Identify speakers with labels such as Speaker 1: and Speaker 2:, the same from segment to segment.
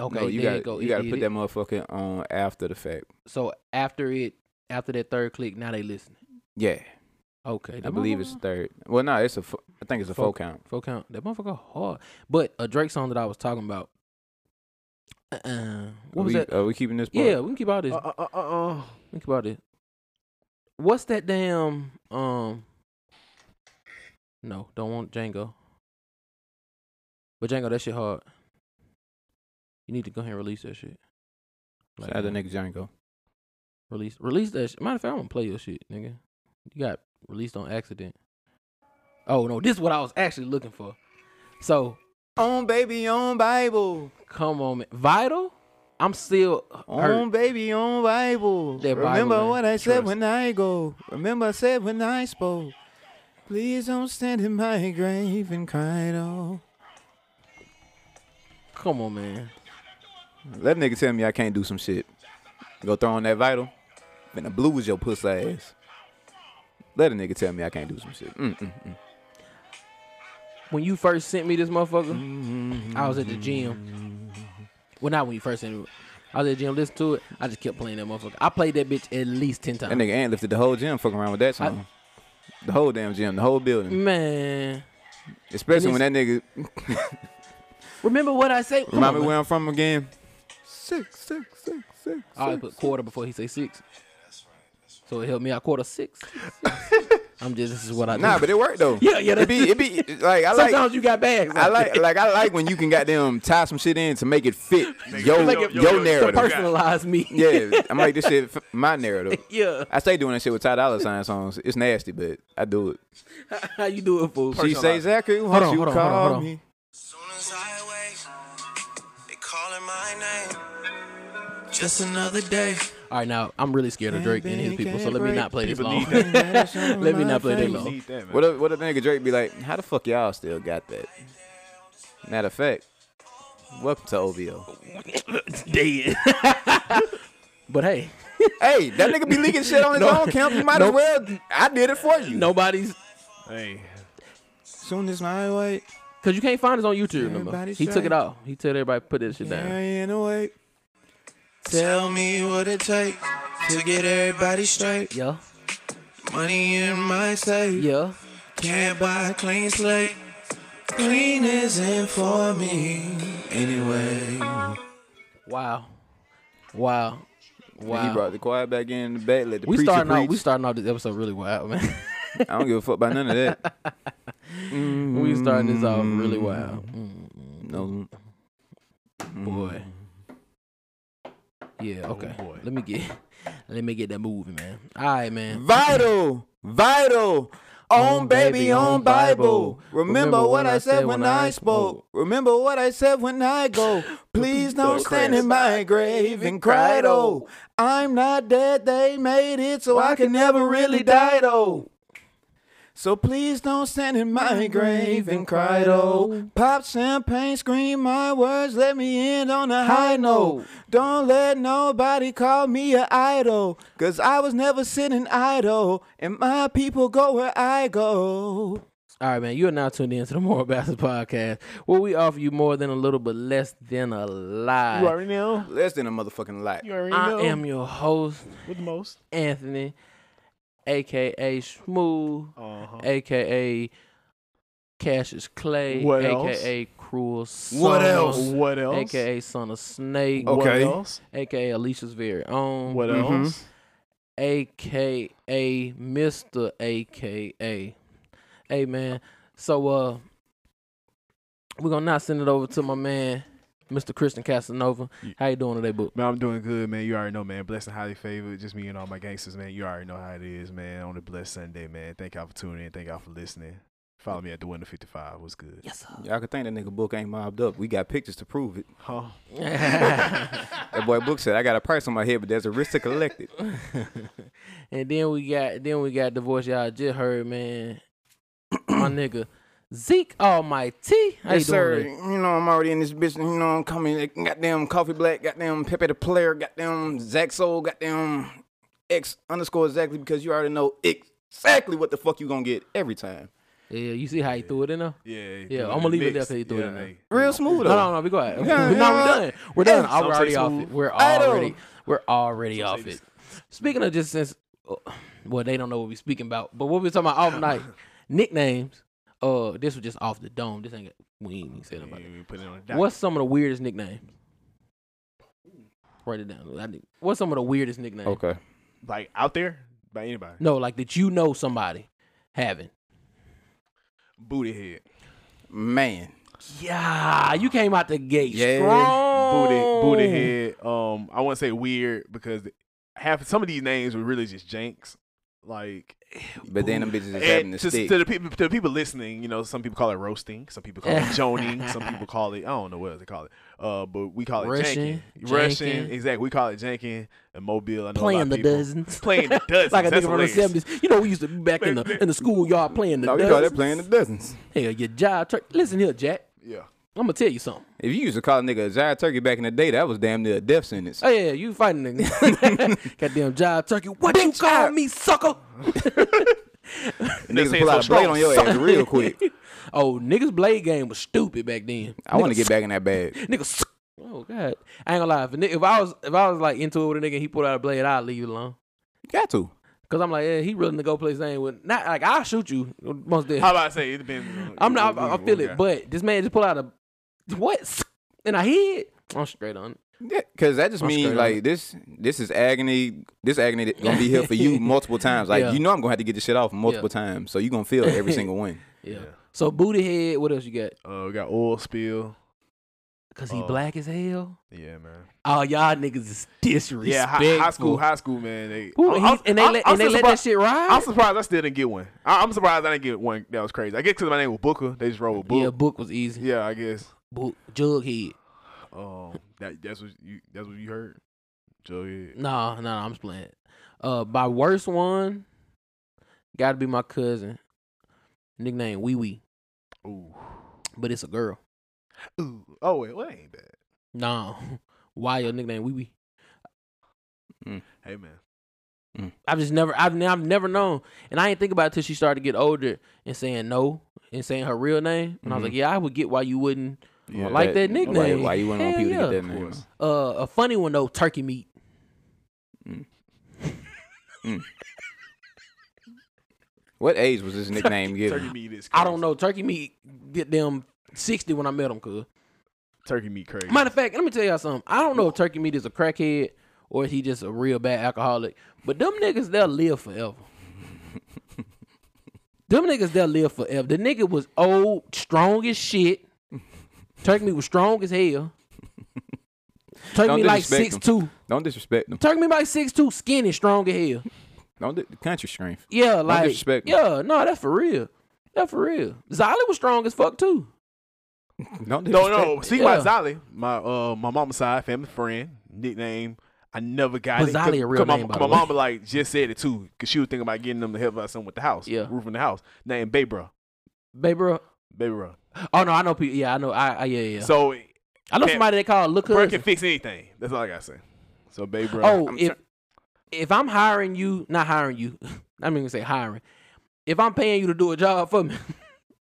Speaker 1: Okay,
Speaker 2: no, you
Speaker 1: there
Speaker 2: got
Speaker 1: go.
Speaker 2: you
Speaker 1: It
Speaker 2: got to
Speaker 1: did
Speaker 2: put
Speaker 1: it.
Speaker 2: that motherfucker on after the fact.
Speaker 1: So after it, after that third click, now they listening.
Speaker 2: Yeah,
Speaker 1: Okay,
Speaker 2: I
Speaker 1: that
Speaker 2: believe it's
Speaker 1: motherfucker-
Speaker 2: third. Well, no, it's a. fo- I think it's a full
Speaker 1: Folk-
Speaker 2: count.
Speaker 1: Full count. That motherfucker hard. But a Drake song that I was talking about. Uh, what
Speaker 2: Are
Speaker 1: was
Speaker 2: we,
Speaker 1: that?
Speaker 2: Are we keeping this?
Speaker 1: Yeah, we can keep all this.
Speaker 3: Uh, uh, uh, uh.
Speaker 1: Think about it. What's that damn um? No, don't want Django. But Django, that shit hard. You need to go ahead and release that shit.
Speaker 2: Shout out to Nick Django.
Speaker 1: Release, release that. Shit. Matter of fact, I'm gonna play your shit, nigga. You got released on accident. Oh no, this is what I was actually looking for. So
Speaker 2: On baby, on Bible.
Speaker 1: come on, man. Vital. I'm still hurt.
Speaker 2: baby, on Bible.
Speaker 1: That Bible, man. Trust.
Speaker 2: I go. Remember I said when I spoke. Please don't stand in my grave and cry. No.
Speaker 1: Come on, man.
Speaker 2: Let a nigga tell me I can't do some shit. Go throw on that vital. And the blue is your pussy ass. Let a nigga tell me I can't do some shit. Mm-mm.
Speaker 1: When you first sent me this motherfucker, I was at the gym. Well, not when you first sent me. I was at the gym, listening to it. I just kept playing that motherfucker. I played that bitch at least ten
Speaker 2: That
Speaker 1: times.
Speaker 2: nigga Ant lifted the whole gym fucking around with that song. the whole damn gym, the whole
Speaker 1: Mm.
Speaker 2: building.
Speaker 1: Man,
Speaker 2: Especially when that nigga
Speaker 1: remember what I say? Come
Speaker 2: remind
Speaker 1: on,
Speaker 2: me
Speaker 1: man.
Speaker 2: where I'm from again. Six, six, six, six.
Speaker 1: I always
Speaker 2: six.
Speaker 1: put quarter before he say six. So it helped me out quarter six. I'm just this is what I do.
Speaker 2: Nah, but it worked though.
Speaker 1: Yeah, yeah,
Speaker 2: It be, it be like I
Speaker 1: sometimes
Speaker 2: like.
Speaker 1: you got bags.
Speaker 2: I like like I like when you can goddamn tie some shit in to make it fit your
Speaker 3: Like
Speaker 2: your,
Speaker 3: if- yo, yo,
Speaker 2: narrative.
Speaker 3: yo,
Speaker 1: personalize me.
Speaker 2: yeah, I'm like this shit f- my narrative.
Speaker 1: yeah.
Speaker 2: I stay doing that shit with Ty Dolla Sign songs. It's nasty, but I do it.
Speaker 1: How you do it, fool?
Speaker 2: She say Zachary,
Speaker 1: Hold
Speaker 2: what
Speaker 1: on,
Speaker 2: you
Speaker 1: hold on, hold on,
Speaker 2: call
Speaker 1: hold on.
Speaker 2: me?
Speaker 4: Soon as I wake, they calling my name. Just another day.
Speaker 1: All right, now I'm really scared of Drake and his people, so let me not play this
Speaker 3: People
Speaker 1: long.
Speaker 3: need that.
Speaker 1: let me not play that
Speaker 3: People
Speaker 1: long.
Speaker 3: need that, man.
Speaker 2: What if, what if nigga Drake be like? How the fuck y'all still got that? Matter of fact, welcome to OVO.
Speaker 1: Dead. but hey,
Speaker 2: Hey, that nigga be leaking shit on his
Speaker 1: No.
Speaker 2: own camp. You might
Speaker 1: Nope.
Speaker 2: as well. I did it for you.
Speaker 1: nobody's
Speaker 3: Hey,
Speaker 2: Soon as my way,
Speaker 1: because you can't find this on YouTube no more.
Speaker 2: Everybody
Speaker 1: He took
Speaker 2: straight.
Speaker 1: it off. He told everybody put this shit down.
Speaker 2: in a way.
Speaker 4: Tell me what it takes to get everybody straight.
Speaker 1: Yeah,
Speaker 4: Money in my safe.
Speaker 1: yeah.
Speaker 4: Can't buy a clean slate. Clean isn't for me anyway.
Speaker 1: Wow, wow,
Speaker 2: Wow. He
Speaker 1: wow.
Speaker 2: brought the choir back in the back. Let the
Speaker 1: we
Speaker 2: preacher
Speaker 1: starting out.
Speaker 2: preach.
Speaker 1: We starting out this episode really wild, man.
Speaker 2: I don't give a fuck about none of that. Mm-hmm.
Speaker 1: we starting this off
Speaker 3: Mm.
Speaker 1: really wild, Mm,
Speaker 2: No.
Speaker 3: Mm.
Speaker 1: boy. Yeah. Okay.
Speaker 3: Oh, boy.
Speaker 1: Let me get. Let me get that moving, man. All right, man.
Speaker 2: Vital, vital. On baby, on Bible. Remember what I said when I spoke. Remember what I said when I go. Please don't stand in my grave and cry, though. I'm not dead, they made it, so I can never really die, though. So please don't stand in my grave and cry, though. Pop champagne, scream my words, let me end on a high note. Don't let nobody call me an idol, cause I was never sitting idle, and my people go where I go.
Speaker 1: All right, man. You are now tuned in to the Moral Bastards Podcast, where we offer you more than a little, but less than a lie.
Speaker 3: you already know.
Speaker 2: Less than a motherfucking lot.
Speaker 3: You already
Speaker 1: I
Speaker 3: know.
Speaker 1: am your host,
Speaker 3: with the most.
Speaker 1: Anthony, aka Smooth,
Speaker 3: Uh huh.
Speaker 1: aka Cassius Clay,
Speaker 3: What
Speaker 1: aka Cruel Son,
Speaker 3: What else? What else?
Speaker 1: aka Son of Snake,
Speaker 2: Oh.
Speaker 3: What
Speaker 2: Okay.
Speaker 3: else?
Speaker 1: aka Alicia's very own,
Speaker 3: What
Speaker 2: Mhm.
Speaker 3: else?
Speaker 1: aka Mr. AKA. Hey man. So uh we're gonna now send it over to my man, Mr. Christian Casanova. How you doing today, book?
Speaker 3: Man, I'm doing good, man. You already know, man. Blessed and highly favored. Just me and all my gangsters, man. You already know how it is, man. On a blessed Sunday, man. Thank y'all for tuning in. Thank y'all for listening. Follow me at the Window 55. What's good?
Speaker 1: Yes, sir.
Speaker 2: Y'all could think that nigga book ain't mobbed up. We got pictures to prove it.
Speaker 3: Huh?
Speaker 2: That boy book said I got a price on my head, but there's a risk to collect it.
Speaker 1: and then we got then we got the voice y'all just heard, man. my nigga. Zeke Almighty. How you doing
Speaker 2: yes, sir.
Speaker 1: today?
Speaker 2: You know I'm already in this business. You know I'm coming. like, Goddamn Coffee Black. Goddamn Pepe the Player. Goddamn Zach Soul. Goddamn X underscore exactly because you already know exactly what the fuck you gonna get every time.
Speaker 1: Yeah, you see how he threw it in there?
Speaker 3: Yeah,
Speaker 1: Yeah, I'ma leave it there till you do it in there.
Speaker 2: Real smooth
Speaker 1: No,
Speaker 2: though.
Speaker 1: no, no. We go ahead.
Speaker 2: Yeah,
Speaker 1: no,
Speaker 2: yeah.
Speaker 1: we're done. We're done.
Speaker 2: Hey,
Speaker 1: I'm
Speaker 3: some
Speaker 1: already
Speaker 3: say
Speaker 1: off
Speaker 3: smooth.
Speaker 1: it. We're
Speaker 2: I don't-
Speaker 1: already. We're already
Speaker 3: Some
Speaker 1: off
Speaker 3: say
Speaker 1: it. Speaking of just since, uh, well, they don't know what we're speaking about, but what we talking about off night nicknames. Uh, this was just off the dome. This ain't we ain't even said about it.
Speaker 3: We put it on the dock.
Speaker 1: What's some of the weirdest nicknames? Write it down. I think- What's some of the weirdest nicknames?
Speaker 2: Okay.
Speaker 3: like out there by anybody?
Speaker 1: No, like that you know somebody having.
Speaker 3: Booty head,
Speaker 2: Man.
Speaker 1: Yeah, you came out the gate
Speaker 2: Yeah.
Speaker 1: strong.
Speaker 3: booty,
Speaker 1: Oh.
Speaker 3: booty head. Um, I wouldn't say weird because half some of these names were really just janks. Like,
Speaker 2: But then them bitches is having
Speaker 3: and
Speaker 2: to
Speaker 3: to,
Speaker 2: stick.
Speaker 3: to the people, to the people listening, you know, some people call it roasting, some people call it joning, some people call it I don't know what else they call it. Uh, but we call it
Speaker 1: Rushing,
Speaker 3: janking, rushing,
Speaker 1: janking.
Speaker 3: exactly. We call it janking and mobile. I know a lot
Speaker 1: Playing
Speaker 3: of
Speaker 1: the
Speaker 3: people-
Speaker 1: dozens.
Speaker 3: playing the dozens.
Speaker 1: like a
Speaker 3: That's
Speaker 1: nigga from the
Speaker 3: hilarious.
Speaker 1: seventies. You know, we used to be back in the in the schoolyard playing the
Speaker 2: no, we
Speaker 1: dozens.
Speaker 2: call that playing the dozens.
Speaker 1: Hell, your job. Tur- Listen here, Jack.
Speaker 3: Yeah.
Speaker 1: I'm gonna tell you something.
Speaker 2: If you used to call a nigga a giant turkey back in the day, that was damn near a death sentence.
Speaker 1: Oh yeah, you fighting nigga. Goddamn job turkey. What you call me, sucker?
Speaker 3: They say
Speaker 2: Niggas pull
Speaker 3: it's
Speaker 2: out a
Speaker 3: so
Speaker 2: blade
Speaker 3: strong.
Speaker 2: on your ass real quick.
Speaker 1: oh, niggas blade game was stupid back then.
Speaker 2: I want to get back in that bag.
Speaker 1: Niggas. Oh god, I ain't gonna lie. If, a ni- if I was if I was like into it with a nigga, and he pulled out a blade, I'd leave you alone.
Speaker 2: Got to.
Speaker 1: Cause I'm like, yeah, he willing to go play his game with. Not like I'll shoot you most days.
Speaker 3: How about I say it depends. on-
Speaker 1: I'm not. I, I
Speaker 3: what we
Speaker 1: feel it,
Speaker 3: got.
Speaker 1: but this man just pulled out a what? And I hit. I'm straight on. it.
Speaker 2: Yeah, cause that just
Speaker 1: I'm
Speaker 2: means
Speaker 1: straight
Speaker 2: like this. This is agony. This agony that gonna be here for you multiple times. Like
Speaker 1: Yeah.
Speaker 2: you know, I'm gonna have to get this shit off multiple times. So you gonna feel every single one.
Speaker 1: Yeah.
Speaker 3: Yeah.
Speaker 1: So booty head. What else you got?
Speaker 3: Uh, we got oil spill.
Speaker 1: Cause he
Speaker 3: Uh,
Speaker 1: black as hell.
Speaker 3: Yeah, man.
Speaker 1: Oh y'all niggas is disrespectful.
Speaker 3: Yeah, hi- high, school, high school, man. They,
Speaker 1: Ooh, and,
Speaker 3: I'm-
Speaker 1: he- and they
Speaker 3: I'm-
Speaker 1: let,
Speaker 3: I'm
Speaker 1: and they
Speaker 3: so
Speaker 1: let that
Speaker 3: surprised-
Speaker 1: shit ride.
Speaker 3: I'm surprised I still didn't get one. I, I'm surprised I didn't get one that was crazy. I guess because my name was Booker, they just rolled with
Speaker 1: yeah,
Speaker 3: Book.
Speaker 1: book was easy.
Speaker 3: Yeah, I guess.
Speaker 1: Book jughead.
Speaker 3: Um, that that's what you that's what you heard. Jughead.
Speaker 1: Nah, nah, nah, I'm just playing. Uh, my worst one, gotta be my cousin. Nickname Wee Wee,
Speaker 3: Ooh.
Speaker 1: but it's a girl.
Speaker 3: Ooh. Oh wait, well, that ain't bad.
Speaker 1: Nah, why your nickname Wee Wee?
Speaker 3: Hey man.
Speaker 1: I've just never, I've, ne- I've never known, and I ain't think about it till she started to get older and saying no and saying her real name. And I was
Speaker 2: Mhm.
Speaker 1: like, yeah, I would get why you wouldn't.
Speaker 3: Yeah,
Speaker 1: like that
Speaker 2: nobody-
Speaker 1: nickname.
Speaker 2: Why you wouldn't want
Speaker 1: Hell
Speaker 2: people to
Speaker 1: yeah.
Speaker 2: get that
Speaker 3: Of
Speaker 2: name?
Speaker 3: course.
Speaker 1: Uh, a funny one though, turkey meat.
Speaker 2: What age was this nickname
Speaker 3: Turkey
Speaker 2: given?
Speaker 3: meat is. Crazy.
Speaker 1: I don't know. Turkey meat did them sixty when I met him. Cause
Speaker 3: Turkey meat crazy.
Speaker 1: matter of fact, let me tell y'all something. I don't know if Turkey meat is a crackhead or if he just a real bad alcoholic. But them niggas, they'll live forever. them niggas, they'll live forever. The nigga was old, strong as shit. Turkey meat was strong as hell. Turkey
Speaker 2: Don't
Speaker 1: meat like
Speaker 2: disrespect
Speaker 1: six
Speaker 2: him.
Speaker 1: two.
Speaker 2: Don't disrespect them.
Speaker 1: Turkey meat like six two, skinny, strong as hell.
Speaker 2: Don't di- country strength.
Speaker 1: Yeah, like
Speaker 2: disrespect him.
Speaker 1: yeah, no, that's for real. That's for real. Zolly was strong as fuck too.
Speaker 2: Don't disrespect.
Speaker 3: No, no. Speaking about
Speaker 1: Yeah.
Speaker 3: Zolly, my uh my mama's side family friend nickname. I never got
Speaker 1: Was
Speaker 3: it.
Speaker 1: Zolly a real
Speaker 3: my,
Speaker 1: name, by
Speaker 3: my
Speaker 1: the way?
Speaker 3: mama like just said it too, cause she was thinking about getting them to help out something with the house,
Speaker 1: Yeah.
Speaker 3: roofing the house. Named Babra,
Speaker 1: Baby, bro.
Speaker 3: Babra.
Speaker 1: Oh no, I know people. Yeah, I know. I, I yeah yeah.
Speaker 3: So
Speaker 1: I know
Speaker 3: Can't-
Speaker 1: somebody they call look
Speaker 3: Bro
Speaker 1: cousin.
Speaker 3: can fix anything. That's all I gotta say. So, babe, bro.
Speaker 1: Oh,
Speaker 3: I'm
Speaker 1: if
Speaker 3: try-
Speaker 1: if I'm hiring you, not hiring you, I'm even gonna say hiring. If I'm paying you to do a job for me,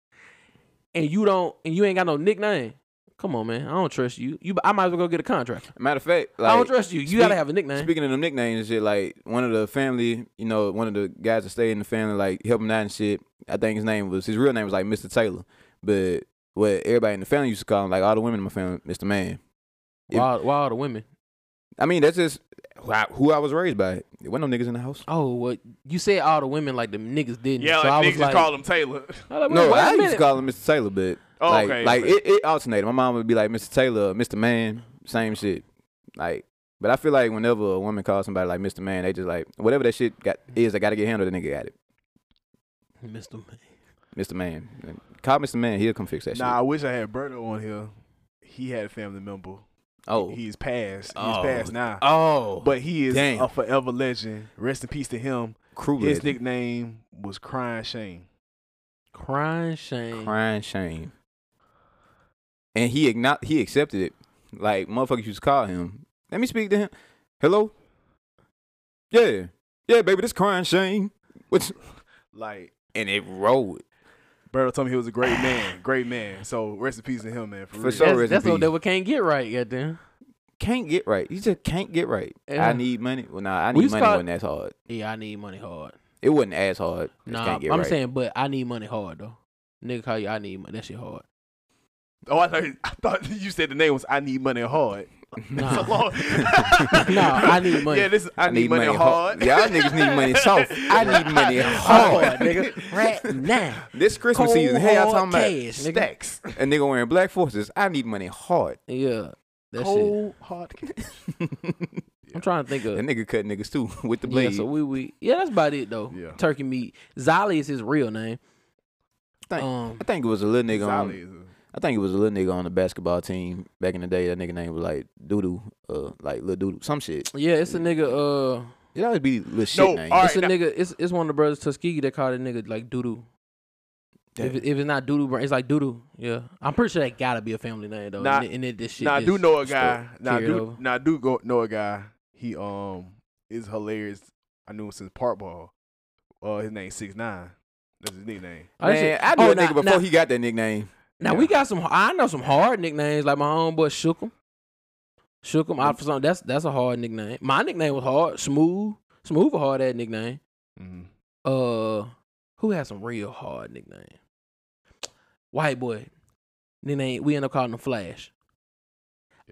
Speaker 1: and you don't, and you ain't got no nickname, come on, man, I don't trust you. You, I might as well go get a contract.
Speaker 2: Matter of fact,
Speaker 1: I don't
Speaker 2: like
Speaker 1: trust you. You
Speaker 2: speak-
Speaker 1: gotta have a nickname.
Speaker 2: Speaking of them nicknames and shit, like one of the family, you know, one of the guys that stayed in the family, like helping out and shit. I think his name was his real name was like Mr. Taylor, but what everybody in the family used to call him, like all the women in my family, Mr. Man. if-
Speaker 1: wild, wild women.
Speaker 2: I mean, that's just who I, who I was raised by. There wasn't no niggas in the house.
Speaker 1: Oh, well, you said all the women like the niggas didn't.
Speaker 3: yeah,
Speaker 1: so
Speaker 3: like,
Speaker 1: I
Speaker 3: niggas
Speaker 1: was
Speaker 3: just
Speaker 1: like,
Speaker 3: call him Taylor.
Speaker 1: I was like,
Speaker 2: No,
Speaker 1: wait a
Speaker 2: I used to
Speaker 1: minute.
Speaker 2: call him Mr. Taylor, but
Speaker 3: Oh,
Speaker 2: like,
Speaker 3: okay.
Speaker 2: like
Speaker 3: okay.
Speaker 2: it, it alternated. My mom would be like Mr. Taylor, Mr. Man, same shit. Like, but I feel like whenever a woman calls somebody like Mr. Man, they just like whatever that shit got is, I gotta get handled. The nigga got it,
Speaker 1: Mr. Man.
Speaker 2: Mr. Man. Call Mr. Man, he'll come fix that
Speaker 3: nah,
Speaker 2: shit.
Speaker 3: I wish I had Berto on here. He had a family member.
Speaker 2: Oh,
Speaker 3: He's passed. He's
Speaker 2: Oh.
Speaker 3: passed now.
Speaker 2: oh, but
Speaker 3: But he is
Speaker 2: Damn.
Speaker 3: a forever legend. Rest in peace to him.
Speaker 2: crew
Speaker 3: His
Speaker 2: legend.
Speaker 3: nickname was Crying Shane.
Speaker 1: Crying shame.
Speaker 2: crying shame, and he igno- he accepted it. Like motherfuckers used to call him. Let me speak to him. Hello. Yeah, yeah, baby, this crying shame. What's
Speaker 3: Like,
Speaker 2: and it rolled.
Speaker 3: Berto told me he was a great man, great man. So rest in peace to him, man. For,
Speaker 2: For
Speaker 3: real.
Speaker 2: sure.
Speaker 1: That's,
Speaker 2: rest in
Speaker 1: that's what
Speaker 2: peace.
Speaker 1: that we can't get right. Goddamn.
Speaker 2: Can't get right. You just can't get right.
Speaker 1: Yeah.
Speaker 2: I need money. Well, nah, I
Speaker 1: We
Speaker 2: need
Speaker 1: used to
Speaker 2: money
Speaker 1: call-
Speaker 2: wasn't as hard.
Speaker 1: Yeah, I need money hard.
Speaker 2: It wasn't as hard. Just
Speaker 1: Nah,
Speaker 2: can't
Speaker 1: I'm
Speaker 2: get right.
Speaker 1: saying, but I need money hard though. Nigga, call you. I need money. That shit hard.
Speaker 3: Oh, I thought, I thought you said the name was I need money hard.
Speaker 1: Nah.
Speaker 3: So long.
Speaker 1: I need money.
Speaker 3: Yeah, this is I,
Speaker 2: I
Speaker 3: need, money, hard.
Speaker 2: Y'all niggas need money soft. I need money hard.
Speaker 1: nigga. Right now.
Speaker 2: This Christmas
Speaker 1: Cold,
Speaker 2: season, hey, y'all
Speaker 1: hard
Speaker 2: talking about
Speaker 1: cash, nigga.
Speaker 2: stacks. A nigga wearing black forces. I need money hard.
Speaker 1: Yeah. That shit.
Speaker 3: Cold hard.
Speaker 1: I'm trying to think of.
Speaker 2: That nigga cut niggas too with the
Speaker 1: Yeah,
Speaker 2: blade.
Speaker 1: so we we yeah, that's about it though.
Speaker 3: Yeah.
Speaker 1: Turkey meat. Zolly is his real name.
Speaker 2: Thank-
Speaker 1: Um,
Speaker 2: I think it was a little nigga on.
Speaker 3: Solid.
Speaker 2: I think it was a little nigga on the basketball team back in the day. That nigga name was like Doodoo, uh, like little Doodoo, some shit.
Speaker 1: yeah, it's a nigga. Uh,
Speaker 2: It always be little shit
Speaker 3: No,
Speaker 2: name.
Speaker 3: all
Speaker 1: it's
Speaker 3: right.
Speaker 1: a
Speaker 3: now-
Speaker 1: nigga. It's it's one of the brothers Tuskegee that called a nigga like Doodoo. If, it- if it's not Doodoo, bro, it's like Doodoo. Yeah, I'm pretty sure that gotta be a family name though.
Speaker 3: Nah,
Speaker 1: and, it- and it, this shit.
Speaker 3: Now I
Speaker 1: is-
Speaker 3: do know a guy. Now I
Speaker 1: carried
Speaker 3: do
Speaker 1: over.
Speaker 3: now I do go know a guy. He um is hilarious. I knew him since part ball. Uh, his name's Six Nine. That's his nickname.
Speaker 1: Oh, that
Speaker 2: Man,
Speaker 1: shit-
Speaker 2: I knew
Speaker 1: oh,
Speaker 2: a
Speaker 1: now-
Speaker 2: nigga before
Speaker 1: now-
Speaker 2: he got that nickname.
Speaker 1: Now
Speaker 3: Yeah.
Speaker 1: we got some. I know some hard nicknames like my homeboy Shookum. Shookum
Speaker 3: Mm.
Speaker 1: out for something. That's that's a hard nickname. My nickname was hard. Smooth. Smooth a hard that nickname.
Speaker 3: Mm-hmm.
Speaker 1: Uh, who has some real hard nickname? White boy. Nickname. We end up calling him Flash.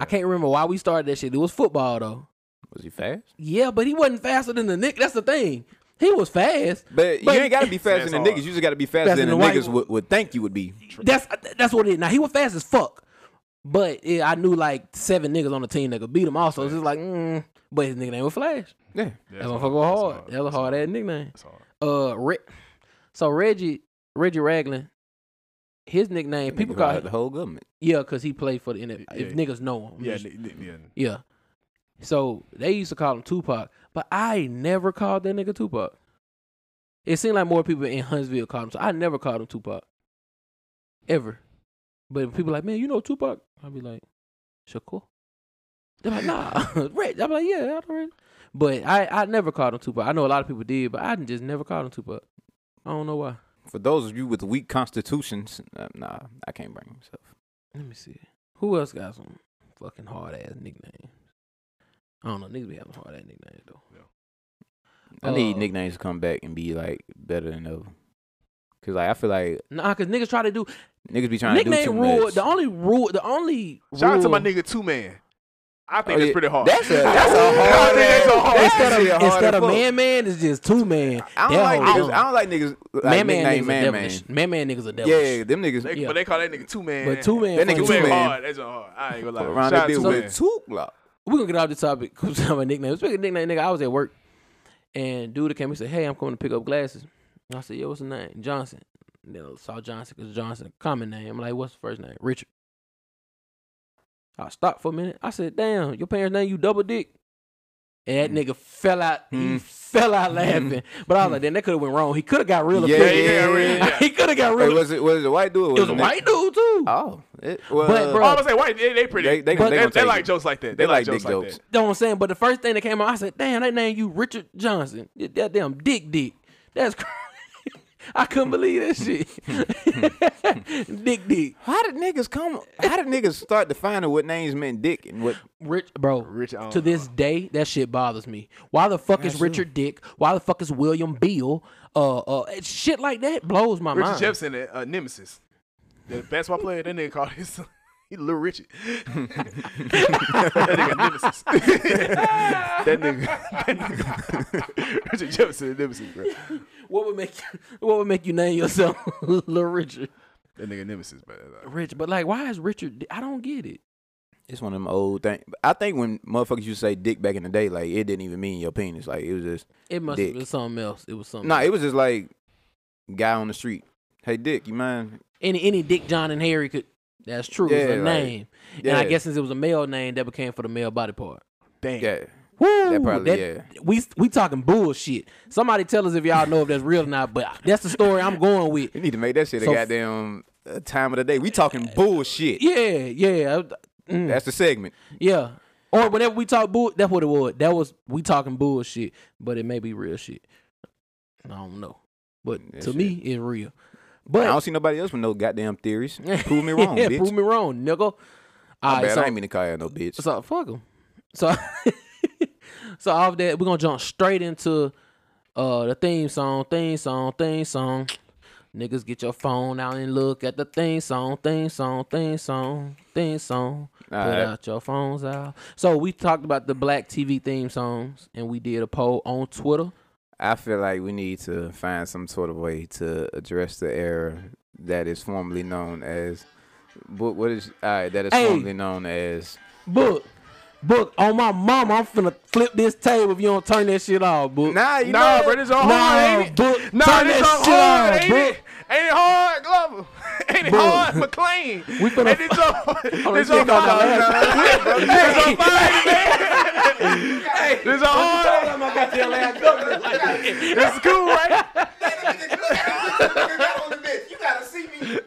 Speaker 1: I
Speaker 3: Yeah.
Speaker 1: can't remember why we started that shit. It was football though.
Speaker 2: Was he fast?
Speaker 1: Yeah, but he wasn't faster than the Nick. That's the thing. He was fast.
Speaker 2: But,
Speaker 1: But-
Speaker 2: you ain't gotta be faster
Speaker 3: That's
Speaker 2: than
Speaker 3: hard.
Speaker 2: niggas. You just gotta be faster
Speaker 1: Faster
Speaker 2: than the
Speaker 1: than white
Speaker 2: niggas
Speaker 1: one.
Speaker 2: would, would think you would be.
Speaker 1: That's that's what it is. Now he was fast as fuck, but yeah, I knew like seven niggas on the team that could beat him. Also, it's just like, mm, but his nickname was Flash.
Speaker 2: Yeah.
Speaker 1: That motherfucker was hard. That was a hard ass nickname.
Speaker 3: That's hard.
Speaker 1: Uh, Re- so Reggie Reggie Ragland, his nickname people
Speaker 2: Niggas
Speaker 1: call
Speaker 2: like the
Speaker 1: him
Speaker 2: whole government.
Speaker 1: yeah, cause he played for the NFL.
Speaker 3: Yeah,
Speaker 1: If
Speaker 3: yeah.
Speaker 1: niggas know him,
Speaker 3: Yeah,
Speaker 1: just-
Speaker 3: ni- ni- yeah.
Speaker 1: yeah. So they used to call him Tupac, but I never called that nigga Tupac. It seemed like more people in Huntsville called him, so I never called him Tupac. Ever. But if people like, man, you know Tupac? I'd be like, Shakur. They're like, nah, Red. I'm like, yeah, I don't really. But I, I never called him Tupac. I know a lot of people did, but I just never called him Tupac. I don't know why.
Speaker 2: For those of you with weak constitutions, uh, nah, I can't bring myself.
Speaker 1: Let me see. Who else got some fucking hard ass nicknames? I don't know. Niggas be having hard ass nicknames though.
Speaker 2: I need
Speaker 1: Uh,
Speaker 2: nicknames to come back and be like better than ever. Cause like I feel like
Speaker 1: Nah, cause niggas try to do
Speaker 2: niggas be trying to do too
Speaker 1: nickname rule.
Speaker 2: much.
Speaker 1: The only rule. The only
Speaker 3: Shout out to
Speaker 1: rule-
Speaker 3: my nigga Two Man. I think
Speaker 2: Oh,
Speaker 3: that's
Speaker 2: yeah.
Speaker 3: pretty hard.
Speaker 2: That's a
Speaker 3: I
Speaker 2: that's a
Speaker 3: think
Speaker 2: hard.
Speaker 3: that's a hard.
Speaker 2: that's
Speaker 1: Instead
Speaker 2: shit
Speaker 1: of,
Speaker 2: hard
Speaker 1: instead
Speaker 2: as
Speaker 1: of
Speaker 2: fuck.
Speaker 1: man man, it's just two man.
Speaker 2: I don't
Speaker 1: That
Speaker 2: like
Speaker 1: whole
Speaker 2: niggas. I don't like niggas like
Speaker 1: Man man
Speaker 2: nickname
Speaker 1: niggas
Speaker 2: man
Speaker 1: man
Speaker 2: man.
Speaker 1: man. Man man niggas are devilish.
Speaker 2: Yeah, them niggas.
Speaker 3: They-
Speaker 1: Yeah.
Speaker 3: But they call that nigga Two Man.
Speaker 1: But two man.
Speaker 2: That
Speaker 1: funny.
Speaker 2: nigga
Speaker 3: Two
Speaker 2: Two
Speaker 3: Man
Speaker 2: Man.
Speaker 3: hard. That's hard. I ain't gonna lie.
Speaker 2: around
Speaker 3: Shout
Speaker 2: that
Speaker 3: out
Speaker 2: bitch
Speaker 3: to
Speaker 2: with
Speaker 3: Two
Speaker 2: two block.
Speaker 1: We're gonna get off the topic. 'cause I'm talking about nicknames. Speaking of nickname, nigga, I was at work and dude came and said, Hey, I'm coming to pick up glasses. And I said, Yo, what's the name? Johnson. And then I saw Johnson because Johnson a common name. I'm like, what's the first name? Richard. I stopped for a minute. I said, Damn, your parents' name you double dick. And that nigga fell out.
Speaker 3: Hmm.
Speaker 1: He
Speaker 2: Mm.
Speaker 1: fell out laughing. But I was like, then that could have went wrong. He could have got real
Speaker 2: Yeah,
Speaker 1: offended.
Speaker 3: yeah, yeah, yeah, yeah.
Speaker 1: he could have got real.
Speaker 2: Wait, was it was it a white dude? Or
Speaker 1: it was a
Speaker 2: nigga?
Speaker 1: white dude too.
Speaker 2: Oh, it, well,
Speaker 1: But,
Speaker 3: Man.
Speaker 1: bro,
Speaker 3: Oh, I was like, why they, they pretty?
Speaker 2: They-
Speaker 3: They,
Speaker 2: they-
Speaker 1: they gonna
Speaker 2: take
Speaker 3: like
Speaker 2: it.
Speaker 3: jokes like that.
Speaker 2: They
Speaker 3: They,
Speaker 2: like dick
Speaker 3: like jokes like
Speaker 2: jokes.
Speaker 3: that.
Speaker 1: know what I'm saying? But the first thing that came out, I said, damn, they named you Richard Johnson. That damn Dick Dick. That's crazy. I couldn't believe that shit. Dick Dick.
Speaker 2: how did niggas come? How did niggas start defining what names meant dick and what?
Speaker 1: Rich, bro.
Speaker 3: Rich, I don't
Speaker 1: to this day, that shit bothers me. Why the fuck is Richard Dick? Why the fuck is William Beale? Uh, uh, it's shit like that blows my
Speaker 3: Richard
Speaker 1: mind.
Speaker 3: Jefferson, at uh, Nemesis, the basketball player. That nigga called his son. He little Richard. that nigga Nemesis. that nigga. That nigga. Richard Jefferson, Nemesis, bro.
Speaker 1: What would make you, what would make you name yourself Little Richard?
Speaker 3: That nigga Nemesis, uh, bro. That's all.
Speaker 1: Rich, but like, why is Richard? Dick- I don't get it.
Speaker 2: It's one of them old things. I think when motherfuckers used to say dick back in the day, like it didn't even mean your penis. Like it was just
Speaker 1: It must
Speaker 2: Dick.
Speaker 1: have been something else. It was something.
Speaker 2: nah. It was just like guy on the street. Hey, dick, you mind?
Speaker 1: any any Dick, John, and Harry could. That's true. It
Speaker 2: Yeah,
Speaker 1: was a
Speaker 2: like-
Speaker 1: name, and I
Speaker 2: yeah.
Speaker 1: guess since it was a male name, that became for the male body part.
Speaker 3: Damn.
Speaker 2: Yeah,
Speaker 1: Woo!
Speaker 2: that probably yeah.
Speaker 1: We we talking bullshit. Somebody tell us if y'all know if that's real or not. But that's the story I'm going with.
Speaker 2: We need to make that shit a
Speaker 1: So-
Speaker 2: goddamn uh, time of the day. We talking bullshit.
Speaker 1: Yeah, yeah, mm,
Speaker 2: That's the segment.
Speaker 1: yeah. Or whenever we talk bull, that's what it was. That was we talking bullshit, but it may be real shit. I don't know, but
Speaker 2: That
Speaker 1: to me, it's real. But
Speaker 2: I don't see nobody else with no goddamn theories. Prove me wrong,
Speaker 1: yeah,
Speaker 2: bitch.
Speaker 1: prove me wrong, nigga.
Speaker 2: My
Speaker 1: All right,
Speaker 2: bad.
Speaker 1: so,
Speaker 2: I ain't mean to call you no bitch.
Speaker 1: so fuck them. So, so off that, we're gonna jump straight into uh the theme song, theme song, theme song. Niggas, get your phone out and look at the theme song, theme song, theme song, theme song. Put
Speaker 2: Alright.
Speaker 1: out your phones out. So we talked about the black TV theme songs, and we did a poll on Twitter.
Speaker 2: I feel like we need to find some sort of way to address the error that is formerly known as. What, what is all right, that is
Speaker 1: Hey.
Speaker 2: formerly known as
Speaker 1: Book, book on my mama. I'm finna flip this table if you don't turn that shit off, book.
Speaker 2: Nah, you
Speaker 3: Nah,
Speaker 2: know
Speaker 3: bro,
Speaker 2: that-
Speaker 3: this on
Speaker 1: Nah,
Speaker 3: hard, ain't
Speaker 1: book,
Speaker 3: it? Nah,
Speaker 1: turn
Speaker 3: this
Speaker 1: that
Speaker 3: on
Speaker 1: shit
Speaker 3: hard,
Speaker 1: on,
Speaker 3: ain't
Speaker 1: book.
Speaker 3: it? Ain't it hard, Glover? Ain't it
Speaker 1: Book.
Speaker 3: hard, McLean?
Speaker 1: We finna-
Speaker 3: Ain't it on, this
Speaker 1: this
Speaker 3: on
Speaker 1: nigga on
Speaker 3: fire.
Speaker 1: the
Speaker 3: This on fire, man. This on hard. It's cool, right?
Speaker 4: You gotta see me. You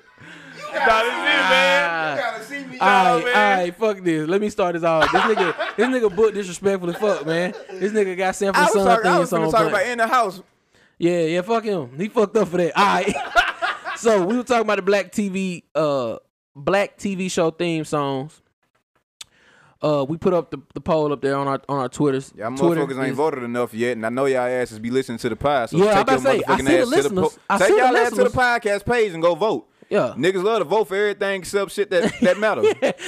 Speaker 3: Nah, this is it, man.
Speaker 4: gotta see me.
Speaker 1: All right,
Speaker 3: man.
Speaker 1: all right, fuck this. Let me start this off. This nigga, this nigga book disrespectful as fuck, man. This nigga got San
Speaker 2: I was,
Speaker 1: Francisco
Speaker 2: talking, I
Speaker 1: things
Speaker 2: was gonna
Speaker 1: on.
Speaker 2: talk
Speaker 1: point.
Speaker 2: about in the house.
Speaker 1: Yeah, yeah, fuck him. He fucked up for that. All right. so we were talking about the black TV, uh, black TV show theme songs. Uh, we put up the, the poll up there on our on our Twitters.
Speaker 2: Y'all
Speaker 1: Twitter
Speaker 2: motherfuckers ain't
Speaker 1: is-
Speaker 2: voted enough yet, and I know y'all asses be listening to the pod. So
Speaker 1: Yeah, I
Speaker 2: take
Speaker 1: about to
Speaker 2: your
Speaker 1: say, I
Speaker 2: motherfucking
Speaker 1: see the
Speaker 2: ass to the
Speaker 1: listeners. I
Speaker 2: take
Speaker 1: see the
Speaker 2: y'all ass to the
Speaker 1: listeners.
Speaker 2: podcast page and go vote.
Speaker 1: Yeah.
Speaker 2: Niggas love to vote for everything except shit that that matters.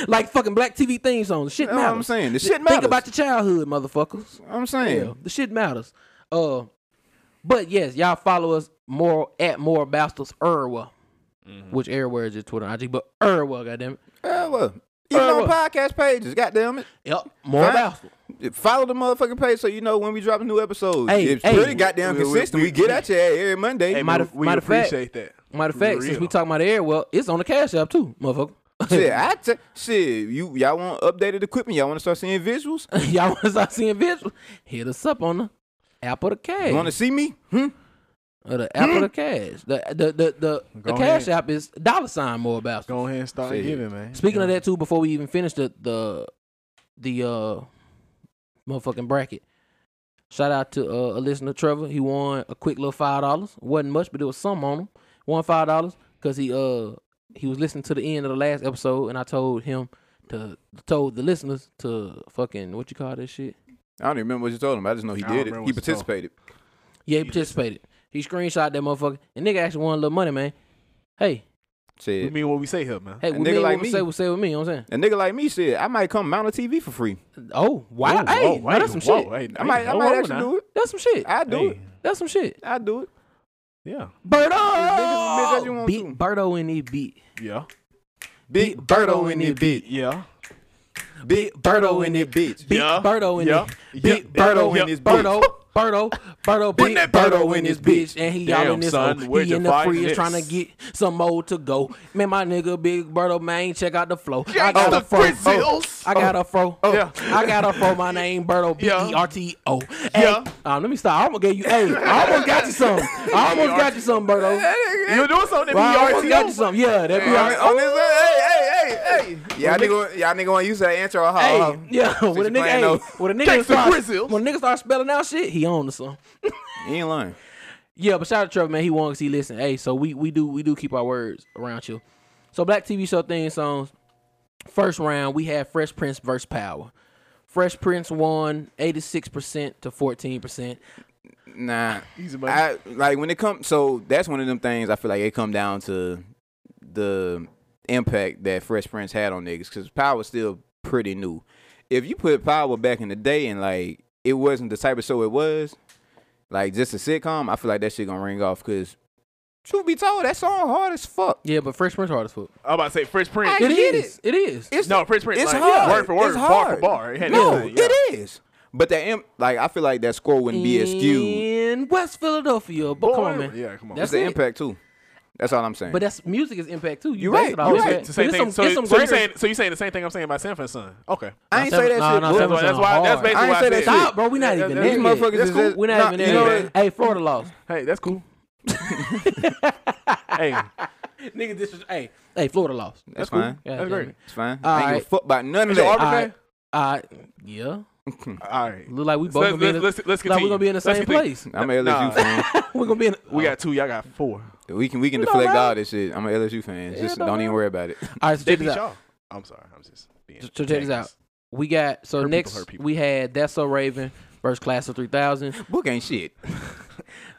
Speaker 1: like fucking black TV theme songs. Shit
Speaker 2: know what
Speaker 1: matters.
Speaker 2: I'm saying? The
Speaker 1: Th-
Speaker 2: shit
Speaker 1: Think
Speaker 2: matters.
Speaker 1: about your childhood, motherfuckers.
Speaker 2: I'm saying.
Speaker 1: Yeah, the shit matters. Uh, but yes, y'all follow us more at more bastards Erwa, which everywhere is your Twitter, and IG, but Erwa, goddamn it.
Speaker 2: Yeah, well, even
Speaker 1: Uh,
Speaker 2: on podcast pages, goddamn it.
Speaker 1: Yep, more
Speaker 2: Fine.
Speaker 1: bastards.
Speaker 2: Follow the motherfucking page so you know when we drop new episodes.
Speaker 1: Hey,
Speaker 2: it's
Speaker 1: hey.
Speaker 2: pretty goddamn
Speaker 3: We- we-
Speaker 2: consistent. We,
Speaker 3: we-
Speaker 2: get at you every Monday.
Speaker 3: Hey,
Speaker 1: Matter-
Speaker 3: man, we
Speaker 1: matter of fact-
Speaker 3: appreciate that.
Speaker 1: Matter of fact,
Speaker 3: For
Speaker 1: since
Speaker 3: real.
Speaker 1: we talking about air, well, it's on the cash app too, motherfucker.
Speaker 2: shit, I t- shit, you y'all want updated equipment? Y'all want to start seeing visuals?
Speaker 1: Y'all want to start seeing visuals? Hit us up on the app of the cash.
Speaker 2: You want to see me? Hmm?
Speaker 1: or the app of the cash. The the the the, the
Speaker 3: Go
Speaker 1: cash
Speaker 3: ahead.
Speaker 1: app is dollar sign more about.
Speaker 3: Go ahead and start
Speaker 2: Shit.
Speaker 3: giving, man.
Speaker 1: Speaking of that too, before we even finish the the the uh motherfucking bracket. Shout out to uh, a listener, Trevor. He won a quick little five dollars. wasn't much, but it was some on him. Won five dollars because he uh he was listening to the end of the last episode, and I told him to told the listeners to fucking what you call this shit.
Speaker 2: I don't even remember what you told him. I just know he
Speaker 3: I don't
Speaker 2: did it.
Speaker 3: remember
Speaker 2: He
Speaker 3: what you told him.
Speaker 2: participated.
Speaker 1: Yeah, he participated. He screenshot that motherfucker, and nigga actually won a little money, man. Hey,
Speaker 3: we
Speaker 2: Shit,
Speaker 3: mean what we say here, man.
Speaker 1: hey, we
Speaker 2: nigga
Speaker 1: mean
Speaker 2: like
Speaker 1: what we
Speaker 2: me.
Speaker 1: say, we say with me. You know what I'm
Speaker 2: a nigga like me, shit, I might come mount a TV for free.
Speaker 1: saying? Oh, wow.
Speaker 3: Whoa,
Speaker 1: hey,
Speaker 3: whoa,
Speaker 1: now
Speaker 3: hey,
Speaker 1: that's some
Speaker 3: whoa,
Speaker 1: shit.
Speaker 3: hey,
Speaker 2: I might, I
Speaker 3: hold
Speaker 2: might
Speaker 3: on
Speaker 2: actually
Speaker 3: now.
Speaker 2: do it.
Speaker 1: That's some shit.
Speaker 2: I do it.
Speaker 3: Hey.
Speaker 1: That's some shit.
Speaker 2: I do it.
Speaker 3: Yeah,
Speaker 1: Birdo!
Speaker 2: big as a bitch as you want
Speaker 1: Beat
Speaker 2: to.
Speaker 1: Birdo in the beat.
Speaker 3: yeah,
Speaker 2: Big Birdo in it, bitch.
Speaker 3: yeah.
Speaker 2: Big Birdo in it, bitch.
Speaker 1: Beat
Speaker 3: Yeah.
Speaker 1: Birdo in
Speaker 3: Yeah.
Speaker 1: it.
Speaker 3: Yeah.
Speaker 1: Beat
Speaker 3: Yeah.
Speaker 1: Birdo
Speaker 3: Yeah.
Speaker 1: in this bitch. Birdo, Birdo, Birdo, beat
Speaker 3: that
Speaker 1: Birdo in this bitch. And he y'all
Speaker 3: Damn,
Speaker 1: in this
Speaker 3: son,
Speaker 1: hole.
Speaker 3: where'd
Speaker 1: He
Speaker 3: you
Speaker 1: in the
Speaker 3: find
Speaker 1: fridge
Speaker 3: this?
Speaker 1: trying to get some more to go. Man, my nigga, big Birdo, man, check out the flow. I
Speaker 3: Check
Speaker 1: got
Speaker 3: the
Speaker 1: a fro. Oh.
Speaker 3: frizzles.
Speaker 1: I got a fro.
Speaker 3: Yeah.
Speaker 1: I got a fro. My name Birdo, E
Speaker 3: Yeah.
Speaker 1: B-E-R-T-O.
Speaker 3: Yeah.
Speaker 1: Hey, um, let me stop. I almost gave you, hey, I almost got you something.
Speaker 3: E
Speaker 1: I almost got you something, Birdo.
Speaker 3: You doing something?
Speaker 1: Well, I
Speaker 3: that
Speaker 1: almost
Speaker 3: be
Speaker 1: got you
Speaker 3: RTO?
Speaker 1: something. Yeah, that E
Speaker 2: On this,
Speaker 1: BRTO.
Speaker 2: on this, hey, hey, hey, hey. Y'all nigga, y'all nigga want to use that answer or
Speaker 1: Hey,
Speaker 2: how?
Speaker 1: yeah, when a
Speaker 2: Um, you
Speaker 1: nigga,
Speaker 2: playing
Speaker 1: hey,
Speaker 2: those
Speaker 1: when a nigga
Speaker 3: gangsta
Speaker 1: starts,
Speaker 3: grizzles.
Speaker 1: when a nigga starts spelling out shit, he on to something.
Speaker 2: He ain't lying.
Speaker 1: Yeah, but shout out to Trevor, man. He won because he listened. Hey, so we we do we do keep our words around you. So black TV show theme songs. First round, we had Fresh Prince versus Power. Fresh Prince won eighty six percent to fourteen percent.
Speaker 2: Nah,
Speaker 3: Easy money.
Speaker 2: I like when it comes. So that's one of them things. I feel like it come down to the impact that Fresh Prince had on niggas because Power was still pretty new. If you put Power back in the day and like it wasn't the type of show it was, like just a sitcom, I feel like that shit gonna ring off. Because truth be told, that song hard as fuck.
Speaker 1: Yeah, but Fresh Prince hard as fuck.
Speaker 3: I'm about to say Fresh Prince.
Speaker 2: I
Speaker 1: It
Speaker 2: get
Speaker 1: is. It is.
Speaker 2: It's
Speaker 3: No, Fresh Prince.
Speaker 2: It's
Speaker 3: like,
Speaker 2: hard.
Speaker 3: Word for word,
Speaker 2: It's
Speaker 3: bar for
Speaker 2: hard.
Speaker 3: bar. It had
Speaker 2: No,
Speaker 3: everything, yeah.
Speaker 2: it is. But that imp- like I feel like that score wouldn't be as skewed.
Speaker 1: in West Philadelphia. But come on,
Speaker 3: Boy,
Speaker 1: man.
Speaker 3: Yeah, come on.
Speaker 1: That's
Speaker 2: That's the
Speaker 1: it.
Speaker 2: impact too. That's all I'm saying.
Speaker 1: But that's music is impact too. You
Speaker 2: You're
Speaker 1: base
Speaker 2: right.
Speaker 1: it off
Speaker 2: You're
Speaker 1: of
Speaker 2: right.
Speaker 1: that.
Speaker 3: It's the same
Speaker 1: It's
Speaker 3: thing.
Speaker 1: some-
Speaker 3: So,
Speaker 1: it's some
Speaker 3: so you
Speaker 1: greater-
Speaker 3: saying so you saying the same thing I'm saying about San Francisco? Son. Okay.
Speaker 2: I ain't say that
Speaker 1: Nah,
Speaker 2: shit.
Speaker 1: nah,
Speaker 2: Look,
Speaker 1: San
Speaker 3: That's why. That's
Speaker 1: Francisco
Speaker 3: why. That's
Speaker 1: hard.
Speaker 3: basically
Speaker 2: I
Speaker 3: why I
Speaker 2: ain't
Speaker 3: said.
Speaker 2: say that
Speaker 1: Stop, bro. We not
Speaker 3: That-
Speaker 1: even
Speaker 3: that-
Speaker 1: there
Speaker 2: these
Speaker 1: yet.
Speaker 2: motherfuckers
Speaker 1: That's
Speaker 2: is
Speaker 1: cool.
Speaker 2: just-
Speaker 1: we not
Speaker 2: nah,
Speaker 1: even
Speaker 2: you
Speaker 1: there
Speaker 2: know
Speaker 1: yet. Hey, Florida lost.
Speaker 3: Hey, that's cool. hey, that's
Speaker 1: Nigga, this is hey, hey, Florida lost.
Speaker 2: That's
Speaker 3: cool.
Speaker 2: fine.
Speaker 1: Yeah,
Speaker 3: That's great.
Speaker 2: It's fine.
Speaker 1: All
Speaker 2: I ain't give
Speaker 1: right.
Speaker 2: a fuck about none of
Speaker 3: Is your
Speaker 2: that.
Speaker 3: arm-
Speaker 1: All
Speaker 3: Okay.
Speaker 1: right, all right, yeah.
Speaker 3: All right.
Speaker 1: Look like we
Speaker 3: So
Speaker 1: both
Speaker 3: let's,
Speaker 1: gonna be in
Speaker 3: let's,
Speaker 1: the,
Speaker 3: let's, let's
Speaker 1: like
Speaker 3: continue.
Speaker 1: we gonna be in the
Speaker 3: Let's
Speaker 1: same
Speaker 3: continue.
Speaker 1: place. Oh.
Speaker 2: I'm a LSU
Speaker 3: Nah.
Speaker 2: fan.
Speaker 1: we gonna be in.
Speaker 3: We got two. Y'all got four.
Speaker 2: We can we can deflect all this shit. I'm an LSU fan. Just don't even worry about it.
Speaker 1: All right, so
Speaker 3: They
Speaker 1: check
Speaker 3: beat
Speaker 1: this out.
Speaker 3: y'all. I'm sorry. I'm just being.
Speaker 1: So check this out.
Speaker 3: tactless.
Speaker 1: We got so
Speaker 3: Hurt people,
Speaker 1: next
Speaker 3: hurt people.
Speaker 1: we had That's So Raven versus Class of 3000.
Speaker 2: Book ain't shit.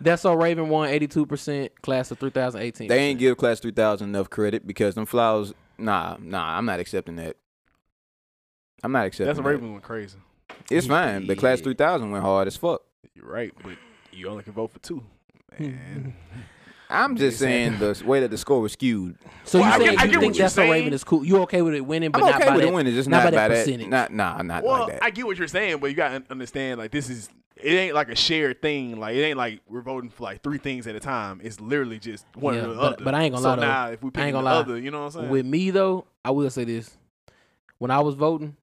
Speaker 1: That's So Raven won 82%, Class of 3018.
Speaker 2: They ain't give Class 3000 enough credit because them flowers. Nah, nah, I'm not accepting that. I'm not accepting.
Speaker 3: That's
Speaker 2: that.
Speaker 3: Raven went crazy.
Speaker 2: It's fine, but Class
Speaker 1: Yeah.
Speaker 2: 3000 went hard as fuck.
Speaker 3: You're right, but you only can vote for two.
Speaker 1: Hmm.
Speaker 3: Man.
Speaker 2: I'm just saying the way that the score was skewed.
Speaker 1: So
Speaker 3: Well, I
Speaker 1: you
Speaker 3: get-
Speaker 1: saying
Speaker 3: I
Speaker 1: you
Speaker 3: get
Speaker 1: think
Speaker 3: what you're
Speaker 1: That's So
Speaker 3: saying.
Speaker 1: Raven is cool? You okay with it winning, but
Speaker 2: I'm
Speaker 1: not
Speaker 2: okay
Speaker 1: by
Speaker 2: with
Speaker 1: that,
Speaker 2: it winning, just
Speaker 1: not by
Speaker 2: not, by
Speaker 1: that
Speaker 2: that.
Speaker 1: percentage.
Speaker 2: Not, nah, not
Speaker 3: well,
Speaker 2: like that.
Speaker 3: I get what you're saying, but you gotta understand like this is it ain't like a shared thing. Like it ain't like we're voting for like three things at a time. It's literally just one
Speaker 1: Yeah,
Speaker 3: or the
Speaker 1: but-
Speaker 3: other.
Speaker 1: but I ain't gonna
Speaker 3: so
Speaker 1: lie, though.
Speaker 3: Now, if we pick
Speaker 1: I ain't
Speaker 3: the
Speaker 1: gonna lie.
Speaker 3: other, you know what I'm saying?
Speaker 1: With me though, I will say this: when I was voting,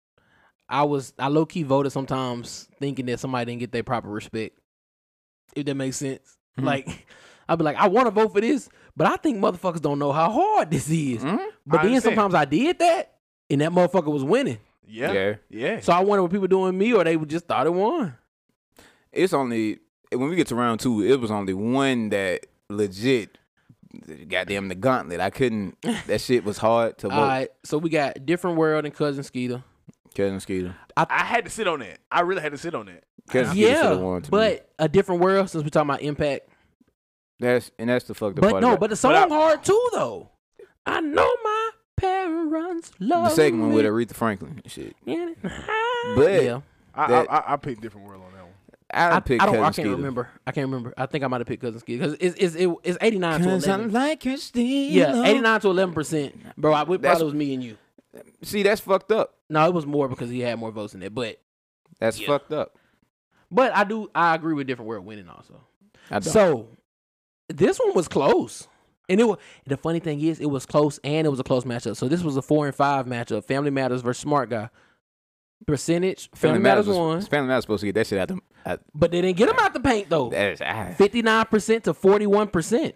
Speaker 1: I was I low key voted sometimes thinking that somebody didn't get their proper respect. If that makes sense,
Speaker 3: Mm-hmm.
Speaker 2: Mhm.
Speaker 1: like I'd be like, I want to vote for this, but I think motherfuckers don't know how hard this is.
Speaker 2: Mhm.
Speaker 1: But
Speaker 3: Mm-hmm. I
Speaker 1: then
Speaker 3: understand.
Speaker 1: sometimes I did that, and that motherfucker was winning.
Speaker 3: yeah, yeah,
Speaker 2: yeah.
Speaker 1: So I wonder were people doing me or they just thought it won.
Speaker 2: it's only when we get to round two, it was only one that legit goddamn the gauntlet. I couldn't that shit was hard to vote.
Speaker 1: All right, so we got different world and cousin Skeeter.
Speaker 2: Cousin Skeeter.
Speaker 3: I had to sit on that. I really had to sit on that.
Speaker 2: Cousin Skeeter should
Speaker 1: yeah,
Speaker 2: have won to me.
Speaker 1: but a different world since we're talking about impact.
Speaker 2: that's and that's the fucked up
Speaker 1: But
Speaker 2: part.
Speaker 1: no,
Speaker 2: of
Speaker 1: but
Speaker 2: that.
Speaker 1: the song
Speaker 3: I-
Speaker 1: hard too though. I know my parents love
Speaker 2: the second one
Speaker 1: me.
Speaker 2: with Aretha Franklin and shit.
Speaker 1: But
Speaker 2: But
Speaker 1: yeah,
Speaker 3: I
Speaker 2: That-
Speaker 3: I, I, I picked different world on that one.
Speaker 2: I,
Speaker 1: I, I
Speaker 2: picked
Speaker 1: don't. I
Speaker 2: Cousin
Speaker 1: can't
Speaker 2: Skeeter.
Speaker 1: remember. I can't remember. I think I might have picked cousin Skeeter because it's it's it, it's eighty nine to
Speaker 2: Cause I'm
Speaker 1: eleven.
Speaker 2: like Christine.
Speaker 1: Yeah, eighty nine to eleven percent, bro. I, we,
Speaker 2: That's-
Speaker 1: probably was me and you.
Speaker 2: See, that's fucked up.
Speaker 1: No, it was more because he had more votes in it. But
Speaker 2: That's
Speaker 1: Yeah.
Speaker 2: fucked up.
Speaker 1: but I do I agree with different world winning also.
Speaker 2: I don't.
Speaker 1: So this one was close. And it was, the funny thing is it was close and it was a close matchup. So this was a four and five matchup. Family Matters versus Smart Guy. Percentage, Family, Matters,
Speaker 2: was-
Speaker 1: won.
Speaker 2: Family Matters supposed to get that shit out the. Out,
Speaker 1: But they didn't get him out the paint though.
Speaker 2: that is, ah.
Speaker 1: Fifty nine percent to forty one percent.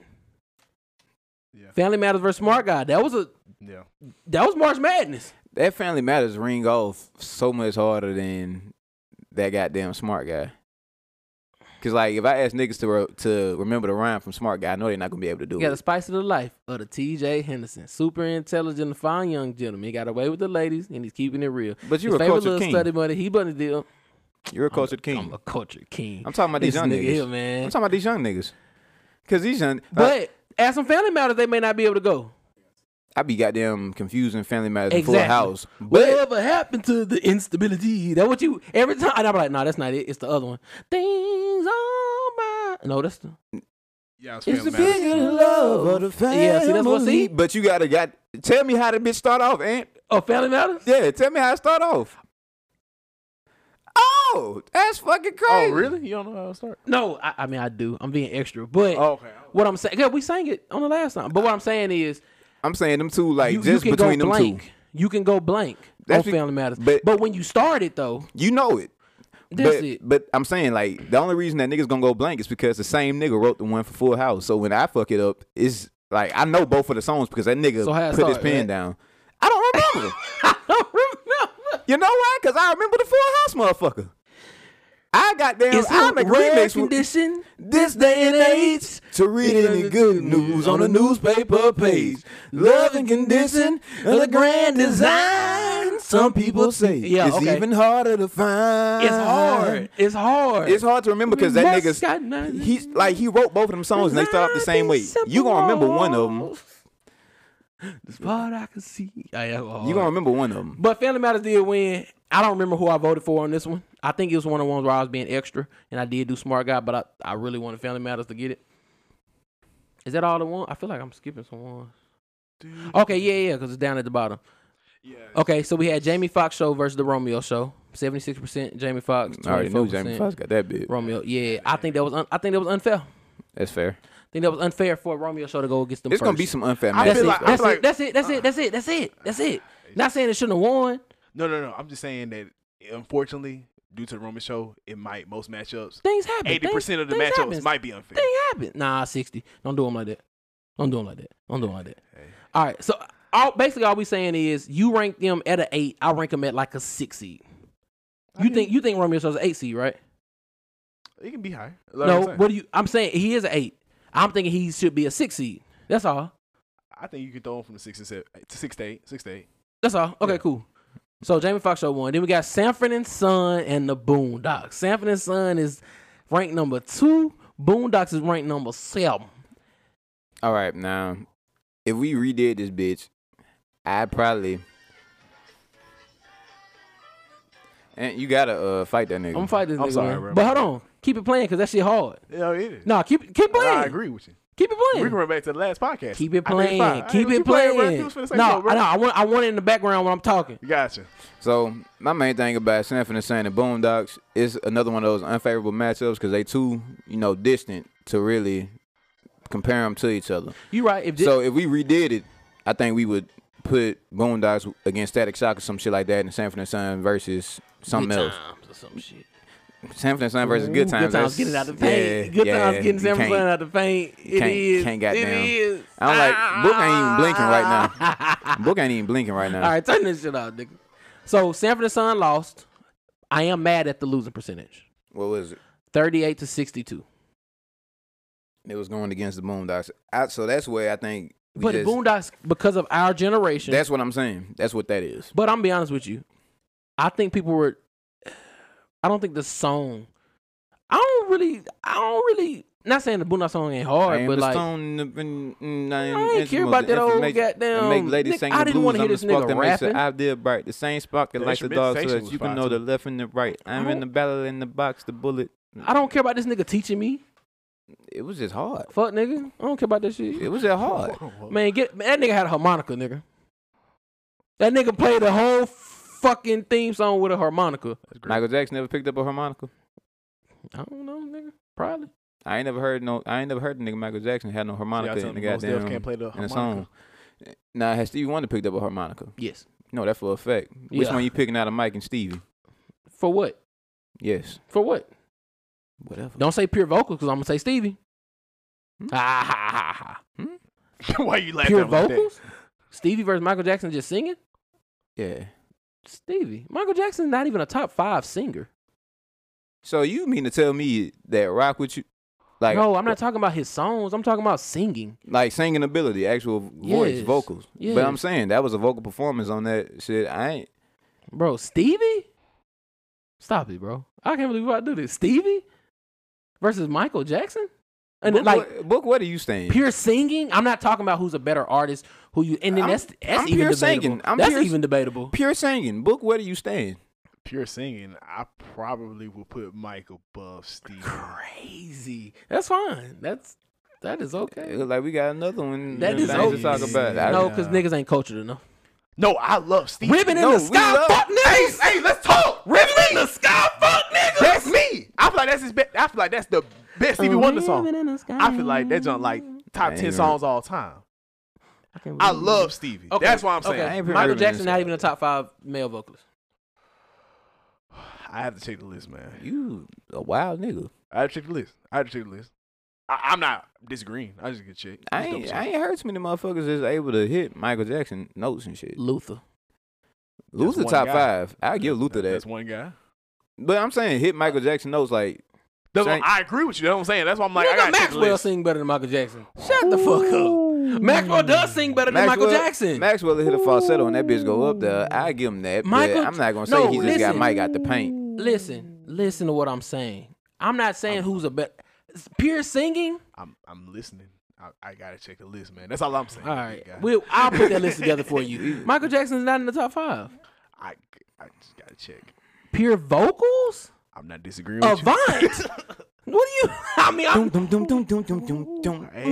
Speaker 3: Yeah.
Speaker 1: Family Matters versus Smart Guy. That was a
Speaker 3: Yeah,
Speaker 1: that was March Madness.
Speaker 2: That Family Matters ring off so much harder than that goddamn smart guy. Cause like if I ask niggas to re- to remember the rhyme from Smart Guy, I know they're not gonna be able to do
Speaker 1: You got a
Speaker 2: it.
Speaker 1: spice of the life of the T.J. Henderson, super intelligent, fine young gentleman. He got away with the ladies, and he's keeping it real.
Speaker 2: But you
Speaker 1: His
Speaker 2: were
Speaker 1: favorite
Speaker 2: cultured
Speaker 1: little
Speaker 2: king.
Speaker 1: study buddy, he bunny deal.
Speaker 2: You're a cultured king.
Speaker 1: I'm a culture king.
Speaker 2: I'm talking about these
Speaker 1: This
Speaker 2: young
Speaker 1: nigga
Speaker 2: niggas.
Speaker 1: here, man.
Speaker 2: I'm talking about these young niggas. Cause these young,
Speaker 1: But as some family matters, they may not be able to go.
Speaker 2: I, I be goddamn confusing Family Matters and Full
Speaker 1: Exactly.
Speaker 2: House. But
Speaker 1: Whatever happened to the instability? That what you every time? And I'm like, no, that's not it. It's the other one. Things on my no, that's the
Speaker 3: yeah. It's
Speaker 1: It's
Speaker 3: Family
Speaker 1: the
Speaker 3: Matters.
Speaker 1: bigger love of the Yeah, see, that's what- see?
Speaker 2: But you gotta got tell me how the bitch start off, ain't?
Speaker 1: oh family matters.
Speaker 2: Yeah, tell me how it start off. Oh, that's fucking crazy.
Speaker 3: Oh really? You don't know how to start?
Speaker 1: No, I, I mean I do. I'm being extra, but
Speaker 3: Oh, okay.
Speaker 1: what I'm saying, yeah, we sang it on the last time. But what I'm saying is,
Speaker 2: I'm saying them two, like
Speaker 1: you,
Speaker 2: just
Speaker 1: you can
Speaker 2: between
Speaker 1: go
Speaker 2: them
Speaker 1: blank.
Speaker 2: two,
Speaker 1: You can go blank
Speaker 2: That's
Speaker 1: on
Speaker 2: be-
Speaker 1: family matters.
Speaker 2: but-
Speaker 1: But, when you start it though,
Speaker 2: you know it.
Speaker 1: that's
Speaker 2: but,
Speaker 1: it.
Speaker 2: but I'm saying like the only reason that niggas gonna go blank is because the same nigga wrote the one for Full House. So when I fuck it up, it's like I know both of the songs because that nigga
Speaker 1: So how it
Speaker 2: put his
Speaker 1: start,
Speaker 2: pen
Speaker 1: right?
Speaker 2: down. I don't remember.
Speaker 1: I don't remember.
Speaker 2: you know why? Because I remember the Full House motherfucker. I got damn.
Speaker 1: It's
Speaker 2: I
Speaker 1: a
Speaker 2: make
Speaker 1: rare
Speaker 2: remix with-
Speaker 1: condition.
Speaker 2: This day and age, to read any good news on a newspaper page. Love and condition of the grand design. Some people say
Speaker 1: Yeah,
Speaker 2: it's
Speaker 1: okay.
Speaker 2: even harder to find.
Speaker 1: It's hard. It's hard.
Speaker 2: It's hard to remember because
Speaker 1: We
Speaker 2: that
Speaker 1: must
Speaker 2: nigga's
Speaker 1: got nothing.
Speaker 2: he's like he wrote both of them songs and they start off the same way. You gonna remember one of them.
Speaker 1: This part I can see. I am hard.
Speaker 2: You gonna remember one of them.
Speaker 1: but Family Matters did win. I don't remember who I voted for on this one. I think it was one of the ones where I was being extra, and I did do Smart Guy, but I, I really wanted Family Matters to get it. Is that all the one? I feel like I'm skipping someone. Okay, yeah, yeah, because it's down at the bottom.
Speaker 3: Yeah.
Speaker 1: Okay, so we had Jamie Foxx show versus the Romeo show. Seventy six percent Jamie Foxx.
Speaker 2: I already knew
Speaker 1: 24%
Speaker 2: Jamie Foxx got that bit.
Speaker 1: Romeo. Yeah, I think that was un- I think that was unfair.
Speaker 2: That's fair.
Speaker 1: I think that was unfair for a Romeo show to go against them.
Speaker 2: It's gonna
Speaker 1: first.
Speaker 2: be some unfair
Speaker 3: I
Speaker 1: That's
Speaker 2: matches.
Speaker 1: it.
Speaker 3: feel like- I
Speaker 1: that's,
Speaker 3: feel
Speaker 1: it.
Speaker 3: like-
Speaker 1: that's it. That's it. That's it. That's it. That's it. Not saying it shouldn't have won.
Speaker 3: No, no, no. I'm just saying that unfortunately, due to the Roman show, it might most matchups.
Speaker 1: Things happen.
Speaker 3: Eighty percent of the
Speaker 1: Things-
Speaker 3: matchups
Speaker 1: things happens.
Speaker 3: might be unfair.
Speaker 1: Thing happened. Nah, sixty. Don't do them like that. Don't do them like that. Don't do them like that.
Speaker 3: Hey.
Speaker 1: All right. So all basically all we saying is you rank them at an eight. I rank them at like a six seed. You think you think Romeo show's an eight seed, right?
Speaker 3: It can be higher.
Speaker 1: no. What do you? I'm saying he is an eight. I'm thinking he should be a six seed. That's all.
Speaker 3: I think you can throw him from the six and seven, eh, to six to eight, six to eight.
Speaker 1: That's all. Okay, cool. So Jamie Foxx show one. Then we got Sanford and Son and the Boondocks. Sanford and Son is ranked number two. Boondocks is ranked number seven.
Speaker 2: All right, now if we redid this bitch, I probably and you gotta uh fight that nigga.
Speaker 1: I'm gonna fight this
Speaker 3: I'm
Speaker 1: nigga.
Speaker 3: sorry,
Speaker 1: man.
Speaker 3: bro.
Speaker 1: But hold on, keep it playing because that shit hard.
Speaker 3: Yeah, it is.
Speaker 1: Nah, keep keep
Speaker 3: I,
Speaker 1: playing.
Speaker 3: agree with you.
Speaker 1: Keep it
Speaker 3: We
Speaker 1: playing.
Speaker 3: can run back to the last podcast.
Speaker 1: Keep it
Speaker 3: I think it's
Speaker 1: playing.
Speaker 3: fine. I
Speaker 1: keep
Speaker 3: ain't
Speaker 1: it
Speaker 3: gonna keep
Speaker 1: playing.
Speaker 3: bro. You was finna say
Speaker 1: no,
Speaker 3: something, bro.
Speaker 1: I know. I want I want it in the background when I'm talking.
Speaker 3: Gotcha.
Speaker 2: So my main thing about Sanford and Son and Boondocks is another one of those unfavorable matchups because they too you know distant to really compare them to each other.
Speaker 1: You right. If
Speaker 2: So if we redid it, I think we would put Boondocks against Static Shock or some shit like that, and Sanford and Son versus something
Speaker 1: good
Speaker 2: else.
Speaker 1: times or some shit.
Speaker 2: Sanford and Son versus Good
Speaker 1: Ooh,
Speaker 2: Times.
Speaker 1: Good times
Speaker 2: that's-
Speaker 1: getting out of the
Speaker 2: yeah,
Speaker 1: paint. good
Speaker 2: yeah,
Speaker 1: times getting
Speaker 2: you
Speaker 1: San
Speaker 2: can't-
Speaker 1: Francisco out of the paint. It
Speaker 2: can't-
Speaker 1: is.
Speaker 2: can't goddamn-
Speaker 1: It is.
Speaker 2: I'm like, Book ain't even blinking right
Speaker 1: now.
Speaker 2: Book ain't even blinking right now.
Speaker 1: All right, turn this shit off, nigga. So Sanford and Son lost. I am mad at the losing percentage.
Speaker 2: What was it?
Speaker 1: Thirty-eight to sixty-two.
Speaker 2: It was going against the Boondocks. I, so that's where I think. we
Speaker 1: But
Speaker 2: just-
Speaker 1: the Boondocks, because of our generation.
Speaker 2: That's what I'm saying. That's what that is.
Speaker 1: but I'm gonna be honest with you. I think people were. I don't think the song. I don't really. I don't really. Not saying the Boondocks song ain't hard,
Speaker 2: I am
Speaker 1: but
Speaker 2: the
Speaker 1: like.
Speaker 2: stone of- and- and I am
Speaker 1: I ain't care
Speaker 2: instrumental
Speaker 1: about that old
Speaker 2: information
Speaker 1: goddamn.
Speaker 2: that Make ladies
Speaker 1: nigga,
Speaker 2: sing
Speaker 1: I
Speaker 2: the
Speaker 1: didn't
Speaker 2: blues.
Speaker 1: want to hear
Speaker 2: I'm the
Speaker 1: this
Speaker 2: spark
Speaker 1: nigga
Speaker 2: that makes the
Speaker 1: rapping.
Speaker 2: idea bright. The same spark that
Speaker 3: The
Speaker 2: lights the dog so
Speaker 3: instrumentation
Speaker 2: that
Speaker 3: was
Speaker 2: you can
Speaker 3: fire,
Speaker 2: know the
Speaker 3: too.
Speaker 2: left and the right. I'm in the battle in the box, the bullet.
Speaker 1: I don't care about this nigga teaching me.
Speaker 2: It was just hard.
Speaker 1: Fuck nigga. I don't care about that shit.
Speaker 2: It was just hard.
Speaker 1: Man, get man, that nigga had a harmonica, nigga. That nigga played the whole fucking theme song with a harmonica.
Speaker 2: Michael Jackson never picked up a harmonica.
Speaker 1: I don't know, nigga. Probably.
Speaker 2: I ain't never heard no. I ain't never heard a nigga Michael Jackson had no harmonica in the goddamn
Speaker 3: can't play the
Speaker 2: in a
Speaker 3: harmonica.
Speaker 2: song. Nah, has Stevie Wonder picked up a harmonica?
Speaker 1: Yes.
Speaker 2: No, that for a fact. Which
Speaker 1: Yeah.
Speaker 2: one you picking out of Mike and Stevie?
Speaker 1: For what?
Speaker 2: Yes.
Speaker 1: For what?
Speaker 2: Whatever.
Speaker 1: Don't say pure vocals, because I'm gonna say Stevie.
Speaker 2: Hmm?
Speaker 1: Ah, ha, ha, ha,
Speaker 3: Why you
Speaker 1: ha.
Speaker 3: laughing
Speaker 1: Pure
Speaker 3: at me like that?
Speaker 1: vocals? Stevie versus Michael Jackson just singing?
Speaker 2: Yeah.
Speaker 1: Stevie. Michael Jackson's not even a top five singer.
Speaker 2: So you mean to tell me that rock with you, like
Speaker 1: no, I'm not talking about his songs. I'm talking about singing.
Speaker 2: like singing ability, actual voice,
Speaker 1: Yes.
Speaker 2: vocals. But I'm
Speaker 1: Yes.
Speaker 2: saying that was a vocal performance on that shit. I ain't.
Speaker 1: Bro, Stevie? Stop it, bro. I can't believe I do this. Stevie versus Michael Jackson? And
Speaker 2: book,
Speaker 1: like
Speaker 2: what, book, what are you saying?
Speaker 1: pure singing? I'm not talking about who's a better artist, who you and then
Speaker 2: I'm-
Speaker 1: that's that's
Speaker 2: I'm
Speaker 1: even
Speaker 2: pure
Speaker 1: debatable.
Speaker 2: singing. I'm
Speaker 1: that's
Speaker 2: pure-
Speaker 1: even debatable.
Speaker 2: Pure singing. Book, where do you stand?
Speaker 3: Pure singing, I probably would put Mike above Steve.
Speaker 1: Crazy. That's fine. That's that is
Speaker 2: It
Speaker 1: okay.
Speaker 2: look like we got another one.
Speaker 1: That
Speaker 2: and
Speaker 1: is
Speaker 2: things
Speaker 1: okay.
Speaker 2: to talk about. I-
Speaker 1: No, because niggas ain't cultured enough.
Speaker 3: No, I love Steve.
Speaker 1: Ribbon in
Speaker 2: No,
Speaker 1: the
Speaker 2: we
Speaker 1: sky,
Speaker 2: love-
Speaker 1: fuck niggas.
Speaker 3: Hey, let's talk.
Speaker 1: Ribbon in the sky, fuck niggas.
Speaker 3: That's me. I feel like that's his best. I feel like that's the best Stevie Wonder
Speaker 1: Ribbon
Speaker 3: song.
Speaker 1: in the sky.
Speaker 3: I feel like that's on like top
Speaker 2: Dang,
Speaker 3: ten
Speaker 2: right.
Speaker 3: songs all time.
Speaker 1: can't
Speaker 3: I
Speaker 1: believe-
Speaker 3: love Stevie.
Speaker 1: Okay,
Speaker 3: That's why I'm
Speaker 1: okay.
Speaker 3: saying.
Speaker 2: I ain't heard
Speaker 1: Michael
Speaker 2: Ribbon in
Speaker 1: Jackson
Speaker 2: the
Speaker 1: not
Speaker 2: Sky.
Speaker 1: even a top five male vocalist.
Speaker 3: I have to check the list, man.
Speaker 2: You a wild nigga.
Speaker 3: I have to check the list. I have to check the list. I, I'm not disagreeing. I just get checked.
Speaker 2: I ain't, I ain't heard too many motherfuckers that's able to hit Michael Jackson notes and shit.
Speaker 1: Luther.
Speaker 2: Luther
Speaker 3: one
Speaker 2: top
Speaker 3: guy.
Speaker 2: five. I give Luther that.
Speaker 3: That's one guy.
Speaker 2: But I'm saying hit Michael Jackson notes like
Speaker 3: That's why
Speaker 2: Same.
Speaker 3: I agree with you. That's what I'm saying. That's why I'm like, I
Speaker 1: Nigga,
Speaker 3: gotta check the
Speaker 1: Maxwell
Speaker 3: list.
Speaker 1: sing better than Michael Jackson. Shut the fuck up. Maxwell does sing better than Michael Jackson.
Speaker 2: Maxwell hit a falsetto and that bitch go up there. I give him that.
Speaker 1: Michael-
Speaker 2: but I'm not gonna say
Speaker 1: no,
Speaker 2: he just got
Speaker 1: listen.
Speaker 2: Mike out the paint.
Speaker 1: listen, listen to what I'm saying. I'm not saying who's a better. Pure singing.
Speaker 3: I'm I'm listening. I, I gotta check the list, man. That's all I'm saying.
Speaker 1: All
Speaker 3: big
Speaker 1: right,
Speaker 3: guy.
Speaker 1: we'll, I'll put that list together for you. Michael Jackson's not in the top five.
Speaker 3: I I just gotta check.
Speaker 1: Pure vocals.
Speaker 3: I'm not disagreeing with you.
Speaker 1: Avant. what do you? I mean, I'm,
Speaker 3: Hey,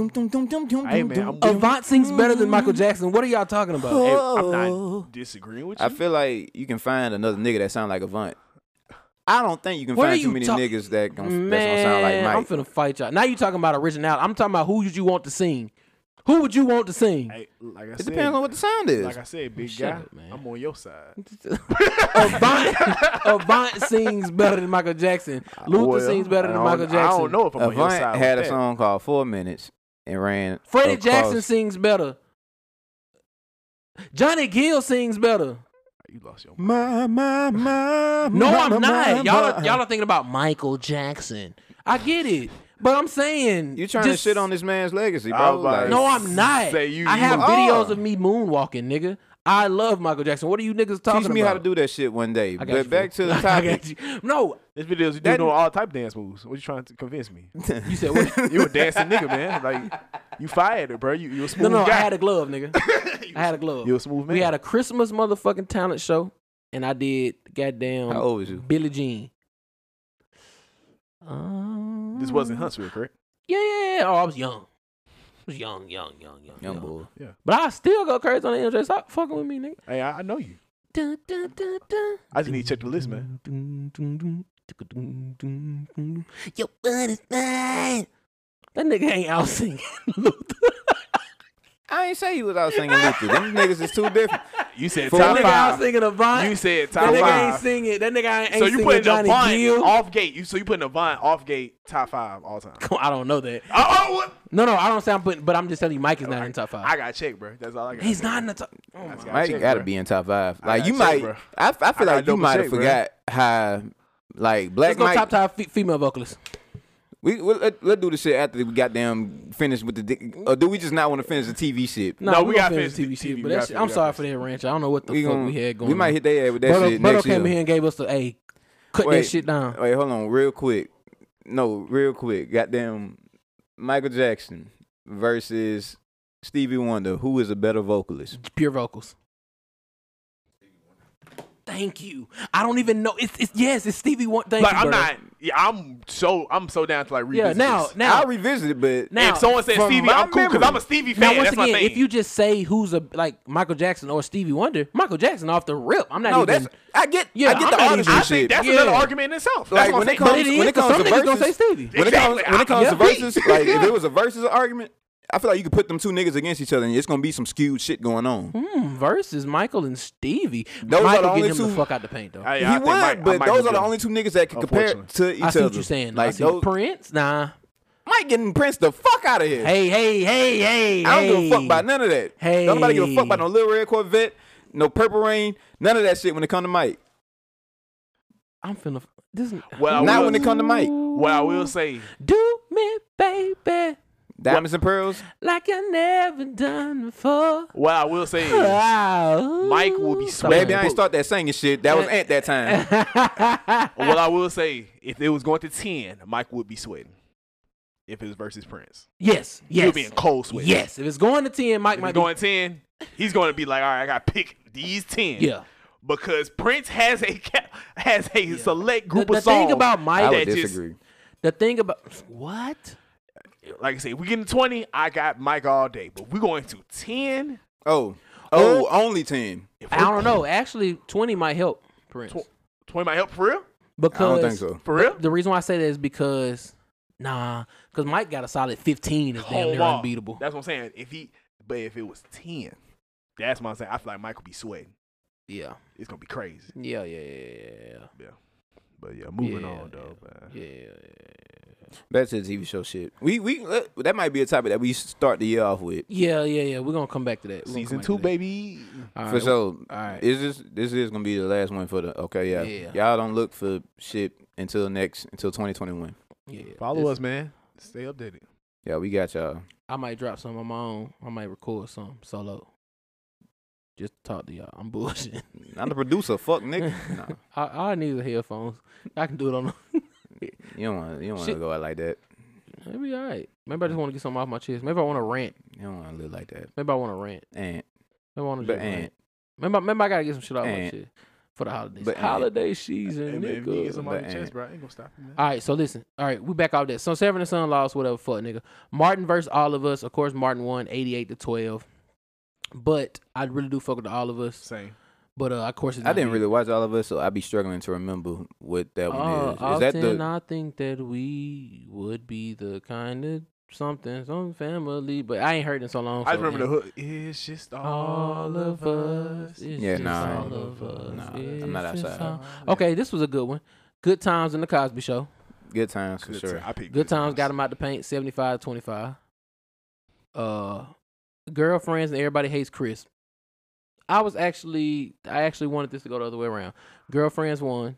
Speaker 3: uh, hey, man, I'm, with you.
Speaker 1: Avant sings better than Michael Jackson. What are y'all talking about?
Speaker 3: Hey, I'm not disagreeing with you.
Speaker 2: I feel like you can find another nigga that sound like Avant. I don't think you can
Speaker 1: What are
Speaker 2: find
Speaker 1: you
Speaker 2: too many
Speaker 1: talk-
Speaker 2: niggas that gon- that's gonna sound like
Speaker 1: Man,
Speaker 2: Mike.
Speaker 1: I'm finna fight y'all. Now you talking about originality. I'm talking about who would you want to sing. Who would you want to sing?
Speaker 3: hey, like I
Speaker 2: it
Speaker 3: said,
Speaker 2: depends on what the sound is.
Speaker 3: like I said, big
Speaker 1: Shut
Speaker 3: guy.
Speaker 1: up, man.
Speaker 3: I'm on your side.
Speaker 1: Avant, Avant sings better than Michael Jackson. Luther
Speaker 3: Ah, Well,
Speaker 1: sings better
Speaker 3: I
Speaker 1: than
Speaker 3: don't-
Speaker 1: Michael Jackson.
Speaker 3: I don't know if I'm on your
Speaker 2: Avant
Speaker 3: side.
Speaker 2: had
Speaker 3: with
Speaker 2: a
Speaker 3: that.
Speaker 2: song called Four Minutes and ran.
Speaker 1: Freddie
Speaker 2: across-
Speaker 1: Jackson sings better. Johnny Gill sings better.
Speaker 3: You lost your. mind.
Speaker 2: My, my, my,
Speaker 1: No,
Speaker 2: my,
Speaker 1: I'm
Speaker 2: my,
Speaker 1: not.
Speaker 2: my,
Speaker 1: y'all,
Speaker 2: my.
Speaker 1: are, y'all are thinking about Michael Jackson. I get it. But I'm saying
Speaker 2: You trying to
Speaker 1: just-
Speaker 2: shit on this man's legacy,
Speaker 3: I
Speaker 2: bro?
Speaker 3: was about
Speaker 2: Like,
Speaker 3: to
Speaker 1: No, I'm not.
Speaker 3: Say you-
Speaker 1: I have
Speaker 3: you
Speaker 1: videos
Speaker 2: are.
Speaker 1: of me moonwalking, nigga. I love Michael Jackson. What are you niggas talking
Speaker 2: teach me
Speaker 1: about?
Speaker 2: how to do that shit one day.
Speaker 1: I got
Speaker 2: But
Speaker 1: you,
Speaker 2: back to
Speaker 1: fool.
Speaker 2: the
Speaker 1: I
Speaker 2: topic.
Speaker 1: got you. No,
Speaker 3: There's videos you do
Speaker 2: That-
Speaker 3: doing all type dance moves. What you trying to convince me?
Speaker 1: you said what?
Speaker 3: You a dancing nigga, man. Like you fired it, bro. You you a
Speaker 1: No,
Speaker 3: smooth
Speaker 1: no, I
Speaker 3: guy.
Speaker 1: had a glove, nigga. I had a glove.
Speaker 3: you a smooth man.
Speaker 1: We had a Christmas motherfucking talent show, and I did goddamn
Speaker 2: How old was you?
Speaker 1: Billie Jean. Um,
Speaker 3: this wasn't Huntsville, correct?
Speaker 1: Yeah, yeah, yeah. Oh, I was young. I was young, young, young, young,
Speaker 2: Young boy.
Speaker 1: But I still go crazy on the MJ. Stop fucking with me, nigga.
Speaker 3: Hey, I, I know you.
Speaker 1: Dun, dun, dun, dun.
Speaker 3: I just need to check the list, man.
Speaker 1: Your body's mine. That nigga ain't out singing Luther.
Speaker 2: I ain't say he was out singing Luther. Them niggas is too different.
Speaker 3: You said
Speaker 2: For
Speaker 1: That
Speaker 3: top
Speaker 1: nigga out
Speaker 3: five.
Speaker 1: singing Avant.
Speaker 3: You said
Speaker 1: that
Speaker 3: top
Speaker 1: nigga ain't
Speaker 3: five.
Speaker 1: singing. That nigga ain't, ain't
Speaker 3: so you
Speaker 1: singing
Speaker 3: putting
Speaker 1: Johnny
Speaker 3: Avant
Speaker 1: Gill.
Speaker 3: off gate. You so you putting Avant off gate top five all time.
Speaker 1: I don't know that.
Speaker 3: Oh, oh what?
Speaker 1: No, no, I don't sound. But, but I'm just telling you, Mike is not in the top five.
Speaker 3: I gotta check, bro. That's all I got.
Speaker 1: He's not in the top. Oh my-
Speaker 3: gotta
Speaker 2: Mike
Speaker 3: check,
Speaker 2: gotta
Speaker 3: bro.
Speaker 2: be in top five.
Speaker 3: I
Speaker 2: Like you
Speaker 3: gotta
Speaker 2: might.
Speaker 3: check, bro.
Speaker 2: I, I
Speaker 3: gotta
Speaker 2: feel like you
Speaker 3: double
Speaker 2: might have
Speaker 3: check, bro.
Speaker 2: forgot how. Like Black
Speaker 1: Let's go
Speaker 2: Mike.
Speaker 1: top five fe- female vocalist.
Speaker 2: We we'll, let, let's do the shit after we goddamn finish with the. dick- Or do we just not want to finish the TV shit?
Speaker 1: No,
Speaker 3: No,
Speaker 1: we,
Speaker 3: we
Speaker 1: got
Speaker 3: gotta
Speaker 1: finish TV
Speaker 3: finish the
Speaker 1: shit.
Speaker 3: TV.
Speaker 1: But
Speaker 3: We
Speaker 1: that
Speaker 3: gotta
Speaker 1: shit, I'm
Speaker 3: finish
Speaker 1: sorry
Speaker 3: that
Speaker 1: for that ranch. I don't know what the
Speaker 2: We
Speaker 1: fuck
Speaker 2: gonna,
Speaker 1: we had going.
Speaker 2: we might
Speaker 1: on. uh,
Speaker 2: hit their ass with that
Speaker 1: Burdo,
Speaker 2: shit
Speaker 1: Burdo
Speaker 2: next
Speaker 1: came in
Speaker 2: year.
Speaker 1: here and gave us the hey, cut
Speaker 2: Wait.
Speaker 1: that shit down.
Speaker 2: Wait, hold on, real quick. No, real quick. Goddamn, Michael Jackson versus Stevie Wonder. Who is a better vocalist?
Speaker 1: Pure vocals. Thank you. I don't even know. It's, it's yes, it's Stevie Wonder. Thank
Speaker 3: Like
Speaker 1: you,
Speaker 3: I'm
Speaker 1: Burdo.
Speaker 3: not. Yeah, I'm so I'm so down to like
Speaker 1: Yeah,
Speaker 3: revisit
Speaker 1: now,
Speaker 3: this.
Speaker 1: now,
Speaker 2: I'll revisit it, but
Speaker 1: now,
Speaker 3: if someone says
Speaker 2: from
Speaker 3: Stevie,
Speaker 2: my
Speaker 3: I'm cool because
Speaker 2: memory-
Speaker 3: I'm a Stevie fan.
Speaker 1: now, once
Speaker 3: That's my
Speaker 1: again,
Speaker 3: thing.
Speaker 1: if you just say who's a like Michael Jackson or Stevie Wonder, Michael Jackson off the rip. I'm not
Speaker 2: no,
Speaker 1: even.
Speaker 2: that's I get.
Speaker 1: Yeah,
Speaker 2: I get
Speaker 1: I'm
Speaker 2: the
Speaker 1: not
Speaker 2: artist
Speaker 1: even-
Speaker 2: and
Speaker 1: I
Speaker 2: shit.
Speaker 1: think
Speaker 3: that's
Speaker 1: yeah.
Speaker 3: another argument in itself. That's
Speaker 2: like
Speaker 3: what
Speaker 2: when
Speaker 3: I'm
Speaker 2: it
Speaker 3: saying.
Speaker 2: comes,
Speaker 1: But it is,
Speaker 2: when it
Speaker 1: but
Speaker 2: comes
Speaker 1: some
Speaker 2: to
Speaker 1: niggas
Speaker 2: verses,
Speaker 1: gonna say Stevie.
Speaker 2: When it comes,
Speaker 3: Exactly,
Speaker 2: when it
Speaker 3: I-
Speaker 2: comes
Speaker 1: yeah.
Speaker 2: to verses, like if it was a versus argument, I feel like you could put them two niggas against each other, and it's gonna be some skewed shit going on.
Speaker 1: Hmm, versus Michael and Stevie.
Speaker 2: Those are
Speaker 1: Michael getting
Speaker 2: the only
Speaker 1: him the
Speaker 2: two-
Speaker 1: fuck out the paint though.
Speaker 3: Hey,
Speaker 2: He
Speaker 3: I
Speaker 2: would,
Speaker 3: think Mike- I
Speaker 2: but
Speaker 3: might
Speaker 2: those
Speaker 3: be
Speaker 2: are the
Speaker 3: good.
Speaker 2: only two niggas that can compare
Speaker 3: Unfortunately.
Speaker 2: to each
Speaker 1: I see
Speaker 2: other.
Speaker 1: what you're saying. I
Speaker 2: Like
Speaker 1: see
Speaker 2: those,
Speaker 1: Prince, nah.
Speaker 2: Mike getting Prince the fuck out of here.
Speaker 1: Hey, hey, hey, hey.
Speaker 2: I don't
Speaker 1: hey.
Speaker 2: give a fuck about none of that.
Speaker 1: Hey.
Speaker 2: Don't nobody give a fuck about no Little Red Corvette, no Purple Rain, none of that shit when it come to Mike.
Speaker 1: I'm finna. This is,
Speaker 3: Well, I
Speaker 2: Not
Speaker 3: will-
Speaker 2: when it come to Mike.
Speaker 3: Well, I will say
Speaker 1: Do me, baby,
Speaker 2: Diamonds and Pearls,
Speaker 1: like I never done before.
Speaker 3: What I will say is
Speaker 1: Wow.
Speaker 3: Mike will be
Speaker 1: Stop
Speaker 3: sweating.
Speaker 2: baby, I ain't
Speaker 3: Book.
Speaker 2: start that singing shit. That was Ant that time.
Speaker 1: it.
Speaker 3: what I will say, if it was going to ten, Mike would be sweating. If it was versus Prince,
Speaker 1: yes, yes.
Speaker 3: he'll be in cold sweat.
Speaker 1: Yes, if it's going to 10, Mike
Speaker 3: if
Speaker 1: might
Speaker 3: he's
Speaker 1: be.
Speaker 3: going ten, he's going to be like, all right, I got to pick these ten.
Speaker 1: Yeah.
Speaker 3: because Prince has a ca- has a select group
Speaker 1: The- the
Speaker 3: of songs.
Speaker 1: thing about Mike-
Speaker 2: I
Speaker 1: That
Speaker 2: would
Speaker 3: just-
Speaker 2: disagree.
Speaker 1: The thing about. What?
Speaker 3: like I say, we get to twenty, I got Mike all day, but we're going to ten.
Speaker 2: Oh, oh, only ten.
Speaker 3: If
Speaker 1: I
Speaker 3: we're-
Speaker 1: don't know. Actually, 20 might help Prince.
Speaker 3: Twenty might help for real.
Speaker 2: I
Speaker 1: because
Speaker 2: don't think so.
Speaker 3: For real.
Speaker 1: The reason why I say that is because. Nah, because Mike got a solid 15 is damn
Speaker 3: Hold
Speaker 1: near
Speaker 3: on.
Speaker 1: unbeatable.
Speaker 3: That's what I'm saying. If he, but if it was ten, that's what I'm saying. I feel like Mike would be sweating.
Speaker 1: Yeah.
Speaker 3: It's gonna be crazy.
Speaker 1: Yeah, yeah, yeah, yeah.
Speaker 3: But yeah, moving
Speaker 1: Yeah,
Speaker 3: on though. man.
Speaker 1: Yeah, yeah,
Speaker 2: Back to the TV show shit. We we uh, that might be a topic that we start the year off with.
Speaker 1: yeah, yeah, yeah, yeah. We're gonna come back to that. We're gonna
Speaker 3: Season
Speaker 1: come
Speaker 3: two,
Speaker 1: back
Speaker 3: baby.
Speaker 1: to that. All
Speaker 2: for
Speaker 1: right.
Speaker 2: sure.
Speaker 1: alright.
Speaker 2: Is this this is gonna be the last one for the okay? Yeah.
Speaker 1: Yeah.
Speaker 2: Y'all don't look for shit until next until 2021.
Speaker 1: Yeah,
Speaker 3: Follow
Speaker 1: this-
Speaker 3: us, man. Stay updated.
Speaker 2: Yeah, we got y'all.
Speaker 1: I might drop some on my own. I might record some solo. Just to talk to y'all. I'm bullshitting.
Speaker 2: I'm the producer. Fuck Nick. Nah,
Speaker 1: I, all I need is headphones. I can do it on.
Speaker 2: you don't want you don't want to
Speaker 1: Shit.
Speaker 2: go out like that.
Speaker 1: It'll be all right. Maybe I just want to get something off my chest. Maybe I want to rant.
Speaker 2: You don't want to live like that.
Speaker 1: Maybe I want to rant.
Speaker 2: And
Speaker 1: Maybe I want to
Speaker 2: but
Speaker 1: just
Speaker 2: and
Speaker 1: rant. Maybe, I- maybe I gotta get some shit off my
Speaker 2: And-
Speaker 1: chest for the holidays.
Speaker 2: but and-
Speaker 1: Holiday season,
Speaker 3: Hey, man, if you
Speaker 1: nigga.
Speaker 3: get some off
Speaker 2: but
Speaker 3: your chest,
Speaker 2: ain't.
Speaker 3: bro, I ain't gonna stop you, man.
Speaker 1: All right, so listen. All right, we back off that. So Seven and Son lost, whatever, fuck, nigga. Martin versus all of us. Of course, Martin won 88 to 12. But I really do fuck with the all of us.
Speaker 3: Same.
Speaker 1: But, uh, of course, it's
Speaker 2: I
Speaker 1: not
Speaker 2: didn't
Speaker 1: me.
Speaker 2: really watch all of us, so I be struggling to remember what that
Speaker 1: Uh,
Speaker 2: one is. Is
Speaker 1: often
Speaker 2: that the
Speaker 1: I think that we would be the kind of something, some family. But I ain't heard in so long. so
Speaker 3: I just remember
Speaker 1: and-
Speaker 3: the hook. It's just
Speaker 1: All of us. It's
Speaker 2: Yeah,
Speaker 1: just
Speaker 2: nah.
Speaker 1: all of us.
Speaker 2: Nah,
Speaker 1: It's
Speaker 2: I'm not
Speaker 1: just
Speaker 2: outside.
Speaker 1: all- Okay, this was a good one. Good times in the Cosby Show.
Speaker 2: good times for
Speaker 3: Good
Speaker 2: sure?
Speaker 3: time. I picked
Speaker 1: Good times got him out the paint, 75 25. Uh, girlfriends and everybody hates Chris. I was actually, I actually wanted this to go the other way around. Girlfriends won.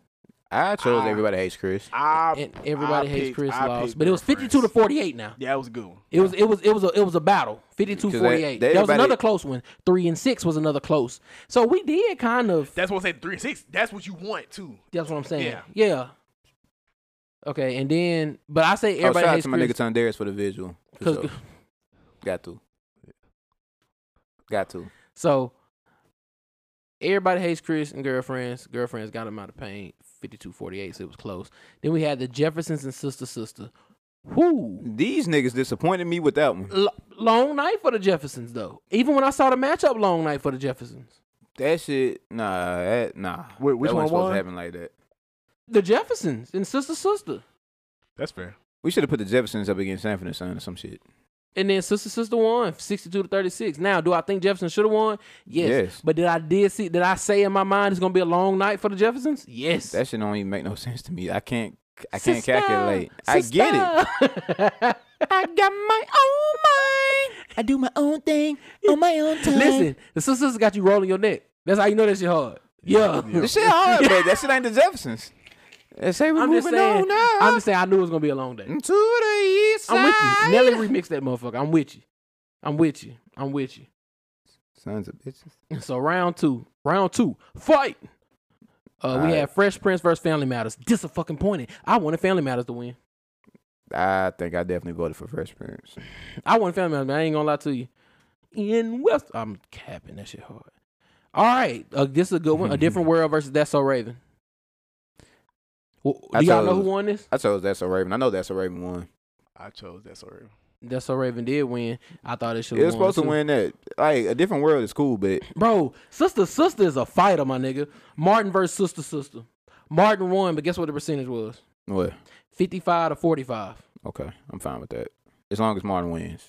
Speaker 2: I
Speaker 1: Ah.
Speaker 2: chose everybody hates Chris. Oh,
Speaker 3: I,
Speaker 1: And everybody
Speaker 3: I
Speaker 1: hates
Speaker 3: picked-
Speaker 1: Chris
Speaker 3: I
Speaker 1: lost,
Speaker 3: picked
Speaker 1: but it was
Speaker 3: Reverend
Speaker 1: 52 to
Speaker 3: Francis.
Speaker 1: 48 now.
Speaker 3: Yeah, it was a good one.
Speaker 1: It was it was it was a it was a battle. 52
Speaker 2: 'Cause
Speaker 1: 48.
Speaker 2: that- that
Speaker 1: That was
Speaker 2: everybody-
Speaker 1: another close one. 3 and 6 was another close. So we did kind of
Speaker 3: That's what I'm saying. Three and six. That's what you want too.
Speaker 1: that's what I'm saying. Yeah.
Speaker 3: Yeah.
Speaker 1: Okay, and then but I say
Speaker 2: Oh, shout
Speaker 1: everybody
Speaker 2: out
Speaker 1: hates
Speaker 2: to my
Speaker 1: Chris
Speaker 2: nigga Tondarius for the visual.
Speaker 1: cause,
Speaker 2: So, got to. Got to.
Speaker 1: so everybody hates Chris and girlfriends. Girlfriends got him out of pain. 52 48, so it was close. Then we had the Jeffersons and Sister Sister. Whoo.
Speaker 2: These niggas disappointed me with that one.
Speaker 1: L- long night for the Jeffersons though. Even when I saw the matchup, long night for the Jeffersons.
Speaker 2: That shit, nah, that, nah.
Speaker 3: Wait, which
Speaker 2: that
Speaker 3: one
Speaker 2: wasn't supposed
Speaker 3: won?
Speaker 2: to happen like that.
Speaker 1: The Jeffersons and Sister Sister.
Speaker 3: That's fair.
Speaker 2: We should have put the Jeffersons up against Sanford and Son or some shit.
Speaker 1: And then Sister Sister won 62 to 36. Now, do I think Jefferson should have won? Yes.
Speaker 2: Yes.
Speaker 1: But did I did see did I say in my mind it's gonna be a long night for the Jeffersons? Yes.
Speaker 2: That shit don't even make no sense to me. I can't, I can't calculate. I get it.
Speaker 1: it.
Speaker 2: I got my own mind. I do my own thing on my own time.
Speaker 1: Listen, the Sister Sisters got you rolling your neck. That's how you know that shit hard. Yeah.
Speaker 2: This shit hard, but that shit ain't the Jeffersons. They say we're
Speaker 1: I'm just
Speaker 2: moving
Speaker 1: saying.
Speaker 2: on now.
Speaker 1: I'm just saying I knew it was gonna be a long day.
Speaker 2: to the east side.
Speaker 1: I'm with you. Nelly remixed that motherfucker. I'm with you. I'm with you. I'm with you.
Speaker 2: Sons of bitches.
Speaker 1: So round two, round two, fight. Uh, we
Speaker 2: Alright.
Speaker 1: had Fresh Prince versus Family Matters. Dis a fucking pointed. I wanted Family Matters to win.
Speaker 2: I think I definitely voted for Fresh Prince.
Speaker 1: I wanted Family Matters. Man. I ain't gonna lie to you. In West, I'm capping that shit hard. All right, uh, this is a good one. a different world versus That's So Raven. Well,
Speaker 2: I
Speaker 1: do y'all know who
Speaker 2: chose-
Speaker 1: won this?
Speaker 2: I chose That's a Raven. I know That's a Raven won.
Speaker 3: I chose that sorry.
Speaker 1: That's So Raven did win. I thought it should.
Speaker 2: It was supposed to win that. Like a different world is cool, but
Speaker 1: bro. Sister, sister is a fighter, my nigga. Martin versus sister, sister. Martin won, but guess what the percentage was?
Speaker 2: what?
Speaker 1: Fifty-five to forty-five.
Speaker 2: Okay, I'm fine with that. As long as Martin wins,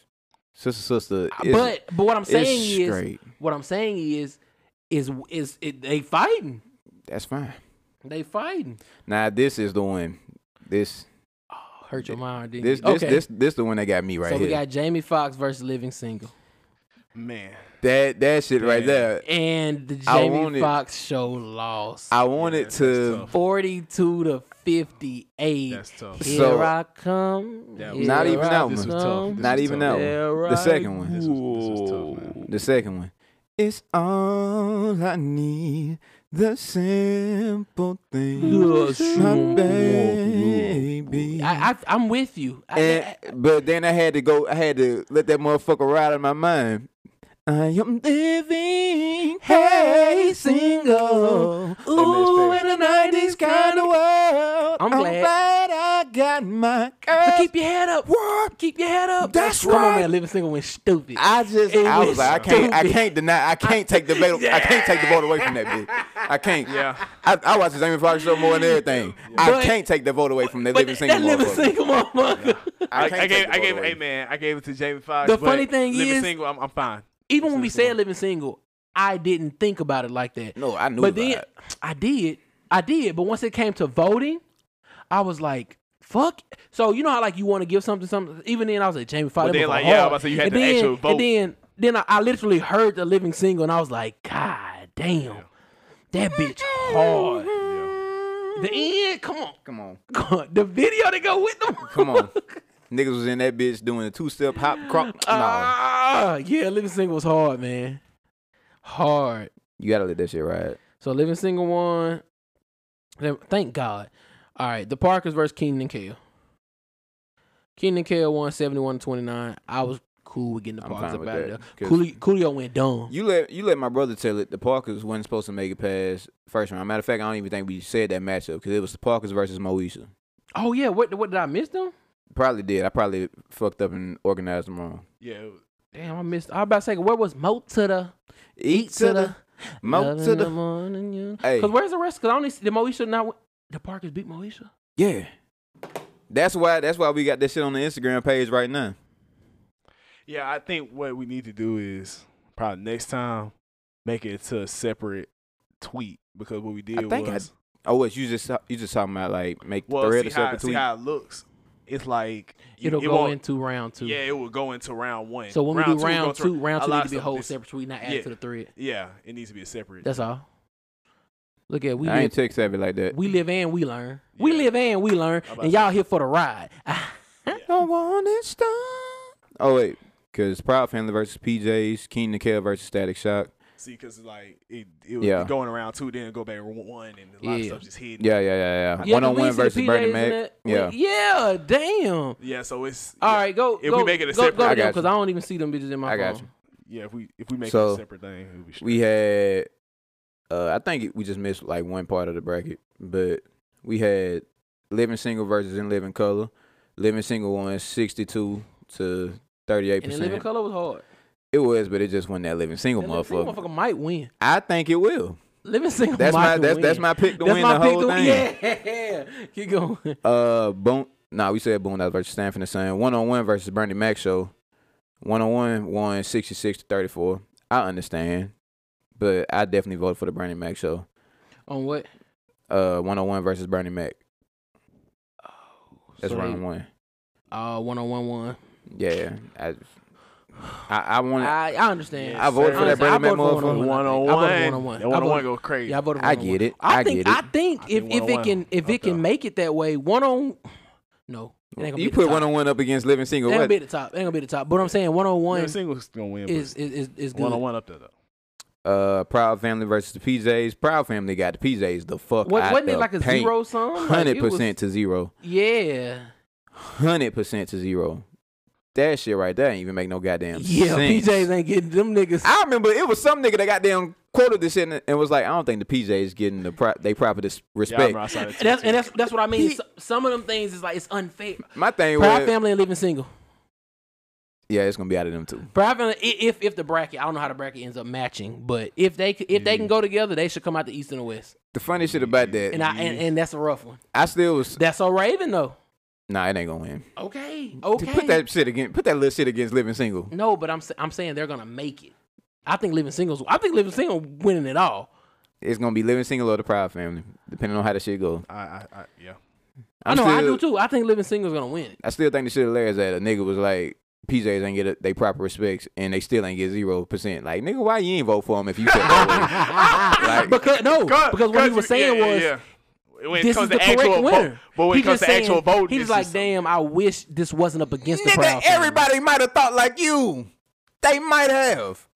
Speaker 2: sister, sister. Is,
Speaker 1: Uh, but but what I'm
Speaker 2: it's
Speaker 1: saying is
Speaker 2: straight.
Speaker 1: what I'm saying is is is it, they fighting.
Speaker 2: That's fine.
Speaker 1: They fighting.
Speaker 2: Now this is the one. This
Speaker 1: Hurt your mind, didn't
Speaker 2: this
Speaker 1: you?
Speaker 2: this
Speaker 1: okay.
Speaker 2: this this the one that got me right
Speaker 1: so
Speaker 2: here.
Speaker 1: we got Jamie Foxx versus Living Single.
Speaker 3: Man,
Speaker 2: that that shit right
Speaker 3: Damn.
Speaker 2: there.
Speaker 1: And the
Speaker 2: I wanted-
Speaker 1: Jamie Fox show lost.
Speaker 2: I wanted
Speaker 3: that's
Speaker 2: to.
Speaker 3: tough.
Speaker 1: 42 to 58.
Speaker 3: that's tough.
Speaker 1: Here
Speaker 2: So-
Speaker 1: I come.
Speaker 3: That
Speaker 1: here
Speaker 3: was
Speaker 2: Not even
Speaker 1: I
Speaker 2: that
Speaker 3: This
Speaker 2: one.
Speaker 3: was tough.
Speaker 1: come,
Speaker 3: This
Speaker 2: Not
Speaker 3: was
Speaker 2: even
Speaker 3: tough.
Speaker 2: that one.
Speaker 1: there
Speaker 2: The
Speaker 1: I
Speaker 2: second one.
Speaker 3: This was, this was tough, man.
Speaker 2: The second one. It's all I need. The simple
Speaker 1: The
Speaker 2: things.
Speaker 1: simple
Speaker 2: My baby.
Speaker 1: I, I, I'm with you. I,
Speaker 2: And, but then I had to go. I had to let that motherfucker ride in my mind. I am living, hey, single. Ooh, in the nineties kind of world.
Speaker 1: I'm glad.
Speaker 2: I got my
Speaker 1: I,
Speaker 2: girl.
Speaker 1: keep your head up. Keep your head up.
Speaker 2: That's
Speaker 1: Come on,
Speaker 2: right.
Speaker 1: man. Living Single went stupid.
Speaker 2: I just,
Speaker 1: It
Speaker 2: I
Speaker 1: was
Speaker 2: was like, I can't, I
Speaker 1: stupid.
Speaker 2: can't deny, I can't take the vote, I can't take the vote away from that bitch. I can't.
Speaker 3: Yeah.
Speaker 2: I, I watch the Jamie Foxx show more than everything.
Speaker 1: But-
Speaker 2: I can't take the vote away from that
Speaker 1: but
Speaker 2: living
Speaker 1: that,
Speaker 2: single
Speaker 1: that living
Speaker 2: motherfucker.
Speaker 1: single motherfucker.
Speaker 3: I,
Speaker 2: can't
Speaker 3: I
Speaker 2: take
Speaker 3: gave,
Speaker 2: the
Speaker 3: I
Speaker 2: vote
Speaker 3: gave,
Speaker 2: away.
Speaker 3: hey man, I gave it to Jamie Foxx.
Speaker 1: The
Speaker 3: but
Speaker 1: funny thing
Speaker 3: living
Speaker 1: is-
Speaker 3: single, I'm, I'm fine.
Speaker 1: Even when we said living single, I didn't think about it like that.
Speaker 2: No, I knew
Speaker 1: but
Speaker 2: the
Speaker 1: then
Speaker 2: vibe.
Speaker 1: I did, I did. But once it came to voting, I was like, "Fuck!" So you know how like you want to give something, something. Even then, I was like, "Jamie Foxx."
Speaker 3: But then,
Speaker 1: that motherfucker
Speaker 3: like, yeah, I
Speaker 1: hard.
Speaker 3: was about to say, you had
Speaker 1: and
Speaker 3: to
Speaker 1: then,
Speaker 3: actually vote.
Speaker 1: And then, then I, I literally heard the living single, and I was like, "God damn, that bitch hard." Oh. The end. Come on.
Speaker 2: Come on,
Speaker 1: Come on. The video that go with them.
Speaker 2: come on. Niggas was in that bitch doing a two step hop crop. No,
Speaker 1: Ah, yeah, Living Single was hard, man. Hard.
Speaker 2: you gotta let that shit ride.
Speaker 1: So Living Single won. Then- Thank God. All right, the Parkers versus Keenan and Kale. Keenan and Kale won 71 to 29. I was cool with getting the
Speaker 2: I'm
Speaker 1: Parkers
Speaker 2: fine
Speaker 1: up
Speaker 2: with
Speaker 1: out of
Speaker 2: that,
Speaker 1: there.
Speaker 2: 'cause-
Speaker 1: Coolio, Coolio went dumb.
Speaker 2: You let you let my brother tell it. The Parkers wasn't supposed to make it past first round. Matter of fact, I don't even think we said that matchup because it was the Parkers versus Moesha.
Speaker 1: Oh, yeah. What, what did I miss them?
Speaker 2: Probably did. I probably fucked up and organized them wrong.
Speaker 3: Yeah, it was-
Speaker 1: Damn, I missed. I was about to say, where was Mo to the?
Speaker 2: Eat to the, Mo
Speaker 1: love
Speaker 2: to
Speaker 1: in
Speaker 2: the,
Speaker 1: morning, you.
Speaker 2: Hey.
Speaker 1: Cause where's the rest? Cause I only see the Moesha not. win- The Parkers beat Moesha.
Speaker 2: yeah. That's why. That's why we got that shit on the Instagram page right now.
Speaker 3: yeah. I think what we need to do is probably next time make it to a separate tweet because what we did
Speaker 2: think I-
Speaker 3: was
Speaker 2: Oh, what you just you just talking about like make the
Speaker 3: well,
Speaker 2: thread
Speaker 3: see
Speaker 2: or
Speaker 3: how,
Speaker 2: something
Speaker 3: see
Speaker 2: tweet?
Speaker 3: how it looks. It's like you-
Speaker 1: It'll
Speaker 3: it
Speaker 1: go
Speaker 3: won't-
Speaker 1: into round two.
Speaker 3: Yeah, it will go into round one.
Speaker 1: So when we do
Speaker 3: will go
Speaker 1: round
Speaker 3: to-
Speaker 1: two, round
Speaker 3: a
Speaker 1: two
Speaker 3: lot
Speaker 1: need
Speaker 3: of
Speaker 1: to be a
Speaker 3: stuff
Speaker 1: whole
Speaker 3: is-
Speaker 1: separate tweet, not add
Speaker 3: yeah.
Speaker 1: to the thread.
Speaker 3: Yeah, it needs to be a separate.
Speaker 1: That's all. Look at we
Speaker 2: I ain't
Speaker 1: live,
Speaker 2: tech savvy like that.
Speaker 1: we live and we learn. We
Speaker 3: Yeah.
Speaker 1: live and we learn,
Speaker 3: about
Speaker 1: and y'all here for the ride. Ah,
Speaker 2: don't want it stop. Oh wait, because Proud Family versus PJs, King Nickel versus Static Shock.
Speaker 3: See, because like it, it was
Speaker 2: Yeah.
Speaker 3: going around two, then go back one, and a lot of
Speaker 1: Yeah.
Speaker 3: stuff just hidden.
Speaker 2: Yeah, yeah, yeah, yeah.
Speaker 1: Yeah,
Speaker 2: One on
Speaker 1: 'cause we
Speaker 2: one
Speaker 1: see the
Speaker 2: versus
Speaker 1: PJs
Speaker 2: Bernie
Speaker 1: in
Speaker 2: Mac.
Speaker 1: that-
Speaker 2: Yeah.
Speaker 1: yeah. Damn.
Speaker 3: Yeah, so it's
Speaker 1: All
Speaker 3: yeah.
Speaker 1: right, go.
Speaker 3: If
Speaker 1: go,
Speaker 3: we make it a
Speaker 1: go,
Speaker 3: separate,
Speaker 1: go
Speaker 2: I
Speaker 1: to
Speaker 2: got
Speaker 1: them, cause
Speaker 2: you.
Speaker 1: I don't even see them bitches in my
Speaker 2: I
Speaker 1: phone.
Speaker 2: got you.
Speaker 3: yeah, if we if we make it
Speaker 2: So,
Speaker 3: a separate thing, it'll be
Speaker 2: We had, uh, I think it- we just missed like one part of the bracket, but we had Living Single versus In Living Color. Living Single won 62 to 38
Speaker 1: And then living
Speaker 2: percent.
Speaker 1: color was hard.
Speaker 2: It was, but it just wasn't that Living Single
Speaker 1: Living single
Speaker 2: motherfucker.
Speaker 1: motherfucker might win.
Speaker 2: I think it will.
Speaker 1: Living single.
Speaker 2: That's
Speaker 1: might
Speaker 2: my that's
Speaker 1: win.
Speaker 2: that's my pick to
Speaker 1: That's
Speaker 2: win
Speaker 1: my
Speaker 2: the
Speaker 1: pick
Speaker 2: whole
Speaker 1: to-
Speaker 2: thing.
Speaker 1: Yeah, keep going.
Speaker 2: Uh, Boone. Nah, we said Boone versus Stanford and Son. One on one versus Bernie Mac show. One on one won sixty six to thirty four. I understand, but I definitely voted for the Bernie Mac show.
Speaker 1: On what?
Speaker 2: Uh, one on one versus Bernie Mac. That's round one.
Speaker 1: Uh, one on one one.
Speaker 2: Yeah, I I, I want.
Speaker 1: I
Speaker 2: I,
Speaker 1: I understand.
Speaker 3: I voted for that
Speaker 1: Honestly, I
Speaker 2: Bernie Mac
Speaker 1: voted for
Speaker 2: motherfucker.
Speaker 3: one on
Speaker 1: I
Speaker 3: one.
Speaker 1: voted one on one.
Speaker 3: That
Speaker 1: I
Speaker 3: one on one
Speaker 1: voted-
Speaker 3: go crazy.
Speaker 1: Yeah, I voted.
Speaker 2: I
Speaker 1: one on
Speaker 2: get
Speaker 1: one.
Speaker 2: it.
Speaker 1: I,
Speaker 2: I
Speaker 1: think.
Speaker 2: get
Speaker 1: I
Speaker 2: it.
Speaker 1: think
Speaker 3: I
Speaker 1: if
Speaker 3: think
Speaker 1: if it
Speaker 3: 101
Speaker 1: can if it
Speaker 3: up there.
Speaker 1: can make it that way, one on. No, it ain't gonna be
Speaker 2: You
Speaker 1: the
Speaker 2: put
Speaker 1: top.
Speaker 2: one on one up against Living
Speaker 1: It
Speaker 2: Single.
Speaker 1: ain't gonna be
Speaker 2: What?
Speaker 1: the top. It ain't gonna be the top. But I'm saying one on one
Speaker 3: one
Speaker 1: is
Speaker 3: single's gonna win. but
Speaker 1: is is is good.
Speaker 3: one on one up there though.
Speaker 2: Uh, Proud Family versus the PJs. Proud Family got the PJs the fuck
Speaker 1: What,
Speaker 2: out
Speaker 1: wasn't
Speaker 2: the
Speaker 1: it like a
Speaker 2: paint.
Speaker 1: zero sum? Like,
Speaker 2: Hundred
Speaker 1: it was-
Speaker 2: percent to zero.
Speaker 1: Yeah.
Speaker 2: Hundred percent to zero. That shit right there ain't even make no goddamn
Speaker 1: Yeah,
Speaker 2: sense.
Speaker 1: PJs ain't getting them niggas.
Speaker 2: I remember it was some nigga that goddamn quoted this shit and- and was like, I don't think the PJ is getting the pro- they proper dis-
Speaker 3: Yeah, I
Speaker 2: respect.
Speaker 3: remember I saw that
Speaker 1: and that's
Speaker 3: too.
Speaker 1: and that's that's what I mean.
Speaker 2: He-
Speaker 1: So- Some of them things is like it's unfair.
Speaker 2: My thing
Speaker 1: Proud
Speaker 2: was,
Speaker 1: family and living single.
Speaker 2: yeah, it's gonna be out of them too.
Speaker 1: Proud family. i- If if the bracket, I don't know how the bracket ends up matching, but if they c- if they can go together, they should come out the East and the West.
Speaker 2: The funny shit about that,
Speaker 1: And I and, and that's a rough one.
Speaker 2: I still was
Speaker 1: That's a Raven though.
Speaker 2: nah, it ain't gonna win.
Speaker 1: Okay. Okay.
Speaker 2: Put that shit again. Put that little shit against Living Single.
Speaker 1: no, but I'm sa- I'm saying they're gonna make it. I think living singles. I think living single winning it all.
Speaker 2: It's gonna be Living Single or the Proud Family, depending on how the shit go.
Speaker 3: I, I, I yeah.
Speaker 1: i
Speaker 2: I'm
Speaker 1: know. I
Speaker 2: still-
Speaker 1: do too. I think living singles gonna win. it.
Speaker 2: I still think the shit hilarious that a nigga was like, PJs ain't get a, they proper respects and they still ain't get zero percent. Like nigga, why you ain't vote for him if you said that way? Like-
Speaker 1: because no,
Speaker 3: Cut,
Speaker 1: because what
Speaker 3: cut,
Speaker 1: he was
Speaker 3: yeah,
Speaker 1: saying
Speaker 3: yeah,
Speaker 1: was
Speaker 3: yeah. When it
Speaker 1: this
Speaker 3: comes
Speaker 1: is the
Speaker 3: to actual
Speaker 1: correct winner.
Speaker 3: vote, but when
Speaker 1: He
Speaker 3: it comes
Speaker 1: just
Speaker 3: to actual
Speaker 1: saying-
Speaker 3: vote,
Speaker 1: he
Speaker 3: this
Speaker 1: was like,
Speaker 3: is-
Speaker 1: "Damn, I wish this wasn't up against the
Speaker 2: Nigga,
Speaker 1: crowd." family."
Speaker 2: everybody might have thought like you. They might have.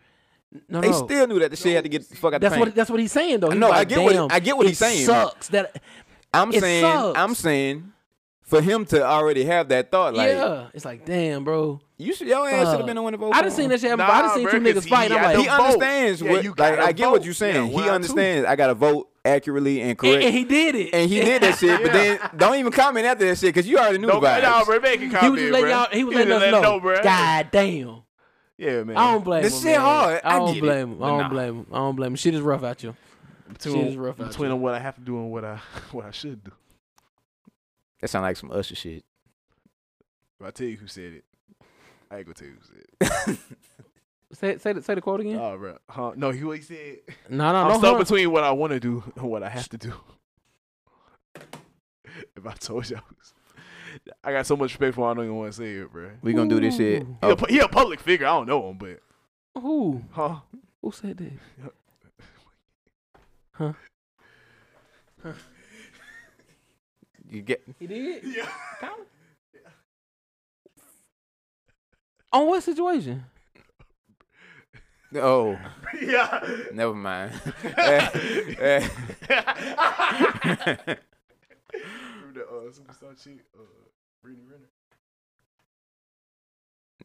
Speaker 1: no,
Speaker 2: They
Speaker 1: no.
Speaker 2: still knew that the shit had to get the fuck out
Speaker 1: That's
Speaker 2: the
Speaker 1: what
Speaker 2: paint.
Speaker 1: that's what he's saying though. He's
Speaker 2: No, I
Speaker 1: like,
Speaker 2: get what-
Speaker 1: "Damn,
Speaker 2: I get what
Speaker 1: it
Speaker 2: he's saying."
Speaker 1: Sucks that.
Speaker 2: I'm
Speaker 1: it
Speaker 2: saying.
Speaker 1: sucks.
Speaker 2: I'm saying. For him to already have that thought, like
Speaker 1: yeah, it's like, damn, bro.
Speaker 2: you should, your ass should have been the one to vote.
Speaker 1: I
Speaker 2: for
Speaker 1: done seen
Speaker 2: him.
Speaker 1: that shit happen.
Speaker 3: Nah,
Speaker 1: before. I done seen
Speaker 3: bruh,
Speaker 1: two
Speaker 3: 'cause
Speaker 1: niggas
Speaker 3: he
Speaker 1: fight. I'm
Speaker 3: had
Speaker 1: like,
Speaker 3: to
Speaker 2: He
Speaker 1: and,
Speaker 3: vote.
Speaker 2: understands
Speaker 3: Yeah,
Speaker 2: what.
Speaker 3: you
Speaker 2: like
Speaker 3: gotta
Speaker 2: I get what
Speaker 3: vote.
Speaker 2: you're saying.
Speaker 3: Yeah, one
Speaker 2: he
Speaker 3: or two.
Speaker 2: understands. I gotta vote accurately and correct.
Speaker 1: and he did it.
Speaker 2: And he did that shit, but then don't even comment after that shit because you already knew
Speaker 3: Don't
Speaker 2: the vibes.
Speaker 3: cut out, bro. Make it
Speaker 1: He
Speaker 3: comment,
Speaker 1: was just letting
Speaker 3: bruh.
Speaker 1: y'all. He was
Speaker 3: just
Speaker 1: letting us
Speaker 3: letting
Speaker 1: know.
Speaker 3: bruh.
Speaker 1: God damn.
Speaker 3: Yeah, man.
Speaker 1: I don't blame
Speaker 2: This
Speaker 1: him.
Speaker 2: shit
Speaker 1: man.
Speaker 2: hard. I
Speaker 1: I don't
Speaker 2: get it,
Speaker 1: blame him. I
Speaker 2: but
Speaker 1: don't
Speaker 2: nah.
Speaker 1: blame him. I don't blame him. Shit is rough out you. Shit is
Speaker 3: between,
Speaker 1: rough out
Speaker 3: between
Speaker 1: you.
Speaker 3: what I have to do and what I what I should do.
Speaker 2: That sound like some Usher shit.
Speaker 3: If I tell you who said it, I ain't gonna tell you who said it.
Speaker 1: Say say the, say the quote again.
Speaker 3: Oh, bro. Huh? No, he what he said.
Speaker 1: no, no,
Speaker 3: I'm
Speaker 1: no.
Speaker 3: stuck
Speaker 1: huh?
Speaker 3: between what I want to do and what I have to do. if I told y'all, I got so much respect for. Him, I don't even want to say it, bro.
Speaker 2: We gonna do this shit.
Speaker 1: Ooh.
Speaker 3: He, a
Speaker 2: Oh,
Speaker 3: pu- he a public figure. I don't know him, but
Speaker 1: Who?
Speaker 3: huh?
Speaker 1: Who said that?
Speaker 2: you get
Speaker 1: He did.
Speaker 3: Yeah.
Speaker 1: On what situation?
Speaker 2: oh,
Speaker 3: yeah.
Speaker 2: never mind.
Speaker 3: Remember the uh, superstar chick, uh, Brittany Renner?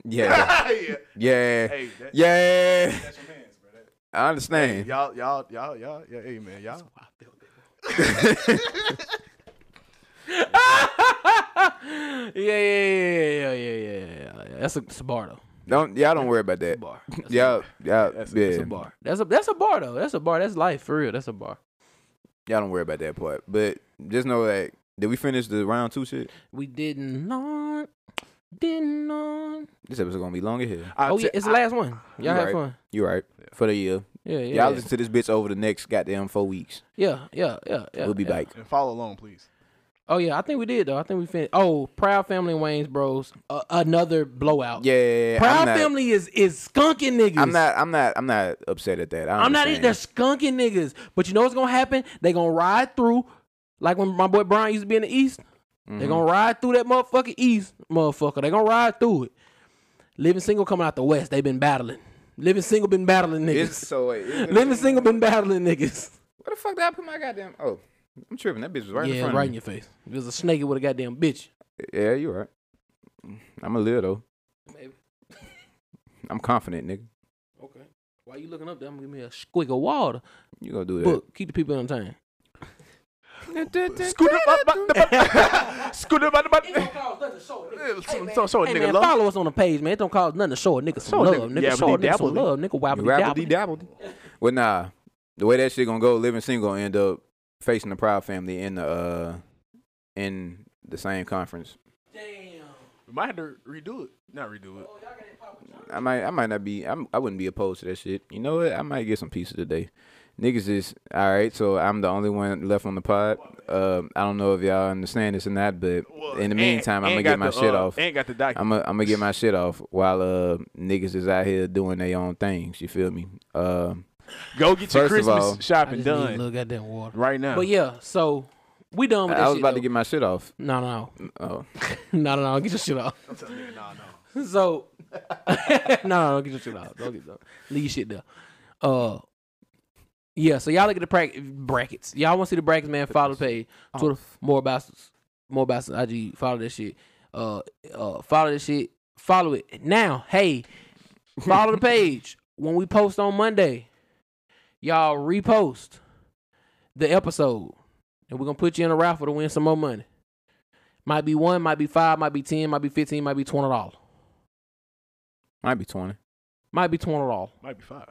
Speaker 2: yeah,
Speaker 3: yeah.
Speaker 2: yeah,
Speaker 3: Hey, that,
Speaker 2: yeah.
Speaker 3: that's your man's, bro. That,
Speaker 2: I
Speaker 3: hey,
Speaker 2: understand.
Speaker 3: y'all, y'all, y'all, y'all, yeah, hey, man, y'all.
Speaker 1: yeah, yeah, yeah, yeah, yeah, yeah, yeah, yeah. That's a, it's a bar though.
Speaker 2: Don't y'all don't worry about
Speaker 1: It's
Speaker 2: that.
Speaker 1: a bar. That's a
Speaker 2: Y'all, y'all,
Speaker 3: That's a-
Speaker 2: yeah.
Speaker 1: That's a bar. That's a that's a bar though. That's a bar. That's life for real. That's a bar.
Speaker 2: y'all don't worry about that part. But just know that did we finish the round two shit?
Speaker 1: We didn't learn. Didn't learn.
Speaker 2: This episode gonna be longer here.
Speaker 3: I
Speaker 1: Oh
Speaker 3: te-
Speaker 1: yeah, it's the
Speaker 3: I-
Speaker 1: last one. Y'all
Speaker 2: You
Speaker 1: have
Speaker 2: right.
Speaker 1: fun.
Speaker 2: You right for the year.
Speaker 1: Yeah, yeah,
Speaker 2: Y'all
Speaker 1: yeah.
Speaker 2: listen to this bitch over the next goddamn four weeks.
Speaker 1: yeah, yeah, yeah, yeah.
Speaker 2: we'll be
Speaker 1: yeah.
Speaker 2: back.
Speaker 3: And follow along, please.
Speaker 1: Oh yeah, I think we did though. I think we finished. Oh, Proud Family and Wayne's Bros, uh, another blowout.
Speaker 2: Yeah, yeah, yeah.
Speaker 1: Proud
Speaker 2: I'm not,
Speaker 1: Family is is skunking niggas.
Speaker 2: I'm not. I'm not. I'm not upset at that. I
Speaker 1: I'm not.
Speaker 2: understand.
Speaker 1: They're skunking niggas. But you know what's gonna happen? They gonna ride through, like when my boy Brian used to be in the East.
Speaker 2: Mm-hmm.
Speaker 1: They gonna ride through that motherfucking East, motherfucker. They gonna ride through it. Living single coming out the West. They been battling. Living single been battling niggas.
Speaker 2: It's- so wait. isn't it-
Speaker 1: Living single been battling niggas.
Speaker 2: Where the fuck did I put my goddamn? Oh, I'm tripping. That bitch was right in
Speaker 1: yeah,
Speaker 2: front
Speaker 1: right
Speaker 2: of
Speaker 1: in your face. If it was a snake, it would have goddamn bitch.
Speaker 2: me. Yeah, you're right. I'm a little though.
Speaker 1: Maybe.
Speaker 2: I'm confident, nigga.
Speaker 1: Okay. Why you looking up there? I'm gonna give me a squig of water.
Speaker 2: You gonna do that?
Speaker 1: But keep the people entertained.
Speaker 3: Scoot up, up, up, up, up. Scoot up, up, up,
Speaker 1: Ain't
Speaker 3: up.
Speaker 1: gonna cause nothing to show a nigga.
Speaker 3: Hey, man. Show a
Speaker 1: Hey,
Speaker 3: nigga
Speaker 1: man,
Speaker 3: love.
Speaker 1: follow us on the page, man. It don't cause nothing to show a nigga some
Speaker 3: Show a
Speaker 1: love.
Speaker 3: nigga-
Speaker 1: Nigga,
Speaker 3: yeah,
Speaker 1: show a
Speaker 3: but they
Speaker 1: nigga some
Speaker 3: dabble.
Speaker 1: love. Nigga, wobbly
Speaker 2: Rapidly
Speaker 1: dabble.
Speaker 2: dabbled. Well, nah. The way that shit gonna go, living single gonna end up facing the Proud Family in the uh in the same conference.
Speaker 1: Damn.
Speaker 3: We might have to redo it. Not redo it.
Speaker 2: I might I might not be I'm, I wouldn't be opposed to that shit. You know what? I might get some pieces today. Niggas is all right. So I'm the only one left on the pod. Um, I don't know if y'all understand this or not, but in the meantime, I'm gonna get my shit off.
Speaker 3: Ain't got the uh, document.
Speaker 2: I'm gonna I'm gonna get my shit off while uh niggas is out here doing their own things. You feel me? Uh,
Speaker 3: Go get your
Speaker 2: First of
Speaker 3: Christmas
Speaker 2: all-
Speaker 1: I
Speaker 3: shopping
Speaker 1: just need a
Speaker 3: done
Speaker 1: little goddamn water.
Speaker 3: right now.
Speaker 1: But yeah, so we done with that
Speaker 2: I was
Speaker 1: shit,
Speaker 2: about to
Speaker 1: though.
Speaker 2: get my shit off.
Speaker 1: No, no,
Speaker 2: Oh,
Speaker 1: no, no, no. Get your shit off. So, no, no, no, get your shit off. Don't get up. Leave your shit there. Uh, yeah. So y'all look at the pra- brackets. Y'all want to see the brackets, man? Follow the page. Twitter, more about more about IG. Follow that shit. Uh, uh, follow that shit. Follow it now. Hey, follow the page when we post on Monday. Y'all repost the episode, and we're gonna put you in a raffle to win some more money. Might be one, might be five, might be ten, might be fifteen, might be twenty dollars.
Speaker 2: might be twenty.
Speaker 1: Might be torn it all.
Speaker 3: Might be five.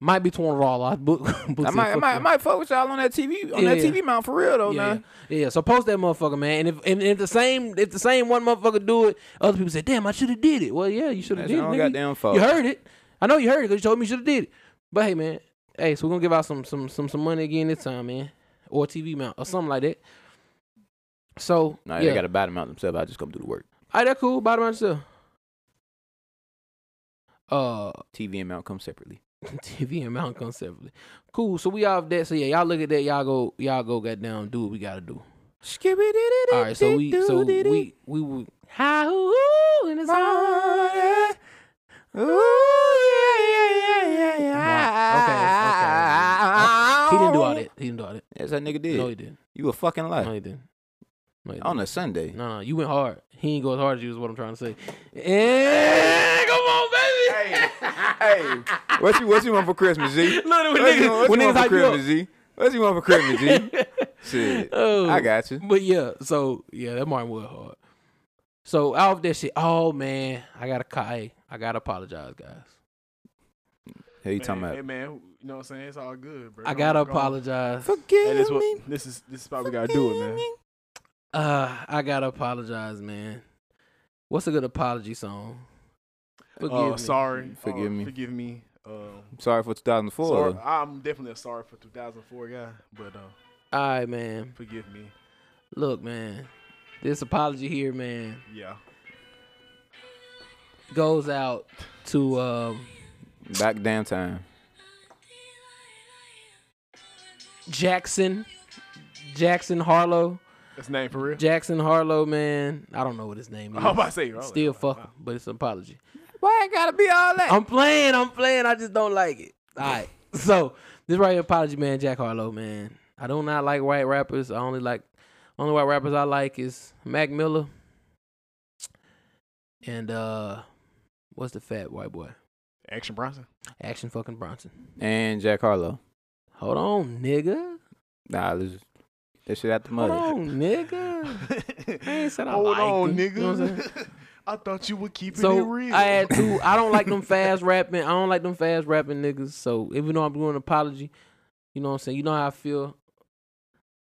Speaker 1: Might be torn it all. I book.
Speaker 2: I might, I might, I might fuck with y'all on that TV, on that
Speaker 1: Yeah.
Speaker 2: TV mount for real though,
Speaker 1: Yeah,
Speaker 2: man.
Speaker 1: yeah, yeah. So post that motherfucker, man. And if and if the same if the same one motherfucker do it, other people say, "Damn, I should have did it." Well, yeah, you should have
Speaker 2: That's
Speaker 1: did it.
Speaker 2: your own
Speaker 1: Nigga.
Speaker 2: goddamn fault.
Speaker 1: You heard it. I know you heard it because you told me you should have did it. But hey, man. Hey, so we're gonna give out some some some some money again this time, man, or TV mount or something like that. So
Speaker 2: Nah,
Speaker 1: yeah,
Speaker 2: they got to buy them out themselves. I just come do the work.
Speaker 1: all right, that cool. Bottom line, yourself. Uh,
Speaker 2: TV and mount come separately.
Speaker 1: TV and Mount conceptually. Cool. So we off that. So yeah, y'all look at that. Y'all go. Y'all go. Get down. Do what we gotta do. All right. So we. So we. We. we hi hoo in the song. Okay. okay. He didn't do all that. He didn't do all that.
Speaker 2: Yes, that nigga
Speaker 1: No, he
Speaker 2: did.
Speaker 1: didn't.
Speaker 2: You a fucking
Speaker 1: No,
Speaker 2: lie.
Speaker 1: he didn't. No, he didn't.
Speaker 2: On a Sunday.
Speaker 1: No, no, you went hard. He ain't go as hard as you is what I'm trying to say. Eh, come on, baby.
Speaker 2: Hey, what you what you want for Christmas, Z?
Speaker 1: Look at when
Speaker 2: What you
Speaker 1: niggas
Speaker 2: want,
Speaker 1: when
Speaker 2: what you
Speaker 1: niggas
Speaker 2: want for
Speaker 1: hype you up.
Speaker 2: Christmas, Z? What you want for Christmas, Z? Shit,
Speaker 1: Oh.
Speaker 2: I got you.
Speaker 1: But yeah, so yeah, that Martin was hard. So out of that shit, oh man, I gotta ca- hey, I gotta apologize, guys.
Speaker 2: Hey, you
Speaker 3: Man,
Speaker 2: talking
Speaker 3: Hey
Speaker 2: about?
Speaker 3: man, you know what I'm saying? It's all good, bro.
Speaker 1: I gotta
Speaker 3: Go on.
Speaker 1: apologize.
Speaker 3: Hey,
Speaker 2: Forgive
Speaker 3: this what this is this is why we gotta do it, man.
Speaker 1: Uh, I gotta apologize, man. What's a good apology song? Forgive
Speaker 3: Oh,
Speaker 1: me.
Speaker 3: sorry.
Speaker 2: Forgive
Speaker 3: Uh,
Speaker 2: me.
Speaker 3: Forgive me. Um,
Speaker 2: Sorry for 2004.
Speaker 3: sorry, I'm definitely a sorry for 2004 guy, but uh,
Speaker 1: All right, man.
Speaker 3: forgive me.
Speaker 1: Look, man, this apology here, man,
Speaker 3: Yeah.
Speaker 1: goes out to um,
Speaker 2: Back damn time.
Speaker 1: Jackson, Jackson Harlow,
Speaker 3: That's name for real.
Speaker 1: Jackson Harlow, man. I don't know what his name is.
Speaker 3: I'm about to say, I was like, uh,
Speaker 1: Still
Speaker 3: wow,
Speaker 1: fuck,
Speaker 3: wow.
Speaker 1: him, but it's an apology.
Speaker 2: Why it gotta be all that?
Speaker 1: I'm playing, I'm playing. I just don't like it. All right. So this right here, apology man, Jack Harlow, man. I do not like white rappers. I only like only white rappers I like is Mac Miller and uh what's the fat white boy?
Speaker 3: Action Bronson.
Speaker 1: Action fucking Bronson.
Speaker 2: And Jack Harlow.
Speaker 1: Hold on, nigga.
Speaker 2: Nah, this is that shit out the
Speaker 1: Hold
Speaker 2: mud.
Speaker 1: on, nigga. I ain't said I
Speaker 3: Hold
Speaker 1: liked
Speaker 3: on,
Speaker 1: it. You know what I'm
Speaker 3: nigga. I thought you were keeping it
Speaker 1: So
Speaker 3: real.
Speaker 1: I had two. I don't like them fast rapping. I don't like them fast rapping niggas. So even though I'm doing an apology, you know what I'm saying. You know how I feel.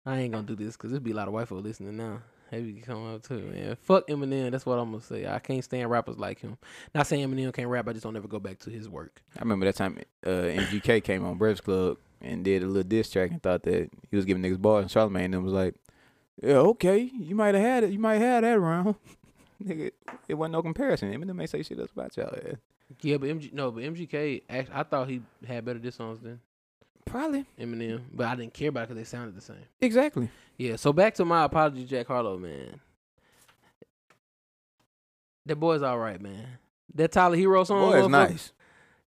Speaker 1: I ain't gonna do this because there'd be a lot of white folk listening now. Maybe you come up to it, man. Fuck Eminem. That's what I'm gonna say. I can't stand rappers like him. Not saying Eminem can't rap. I just don't ever go back to his work.
Speaker 2: I remember that time uh, MGK came on Breakfast Club and did a little diss track and thought that he was giving niggas bars. And Charlamagne then was like, "Yeah, okay, you might have had it. You might have had that round." Nigga, it wasn't no comparison. Eminem ain't say shit else about y'all. ass.
Speaker 1: Yeah, but MG no, but MGK. Act, I thought he had better diss songs than
Speaker 2: Probably
Speaker 1: Eminem, but I didn't care about it because they sounded the same.
Speaker 2: exactly.
Speaker 1: Yeah. So back to my apology, Jack Harlow, man. That boy's all right, man. That Tyler Hero
Speaker 2: The
Speaker 1: song,
Speaker 2: boy is
Speaker 1: motherfucker-
Speaker 2: nice.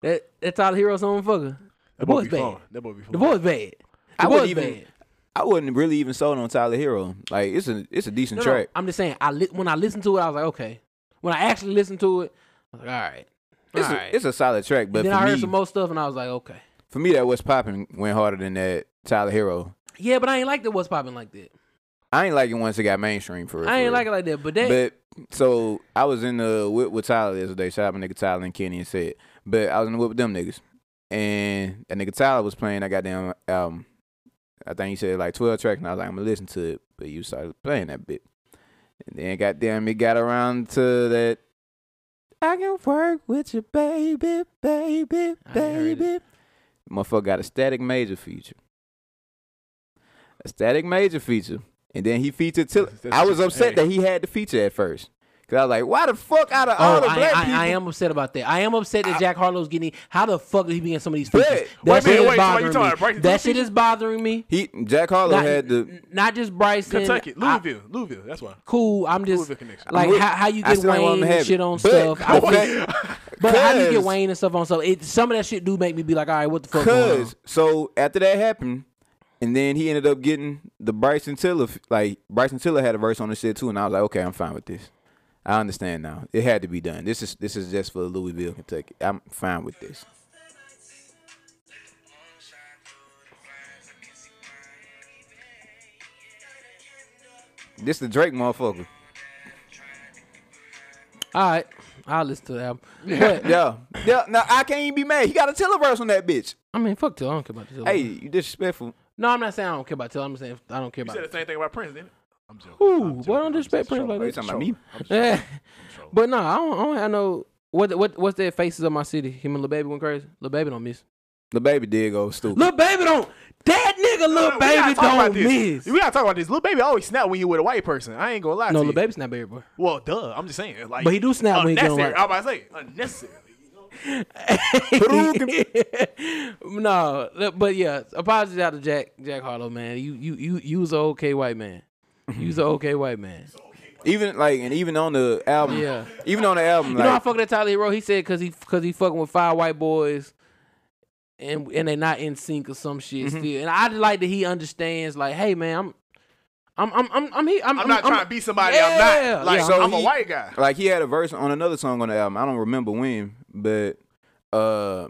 Speaker 1: That that Tyler Hero song, fucker.
Speaker 3: That
Speaker 1: boy's
Speaker 3: boy be
Speaker 1: bad.
Speaker 3: fun. That boy be fun.
Speaker 1: The boy's bad. The
Speaker 2: I
Speaker 1: boy's
Speaker 2: wouldn't even.
Speaker 1: bad.
Speaker 2: I wasn't really even sold on Tyler Hero. Like it's a it's a decent
Speaker 1: No, no,
Speaker 2: track.
Speaker 1: I'm just saying. I li- when I listened to it, I was like, okay. When I actually listened to it, I was like, all right,
Speaker 2: It's
Speaker 1: all
Speaker 2: a,
Speaker 1: right.
Speaker 2: it's a solid track, but
Speaker 1: then
Speaker 2: for
Speaker 1: I heard
Speaker 2: me,
Speaker 1: some more stuff, and I was like, okay.
Speaker 2: for me that what's popping went harder than that Tyler Hero.
Speaker 1: Yeah, but I ain't like that. What's popping like that?
Speaker 2: I ain't like it once it got mainstream for real.
Speaker 1: I
Speaker 2: for
Speaker 1: ain't
Speaker 2: real.
Speaker 1: like it like that. But that
Speaker 2: But so I was in the whip with Tyler the other day. Shout out my nigga Tyler and Kenny and said. But I was in the whip with them niggas. And that nigga Tyler was playing that goddamn album. I think he said like 12 tracks. And I was like, I'm going to listen to it. But you started playing that bit. And then goddamn, it got around to that. I can work with you, baby, baby,
Speaker 1: I heard it.
Speaker 2: baby. Motherfucker got a static major feature. A static major feature. And then he featured Till.
Speaker 3: That's- that's
Speaker 2: I was
Speaker 3: just-
Speaker 2: upset
Speaker 3: hey.
Speaker 2: that he had the feature at first. Cause I was like, why the fuck out of all
Speaker 1: oh,
Speaker 2: the
Speaker 1: I,
Speaker 2: black
Speaker 1: I,
Speaker 2: people?
Speaker 1: I am upset about that. I am upset that Jack Harlow's getting. How the fuck did he be getting some of these
Speaker 2: But-
Speaker 1: features?
Speaker 2: Wait a
Speaker 1: that shit
Speaker 3: minute,
Speaker 1: is
Speaker 3: wait, so why you
Speaker 1: bothering
Speaker 3: talking
Speaker 1: me.
Speaker 3: about Bryson
Speaker 1: That shit
Speaker 3: Tillman?
Speaker 1: is bothering me.
Speaker 2: he Jack Harlow
Speaker 1: Not,
Speaker 2: had the
Speaker 1: not just Bryson.
Speaker 3: Kentucky,
Speaker 1: I-
Speaker 3: Louisville, Louisville. That's why.
Speaker 1: cool. I'm just
Speaker 3: Louisville connection.
Speaker 1: like
Speaker 2: Wi-
Speaker 1: how, how you
Speaker 2: I
Speaker 1: get
Speaker 2: still ain't want
Speaker 1: Wayne
Speaker 2: him
Speaker 1: and
Speaker 2: heavy.
Speaker 1: shit on
Speaker 2: But-
Speaker 1: stuff. I
Speaker 2: but-
Speaker 1: think- but how do you get
Speaker 2: cuz-
Speaker 1: Wayne and stuff on stuff? It, some of that shit do make me be like, all right, what the fuck? going on?
Speaker 2: Cause so after that happened, and then he ended up getting the Bryson Tiller. f- Like Bryson Tiller had a verse on this shit too, and I was like, okay, I'm fine with this. I understand now. It had to be done. This is this is just for Louisville, Kentucky. I'm fine with this. This the Drake motherfucker.
Speaker 1: All right, I'll listen to the album. But
Speaker 2: Yeah. Yeah. No, I can't even be mad. He got a Tiller verse on that bitch.
Speaker 1: I mean, fuck Till. I don't care about Till.
Speaker 2: Hey, you disrespectful.
Speaker 1: no, I'm not saying I don't care about Till. I'm just saying I don't care
Speaker 3: You
Speaker 1: about.
Speaker 3: said the same thing about Prince, didn't it? I'm joking.
Speaker 1: Ooh,
Speaker 3: I'm
Speaker 1: why don't
Speaker 3: joking. I'm
Speaker 1: disrespect
Speaker 3: just
Speaker 1: Prince like
Speaker 3: trolling.
Speaker 2: Are
Speaker 1: that?
Speaker 2: you talking about me?
Speaker 3: I'm just trolling.
Speaker 1: Yeah.
Speaker 3: I'm trolling.
Speaker 1: But no, I don't, I don't have no. What what what's that faces of my city? Him and Lil Baby went crazy. Lil Baby don't miss.
Speaker 2: The baby did go stupid.
Speaker 1: Lil Baby don't. That nigga Lil
Speaker 3: We gotta
Speaker 1: Baby
Speaker 3: talk
Speaker 1: don't
Speaker 3: about this.
Speaker 1: miss.
Speaker 3: We gotta talk about this. Little baby always snap when he with a white person. I ain't gonna lie
Speaker 1: No,
Speaker 3: to
Speaker 1: Lil
Speaker 3: you.
Speaker 1: Baby's not baby boy.
Speaker 3: Well, duh. I'm just saying. Like,
Speaker 1: But he do snap when he get on
Speaker 3: unnecessary.
Speaker 1: like-
Speaker 3: I'm about to say unnecessary.
Speaker 1: no, li- but yeah, apologies out to Jack Jack Harlow, man. You you you you was a okay white man. You was a okay white man.
Speaker 2: Even like and even on the album,
Speaker 1: Yeah.
Speaker 2: Even on the album,
Speaker 1: You
Speaker 2: like
Speaker 1: know I fuck that Tyler Hero. He said because he because he fucking with five white boys, and and they not in sync or some shit
Speaker 3: Mm-hmm.
Speaker 1: still. And I just like that he understands. Like, hey man, I'm. I'm I'm I'm I'm, here, I'm,
Speaker 3: I'm not trying to be somebody. I'm
Speaker 1: Yeah,
Speaker 3: not. Like,
Speaker 1: yeah.
Speaker 2: So
Speaker 3: I'm a
Speaker 2: he-
Speaker 3: white guy.
Speaker 2: like he had a verse on another song on the album. I don't remember when, but uh,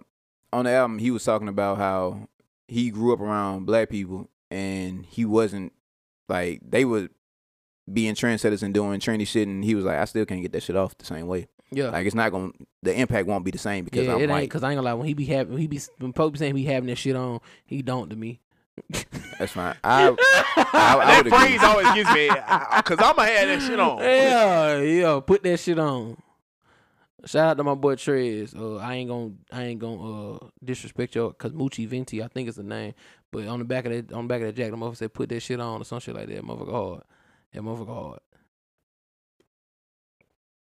Speaker 2: on the album he was talking about how he grew up around black people and he wasn't like they were being trendsetters and doing trendy shit, and he was like, I still can't get that shit off the same way.
Speaker 1: Yeah,
Speaker 2: Like it's not gonna the impact won't be the same because
Speaker 1: yeah.
Speaker 2: I'm
Speaker 1: It ain't
Speaker 2: white.
Speaker 1: because I ain't gonna lie. When he be having, when he be when Pope be saying he having that shit on, he don't to me.
Speaker 2: That's fine. I I, I
Speaker 3: That
Speaker 2: would agree.
Speaker 3: phrase always gives me because I'm gonna have that shit on.
Speaker 1: Yeah, yeah. Put that shit on. Shout out to my boy Trez. Uh, I ain't gonna, I ain't gonna uh, disrespect y'all because Mucci Venti, I think is the name. But on the back of that, on the back of that jacket, the motherfucker said, "Put that shit on" or some shit like that. Motherfucker hard. That motherfucker hard.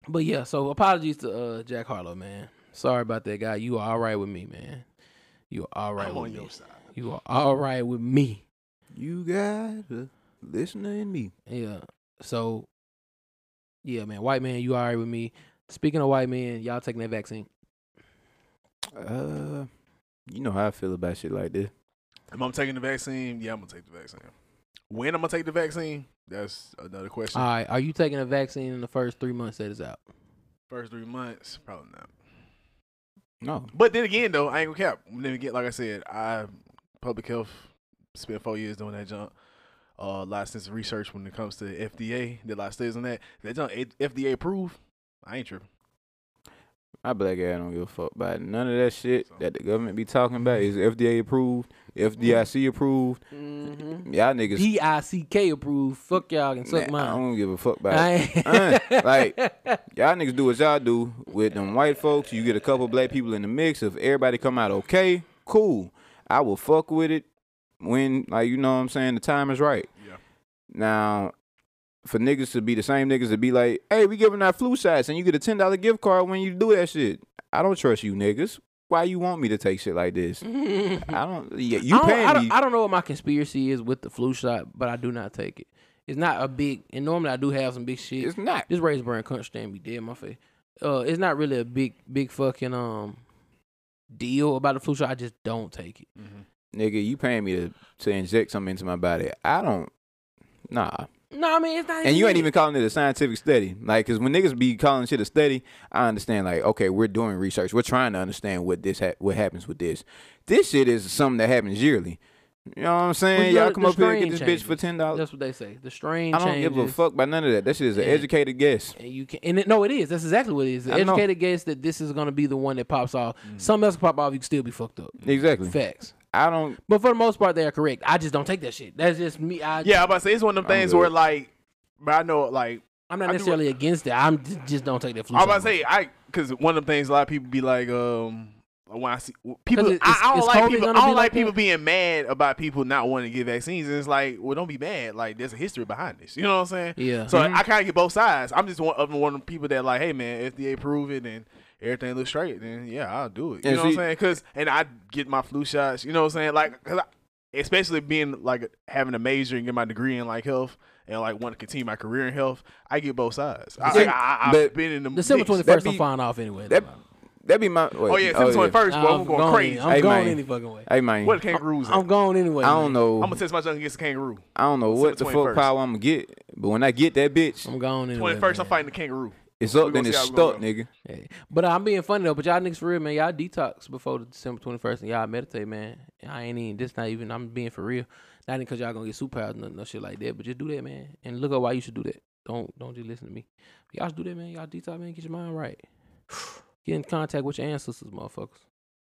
Speaker 1: But yeah, so apologies to uh, Jack Harlow, man. Sorry about that guy. You are all right with me, man. You are all right
Speaker 3: I'm
Speaker 1: with
Speaker 3: on
Speaker 1: me.
Speaker 3: your side.
Speaker 1: You are all right with me.
Speaker 2: You gotta listen to me.
Speaker 1: Yeah. So, yeah, man. White man, you all right with me? Speaking of white men, y'all taking that vaccine?
Speaker 2: Uh, you know how I feel about shit like this.
Speaker 3: If I'm taking the vaccine, yeah, I'm gonna take the vaccine. When I'm gonna take the vaccine, that's another question.
Speaker 1: All
Speaker 2: Uh,
Speaker 1: right. Are you taking a vaccine in the first three months that is out?
Speaker 3: First three months, probably not.
Speaker 2: No,
Speaker 3: But then again, though, I ain't gonna cap. Then again, like I said, I public health spent four years doing that junk. Uh, a lot of sense of research when it comes to FDA. Did a lot of studies on that. That junk A- FDA approved. I ain't tripping.
Speaker 2: my black ass don't give a fuck about none of that shit that the government be talking about. Is FDA approved? FDIC approved?
Speaker 1: Mm-hmm.
Speaker 2: Y'all niggas,
Speaker 1: D I C K approved. Fuck y'all and suck
Speaker 2: nah, I
Speaker 1: mine.
Speaker 2: don't give a fuck about. It.
Speaker 1: I ain't-
Speaker 2: Uh, like y'all niggas do what y'all do with them white folks. You get a couple black people in the mix. If everybody come out okay, cool. I will fuck with it when like you know what I'm saying the time is right.
Speaker 3: Yeah.
Speaker 2: Now, for niggas to be the same niggas to be like, hey, we giving out flu shots and you get a ten dollar gift card when you do that shit. I don't trust you niggas. Why you want me to take shit like this? I don't. Yeah,
Speaker 1: Mm-hmm.
Speaker 2: you
Speaker 1: I don't, I
Speaker 2: paying
Speaker 1: don't,
Speaker 2: me.
Speaker 1: I don't know what my conspiracy is with the flu shot, but I do not take it. It's not a big, and normally I do have some big shit.
Speaker 2: It's not.
Speaker 1: this raised brand crunch stand be dead in my face. Uh, it's not really a big, big fucking um deal about the flu shot. I just don't take it.
Speaker 2: nigga, you paying me to, to inject something into my body. I don't. Nah.
Speaker 1: No, I mean it's not.
Speaker 2: And you ain't even calling it a scientific study. Like, cause when niggas be calling shit a study, I understand, like, okay, we're doing research. We're trying to understand what this ha- what happens with this. This shit is something that happens yearly. You know what I'm
Speaker 1: Well,
Speaker 2: saying?
Speaker 1: yeah,
Speaker 2: Y'all
Speaker 1: the
Speaker 2: come up here and get
Speaker 1: strain
Speaker 2: this bitch for
Speaker 1: changes.
Speaker 2: ten dollars.
Speaker 1: That's what they say. The strain
Speaker 2: I don't
Speaker 1: changes.
Speaker 2: give a fuck about none of that. That shit is an
Speaker 1: Yeah.
Speaker 2: educated guess.
Speaker 1: And you can and it, no, it is. That's exactly what it is. The
Speaker 2: I know. Mm.
Speaker 1: educated guess that this is gonna be the one that pops off. Something else can pop off. You can still be fucked up.
Speaker 2: Exactly.
Speaker 1: Facts.
Speaker 2: I don't.
Speaker 1: But for the most part, they are correct. I just don't take that shit. That's just me. I,
Speaker 3: Yeah, I'm about to say it's one of them
Speaker 2: I'm
Speaker 3: things
Speaker 2: good.
Speaker 3: where like, but I know like
Speaker 1: I'm not
Speaker 3: I do-
Speaker 1: necessarily against it. I'm j- just don't take that flu.
Speaker 3: I'm about to say I because one of the things a lot of people be like um. When I see people,
Speaker 1: 'Cause it-
Speaker 3: I,
Speaker 1: it's-
Speaker 3: I
Speaker 1: it's
Speaker 3: don't like
Speaker 1: COVID
Speaker 3: people. I
Speaker 1: gonna
Speaker 3: don't
Speaker 1: be
Speaker 3: like
Speaker 1: like that?
Speaker 3: people being mad about people not wanting to get vaccines. And it's like, well, don't be mad. Like, there's a history behind this. You know what I'm saying?
Speaker 1: Yeah. Mm-hmm.
Speaker 3: So I kind of get both sides. I'm just one of one of the people that like, hey man, FDA approve it and everything looks straight, then yeah, I'll do it. You
Speaker 2: And
Speaker 3: know what I'm
Speaker 2: see-
Speaker 3: saying? Cause and I get my flu shots. You know what I'm saying? Like, 'cause I, especially being like having a major and get my degree in like health and like want to continue my career in health, I get both sides. I,
Speaker 2: See,
Speaker 3: I, I,
Speaker 2: but
Speaker 3: have been in the
Speaker 1: December
Speaker 3: mix.
Speaker 1: twenty first,
Speaker 2: That
Speaker 1: I'm
Speaker 2: be-
Speaker 1: fine off anyway.
Speaker 2: That that be my.
Speaker 3: Oh yeah, December twenty first,
Speaker 1: I'm
Speaker 3: bro. I'm going
Speaker 1: gone
Speaker 3: crazy.
Speaker 1: any- I'm
Speaker 2: Hey,
Speaker 1: gone
Speaker 2: man.
Speaker 1: any fucking way.
Speaker 2: Hey man,
Speaker 3: what the kangaroos?
Speaker 1: I'm gone anyway.
Speaker 2: I
Speaker 1: man.
Speaker 2: don't know.
Speaker 3: I'm gonna test my junk against a kangaroo.
Speaker 2: I don't know what the
Speaker 3: December
Speaker 2: fuck
Speaker 3: 21st.
Speaker 2: power I'm gonna get, but when I get that bitch,
Speaker 1: I'm gone anyway.
Speaker 3: Twenty first, I'm
Speaker 1: man.
Speaker 3: fighting the kangaroo.
Speaker 2: it's
Speaker 3: we
Speaker 2: up
Speaker 3: gonna
Speaker 2: then it's
Speaker 3: see how we gonna
Speaker 2: stuck, nigga.
Speaker 1: Yeah. But I'm being funny though. But y'all niggas for real, man. Y'all detox before the December 21st and y'all meditate, man. And I ain't even. This not even. I'm being for real. Not because y'all gonna get superpowers and no shit like that. But just do that, man. And look up why you should do that. Don't don't just listen to me. Y'all should do that, man. Y'all detox, man. Get your mind right. Get in contact with your ancestors, motherfuckers.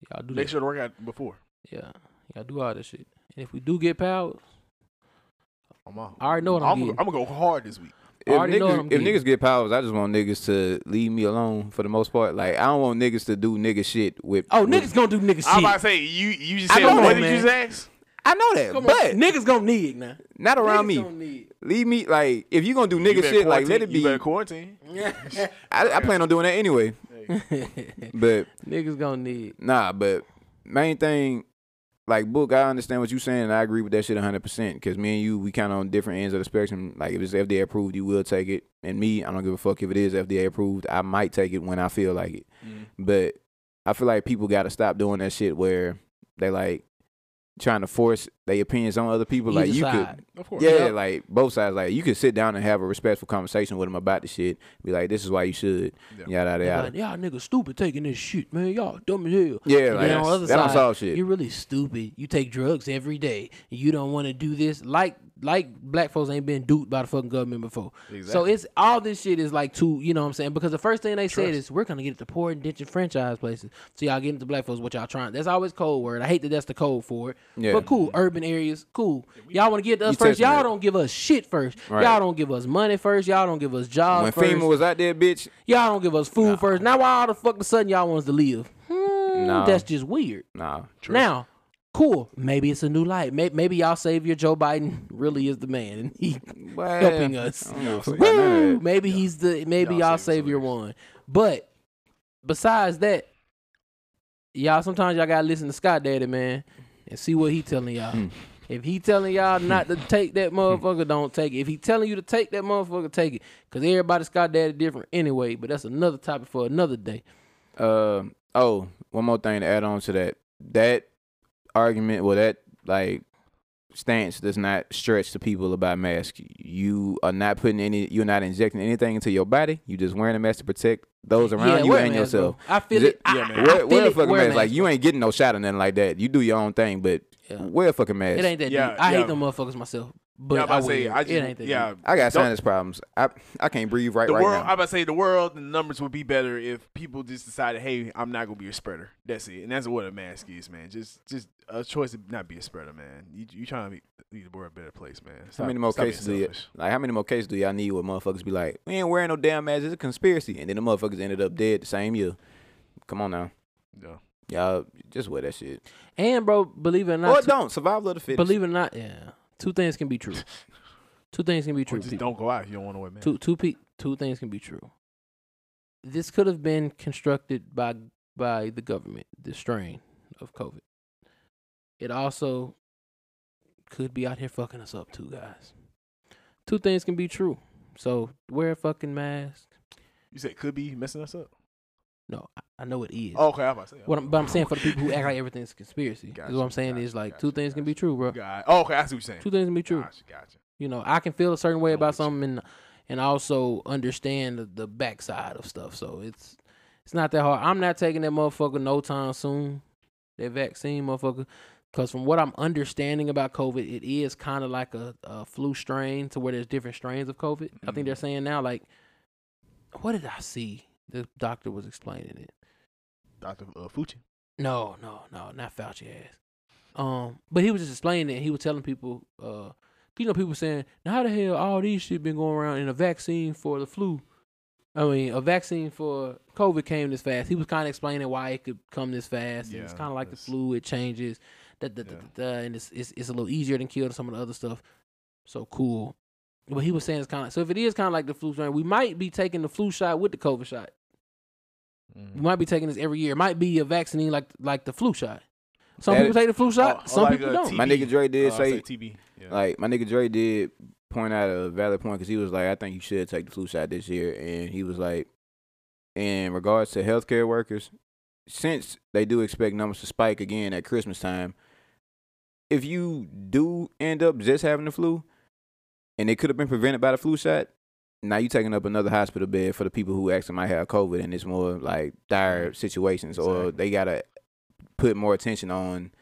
Speaker 1: Y'all do
Speaker 3: Make
Speaker 1: that.
Speaker 3: sure to work out before.
Speaker 1: Yeah. Y'all do all that shit. And if we do get powers,
Speaker 3: I'm on.
Speaker 1: I already know what I'm,
Speaker 3: I'm,
Speaker 1: getting.
Speaker 3: gonna- I'm gonna go hard this week.
Speaker 1: I
Speaker 2: If
Speaker 1: already know what I'm
Speaker 2: niggas, if
Speaker 1: getting.
Speaker 2: niggas get powers, I just want niggas to leave me alone for the most part. Like I don't want niggas to do nigga shit with.
Speaker 1: Oh,
Speaker 2: with-
Speaker 1: niggas gonna do nigga shit.
Speaker 3: I'm about to say you. You just
Speaker 1: I
Speaker 3: said
Speaker 1: know
Speaker 3: what
Speaker 1: that,
Speaker 3: did you just ask?
Speaker 2: I know that,
Speaker 1: Come on,
Speaker 2: but
Speaker 1: niggas gonna need it now.
Speaker 2: not around
Speaker 1: Niggas
Speaker 2: me.
Speaker 1: gonna need it.
Speaker 2: Leave me like if you gonna do
Speaker 3: You
Speaker 2: nigga
Speaker 3: better
Speaker 2: shit, like let
Speaker 3: quarantine-
Speaker 2: it
Speaker 3: You
Speaker 2: be.
Speaker 3: better quarantine.
Speaker 2: I, I plan on doing that anyway. But
Speaker 1: Niggas gonna need it.
Speaker 2: Nah, but main thing, like book, I understand what you're saying, and I agree with that shit 100. percent Because me and you, we kind of on different ends of the spectrum. Like if it's FDA approved, you will take it, and me, I don't give a fuck if it is FDA approved. I might take it when I feel like it. But I feel like people got to stop doing that shit where they like trying to force their opinions on other people. like
Speaker 1: Either
Speaker 2: you
Speaker 1: side.
Speaker 2: could.
Speaker 3: Of course.
Speaker 2: Yeah, like both sides. Like you could sit down and have a respectful conversation with them about the shit. Be like, "This is why you should."
Speaker 3: Yeah.
Speaker 2: Yada yada.
Speaker 1: They're
Speaker 2: yada.
Speaker 1: Like, y'all niggas stupid taking this shit, man. Y'all dumb as hell.
Speaker 2: Yeah,
Speaker 1: And
Speaker 2: like,
Speaker 1: then on the other
Speaker 2: that don't
Speaker 1: side,
Speaker 2: solve shit.
Speaker 1: You're really stupid. You take drugs every day. You don't want to do this. Like like black folks ain't been duped by the fucking government before. So
Speaker 3: Exactly.
Speaker 1: it's all this shit is like too, you know what I'm saying? Because the first thing they said is we're gonna get it to poor and indentured franchise places. So y'all getting to black folks what y'all trying. That's always code word. I hate that that's the code for it.
Speaker 2: Yeah.
Speaker 1: But cool, urban areas, cool. Y'all want to get to us
Speaker 2: You
Speaker 1: first.
Speaker 2: touching
Speaker 1: Y'all
Speaker 2: it.
Speaker 1: don't give us shit first.
Speaker 2: Right.
Speaker 1: Y'all don't give us money first. Y'all don't give us jobs
Speaker 2: when
Speaker 1: first.
Speaker 2: FEMA was out there, bitch,
Speaker 1: Y'all don't give us food first. Now why all the fuck the sudden y'all want us to live? Hmm,
Speaker 2: Nah.
Speaker 1: That's just weird.
Speaker 2: nah.
Speaker 1: Now, cool. Maybe it's a new light. Maybe, maybe y'all savior Joe Biden really is the man and he
Speaker 2: Well,
Speaker 1: helping us.
Speaker 2: I don't know if I got none
Speaker 1: Woo!
Speaker 2: of that.
Speaker 1: Maybe he's the maybe y'all,
Speaker 3: Y'all
Speaker 1: savior
Speaker 3: savior
Speaker 1: one. But besides that, y'all sometimes y'all gotta listen to Scott Daddy man and see what he telling y'all. if he telling y'all not to take that motherfucker, don't take it. If he telling you to take that motherfucker, take it. Cause everybody Scott Daddy different anyway. But that's another topic for another day.
Speaker 2: Uh, oh, one more thing to add on to that. That argument, well, that like stance does not stretch to people about masks. You are not putting any, you're not injecting anything into your body. You just wearing a mask to protect those around you
Speaker 1: wear a
Speaker 2: and
Speaker 1: mask,
Speaker 2: yourself.
Speaker 1: bro. I feel
Speaker 2: Ju-
Speaker 1: it. I-
Speaker 3: Yeah, man.
Speaker 1: I
Speaker 2: Wear,
Speaker 1: feel
Speaker 2: wear a
Speaker 1: it.
Speaker 2: fucking
Speaker 1: Wear a
Speaker 2: mask. Like
Speaker 1: mask,
Speaker 2: you ain't getting no shot or nothing like that. You do your own thing, but
Speaker 1: Yeah.
Speaker 2: wear a fucking mask.
Speaker 1: It ain't that
Speaker 3: Yeah,
Speaker 1: deep. I
Speaker 3: yeah.
Speaker 1: hate them motherfuckers myself. But
Speaker 3: Yeah, I'm
Speaker 1: I,
Speaker 3: about to
Speaker 1: will.
Speaker 3: say, I just,
Speaker 1: it ain't that
Speaker 3: yeah,
Speaker 1: deep.
Speaker 2: I got
Speaker 3: Don't-
Speaker 2: sinus problems. I I can't breathe right
Speaker 3: the
Speaker 2: right
Speaker 3: world.
Speaker 2: now.
Speaker 3: I'm about to say the world. The numbers would be better if people just decided, hey, I'm not gonna be a spreader. That's it, and that's what a mask is, man. Just, just a choice to not be a spreader, man. You, you trying to leave the world a better place, man.
Speaker 2: How
Speaker 3: Stop-
Speaker 2: many more
Speaker 3: stop being
Speaker 2: cases do you
Speaker 3: selfish.
Speaker 2: like? How many more cases do y'all need where motherfuckers be like, we ain't wearing no damn masks, it's a conspiracy, and then the motherfuckers ended up dead the same year. Come on now,
Speaker 3: Yeah.
Speaker 2: Y'all just wear that shit.
Speaker 1: And bro, believe it or not,
Speaker 2: or
Speaker 1: two-
Speaker 2: don't. Survival of the fittest.
Speaker 1: believe it or not, yeah, two things can be true. two things can be
Speaker 3: Or
Speaker 1: true.
Speaker 3: just
Speaker 1: people.
Speaker 3: don't go out. if You don't want to wear masks.
Speaker 1: Two two pe- two things can be true. This could have been constructed by by the government, the strain of COVID. It also could be out here fucking us up too, guys. Two things can be true. So wear a fucking mask.
Speaker 3: You said could be messing us up.
Speaker 1: No, I- I know it is.
Speaker 3: Oh, okay, I was about to say.
Speaker 1: What I'm, but I'm saying for the people who act like everything's a conspiracy,
Speaker 3: Gotcha,
Speaker 1: is what I'm saying
Speaker 3: gotcha,
Speaker 1: is like
Speaker 3: gotcha,
Speaker 1: two things can be true, bro.
Speaker 3: God. Oh, okay, I see what you're saying.
Speaker 1: Two things can be true.
Speaker 3: Gotcha, gotcha.
Speaker 1: You know, I can feel a certain way
Speaker 3: I'm
Speaker 1: about
Speaker 3: with you.
Speaker 1: something and and also understand the, the backside of stuff. So it's it's not that hard. I'm not taking that motherfucker no time soon. That vaccine motherfucker. Cause from what I'm understanding about COVID, it is kind of like a, a flu strain to where there's different strains of COVID. I think they're saying now, like, what did I see? The doctor was explaining it.
Speaker 3: Doctor uh, Fucci.
Speaker 1: No, no, no, not Fauci ass. Um, but he was just explaining it. He was telling people, uh, you know, people saying, now how the hell all these shit been going around and a vaccine for the flu? I mean, a vaccine for COVID came this fast. He was kind of explaining why it could come this fast. and it's
Speaker 3: Yeah,
Speaker 1: kind of like the
Speaker 3: that's-
Speaker 1: flu; it changes. That da, da,
Speaker 3: Yeah.
Speaker 1: da, da, and it's, it's it's a little easier than kill than some of the other stuff. So cool. But he was saying it's kind of so. If it is kind of like the flu strain, we might be taking the flu shot with the COVID shot.
Speaker 3: Mm-hmm.
Speaker 1: We
Speaker 3: Uh,
Speaker 1: might be taking this every year. It might be a vaccine like like the flu shot. Some
Speaker 2: That
Speaker 1: people take the flu shot.
Speaker 3: or- or
Speaker 1: some
Speaker 3: like
Speaker 1: people
Speaker 3: a
Speaker 1: don't.
Speaker 3: T-
Speaker 2: my nigga Dre did
Speaker 3: Uh, I
Speaker 2: say,
Speaker 3: said TB. Yeah.
Speaker 2: like, my nigga Dre did point out a valid point because he was like, I think you should take the flu shot this year, and he was like, in regards to healthcare workers, since they do expect numbers to spike again at Christmas time, if you do end up just having the flu, and it could have been prevented by the flu shot. Now you taking up another hospital bed for the people who actually might have COVID and it's more like dire situations, or
Speaker 3: Exactly.
Speaker 2: uh, they gotta put more attention on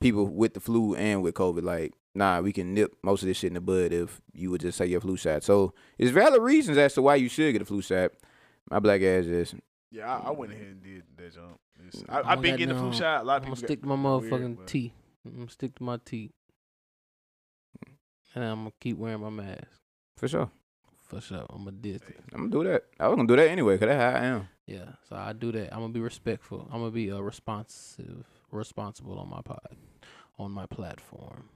Speaker 2: people with the flu and with COVID. Like, nah, we can nip most of this shit in the bud if you would just say your flu shot. So, it's valid reasons as to why you should get a flu shot. My black ass is
Speaker 3: yeah, I, I went ahead and did that jump. It's-
Speaker 1: I
Speaker 3: I, I've
Speaker 1: don't
Speaker 3: been
Speaker 1: got
Speaker 3: getting the flu
Speaker 1: no-
Speaker 3: shot. A lot
Speaker 1: I'm
Speaker 3: of
Speaker 1: gonna
Speaker 3: people.
Speaker 1: stick to my
Speaker 3: weird,
Speaker 1: motherfucking
Speaker 3: but-
Speaker 1: T. I'm gonna stick to my T. And I'm gonna keep wearing my mask
Speaker 2: for sure.
Speaker 1: for sure. I'm gonna distance.
Speaker 2: I'm gonna do that. I was gonna do that anyway, cause that's how I am.
Speaker 1: Yeah, so I do that. I'm gonna be respectful. I'm gonna be uh, responsive, responsible on my pod, on my platform.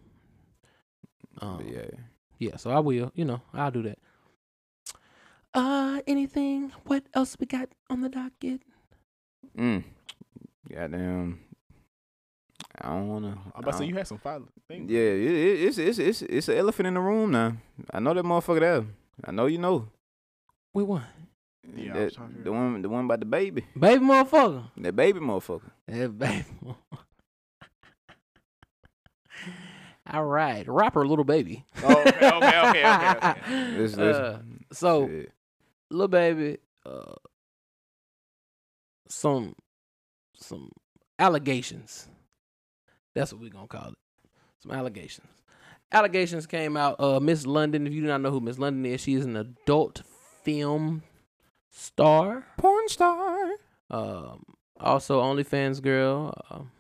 Speaker 3: Oh.
Speaker 1: Um,
Speaker 2: But yeah.
Speaker 1: Yeah, so I will. You know, I'll do that. Uh, anything? What else we got on the docket?
Speaker 2: Mm. Goddamn. I don't wanna.
Speaker 3: I'm about to
Speaker 2: I
Speaker 3: say
Speaker 2: don't-
Speaker 3: you had some fire things.
Speaker 2: Yeah, it, it, it's it's it's it's an elephant in the room now. I know that motherfucker there. I know you know.
Speaker 1: We won,
Speaker 3: Yeah, I was
Speaker 2: That-
Speaker 3: trying to
Speaker 2: the
Speaker 3: figure it
Speaker 2: one the one about the baby,
Speaker 1: baby, motherfucker.
Speaker 2: that baby motherfucker.
Speaker 1: Yeah, Eh, baby. All right, rapper, little baby.
Speaker 3: Oh, okay, okay, okay, okay, okay.
Speaker 2: This, this,
Speaker 1: Uh, so,
Speaker 2: shit.
Speaker 1: little baby, uh, some some allegations. That's what we're gonna call it. Some allegations. Allegations came out. Uh, Miss London. If you do not know who Miss London is, she is an adult film star.
Speaker 2: porn star.
Speaker 1: Um, also OnlyFans girl. Um,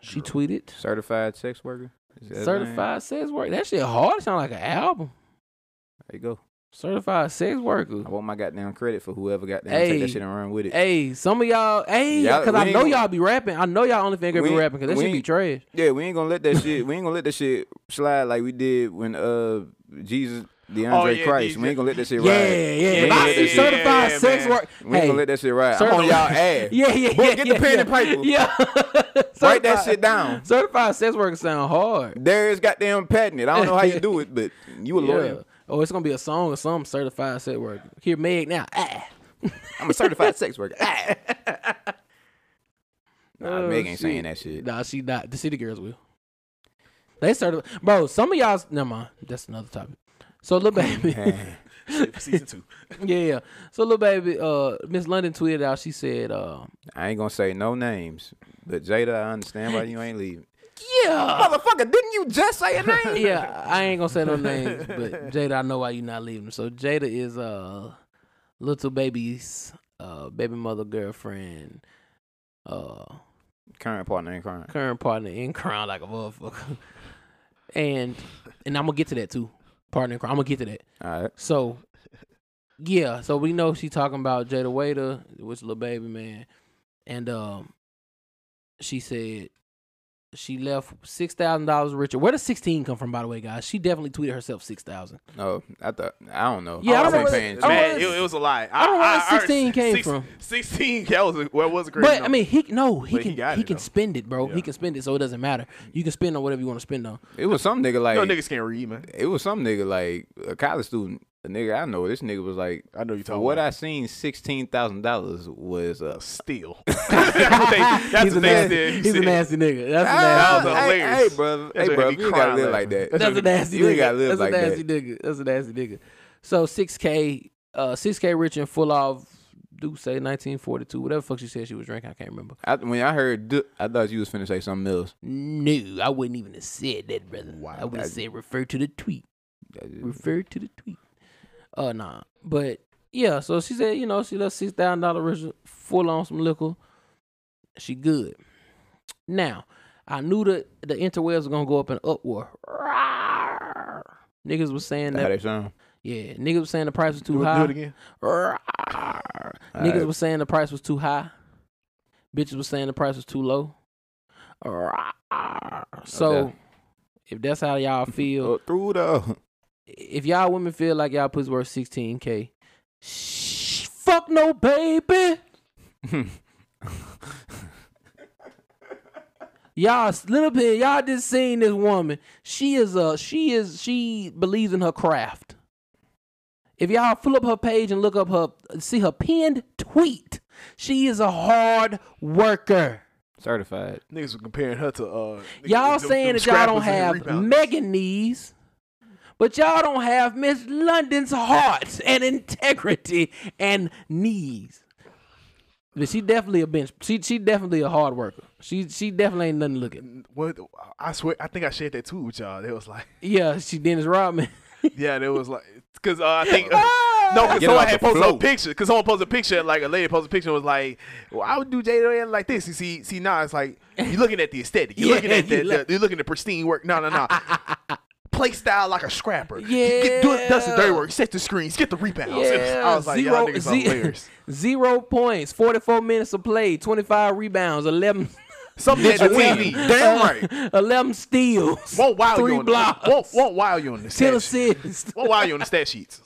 Speaker 1: she tweeted
Speaker 2: Certified sex worker. Is that his name?
Speaker 1: certified sex worker. That shit hard. Sound like an album.
Speaker 2: There you go.
Speaker 1: Certified sex worker.
Speaker 2: I want my goddamn credit for whoever goddamn take
Speaker 1: Hey.
Speaker 2: that shit and run with it.
Speaker 1: Hey, some of y'all, hey,
Speaker 2: Y'all-
Speaker 1: because
Speaker 2: we
Speaker 1: I
Speaker 2: ain't
Speaker 1: know
Speaker 2: gonna-
Speaker 1: y'all be rapping. I know y'all OnlyFans girl
Speaker 2: We
Speaker 1: be
Speaker 2: ain't-
Speaker 1: rapping because that
Speaker 2: we
Speaker 1: shit be
Speaker 2: ain't-
Speaker 1: trash.
Speaker 2: Yeah, we ain't gonna let that shit. We ain't gonna let that shit slide like we did when uh Jesus, DeAndre
Speaker 3: Oh, yeah,
Speaker 2: Christ.
Speaker 3: these-
Speaker 2: we ain't gonna let that shit
Speaker 1: Yeah,
Speaker 2: ride.
Speaker 1: yeah.
Speaker 2: We ain't
Speaker 1: If
Speaker 2: gonna
Speaker 1: I
Speaker 2: let
Speaker 1: see
Speaker 2: that shit.
Speaker 1: certified
Speaker 3: Yeah,
Speaker 1: sex
Speaker 3: man.
Speaker 1: work,
Speaker 2: We ain't
Speaker 1: hey,
Speaker 2: gonna let that shit ride. I'm
Speaker 1: Certi-
Speaker 2: on y'all ass.
Speaker 1: yeah, yeah,
Speaker 2: Boy,
Speaker 1: yeah,
Speaker 2: get
Speaker 1: yeah,
Speaker 2: the pen
Speaker 1: yeah.
Speaker 2: and paper.
Speaker 1: Yeah,
Speaker 2: Write that
Speaker 1: Certified-
Speaker 2: shit down.
Speaker 1: Certified sex work sound hard.
Speaker 2: There is goddamn patented. I don't know how you do it, but you a lawyer.
Speaker 1: Yeah. Oh, it's gonna be a song or some certified sex work. Here, Meg now. Ah.
Speaker 2: I'm a certified sex worker. Ah. Nah,
Speaker 1: Oh,
Speaker 2: Meg ain't saying
Speaker 1: shit.
Speaker 2: that shit.
Speaker 1: Nah, she not. The city girls will. They started, bro. Some of y'all, never mind. That's another topic. So, little baby,
Speaker 3: Shit, for season two.
Speaker 1: yeah, yeah. So, little baby, uh, Miss London tweeted out. She said, uh,
Speaker 2: I ain't gonna say no names, but Jada, I understand why you ain't leaving.
Speaker 1: yeah,
Speaker 2: Motherfucker, didn't you just say a name?
Speaker 1: Uh. yeah. I ain't gonna say no names, but Jada, I know why you not leaving. So, Jada is uh, little baby's uh, baby mother girlfriend, uh,
Speaker 2: Current partner in crime.
Speaker 1: current partner in crime like a motherfucker, and and I'm gonna get to that too. Partner in crime. I'm gonna get to that.
Speaker 2: All right.
Speaker 1: So Yeah, so we know she talking about Jada Waiter, which little baby man, and um, she said she left six thousand dollars richer. Where does sixteen come from, by the way, guys? She definitely tweeted herself six thousand.
Speaker 2: No, I thought I don't know.
Speaker 1: Yeah, I
Speaker 2: I
Speaker 1: don't
Speaker 2: wasn't
Speaker 1: know
Speaker 2: paying.
Speaker 1: where- I
Speaker 2: attention.
Speaker 3: Man,
Speaker 1: don't
Speaker 3: it,
Speaker 1: know-
Speaker 3: it was a lie.
Speaker 1: I don't know where
Speaker 3: I- I- I-
Speaker 1: 16 came
Speaker 3: six-
Speaker 1: from.
Speaker 3: Sixteen, that was a, well, was a crazy.
Speaker 1: But I
Speaker 3: number.
Speaker 1: mean, he no, he
Speaker 3: But he
Speaker 1: can he,
Speaker 3: got it,
Speaker 1: can
Speaker 3: though.
Speaker 1: spend it, bro. He
Speaker 3: Yeah.
Speaker 1: can spend it, so it doesn't matter. You can spend on whatever you want to spend on.
Speaker 2: It was some nigga like
Speaker 3: no niggas can't read, man.
Speaker 2: it was some nigga like a college student. A nigga I know. This nigga was like,
Speaker 3: I know you
Speaker 2: for
Speaker 3: talking.
Speaker 2: what
Speaker 3: about.
Speaker 2: I seen, sixteen thousand dollars was uh,
Speaker 3: steal. that's what they, that's
Speaker 1: he's a
Speaker 3: what they
Speaker 1: nasty,
Speaker 3: said.
Speaker 1: he's a
Speaker 3: Said,
Speaker 1: nasty nigga. That's a
Speaker 2: Ah,
Speaker 1: nasty.
Speaker 3: That was
Speaker 2: hey,
Speaker 3: hilarious.
Speaker 2: Hey, bro,
Speaker 3: That's
Speaker 2: hey,
Speaker 3: what
Speaker 2: bro,
Speaker 3: had me
Speaker 2: you ain't gotta
Speaker 3: crying
Speaker 2: live like
Speaker 3: laughing.
Speaker 2: that.
Speaker 1: That's a nasty
Speaker 2: You
Speaker 1: nigga.
Speaker 2: ain't gotta live
Speaker 1: That's
Speaker 2: like
Speaker 1: a
Speaker 2: that.
Speaker 1: nasty nigga. That's a nasty nigga. So six K uh six K rich and full of do say nineteen forty two, whatever the fuck she said she was drinking, I can't remember.
Speaker 2: I, when I heard, du- I thought you was finna say something else.
Speaker 1: No, I wouldn't even have said that, brother. I would have said refer to the tweet. Refer to the tweet. Uh nah. But yeah, so she said, you know, she left six thousand dollar rich full on some liquor. She good. Now, I knew that the interwebs were gonna go up in uproar. Rawr. Niggas was saying
Speaker 2: How
Speaker 1: that
Speaker 2: they sound?
Speaker 1: Yeah, niggas was saying the price was too
Speaker 3: Do it, do
Speaker 1: high.
Speaker 3: it again.
Speaker 1: Rawr. Niggas
Speaker 2: Alright.
Speaker 1: was saying the price was too high. Bitches was saying the price was too low. Rawr. So,
Speaker 2: Okay.
Speaker 1: if that's how y'all feel,
Speaker 2: Oh, through the
Speaker 1: if y'all women feel like y'all pussy worth sixteen k, shh, fuck no, baby. Y'all, s- little bit, y'all just seen this woman. She is a, she is, she believes in her craft. If y'all flip up her page and look up her, see her pinned tweet, she is a hard worker.
Speaker 2: certified.
Speaker 3: Niggas were comparing her to uh. niggas
Speaker 1: Y'all
Speaker 3: with them-
Speaker 1: saying
Speaker 3: them
Speaker 1: that y'all don't
Speaker 3: scrappers and
Speaker 1: have
Speaker 3: rebounders.
Speaker 1: Megan knees, but y'all don't have Miss London's heart and integrity and knees. But she definitely a bench. She she definitely a hard worker. She she definitely ain't nothing looking.
Speaker 3: What I swear, I think I shared that too with y'all. They was like,
Speaker 1: Yeah, she Dennis Rodman.
Speaker 3: yeah, they was like, because uh, I think. Uh, No, because
Speaker 2: Get
Speaker 3: someone
Speaker 2: off
Speaker 3: had
Speaker 2: the
Speaker 3: posted
Speaker 2: floor.
Speaker 3: a picture. Because someone posted a picture, like a lady posted a picture, and was like, "Well, I would do Jada like this." You see, see, now it's like you're looking at the aesthetic. You're
Speaker 1: Yeah,
Speaker 3: looking at the,
Speaker 1: you look-
Speaker 3: the- you're looking at pristine work. No, no, no. Play style like a scrapper.
Speaker 1: Yeah.
Speaker 3: Get, do it, does the dirty work. Set the screens. Get the rebounds.
Speaker 1: Yeah,
Speaker 3: I was like,
Speaker 1: zero,
Speaker 3: y'all niggas
Speaker 1: ze-
Speaker 3: are hilarious.
Speaker 1: zero points, forty four minutes of play, twenty five rebounds, eleven
Speaker 3: Something at the
Speaker 2: win.
Speaker 3: TV. Damn right.
Speaker 1: eleven steals,
Speaker 3: Won't wow
Speaker 1: three
Speaker 3: you on
Speaker 1: blocks,
Speaker 3: The, won't, won't wow you on the
Speaker 1: ten
Speaker 3: stat sheet.
Speaker 1: assists.
Speaker 3: Won't wow you on the stat sheets.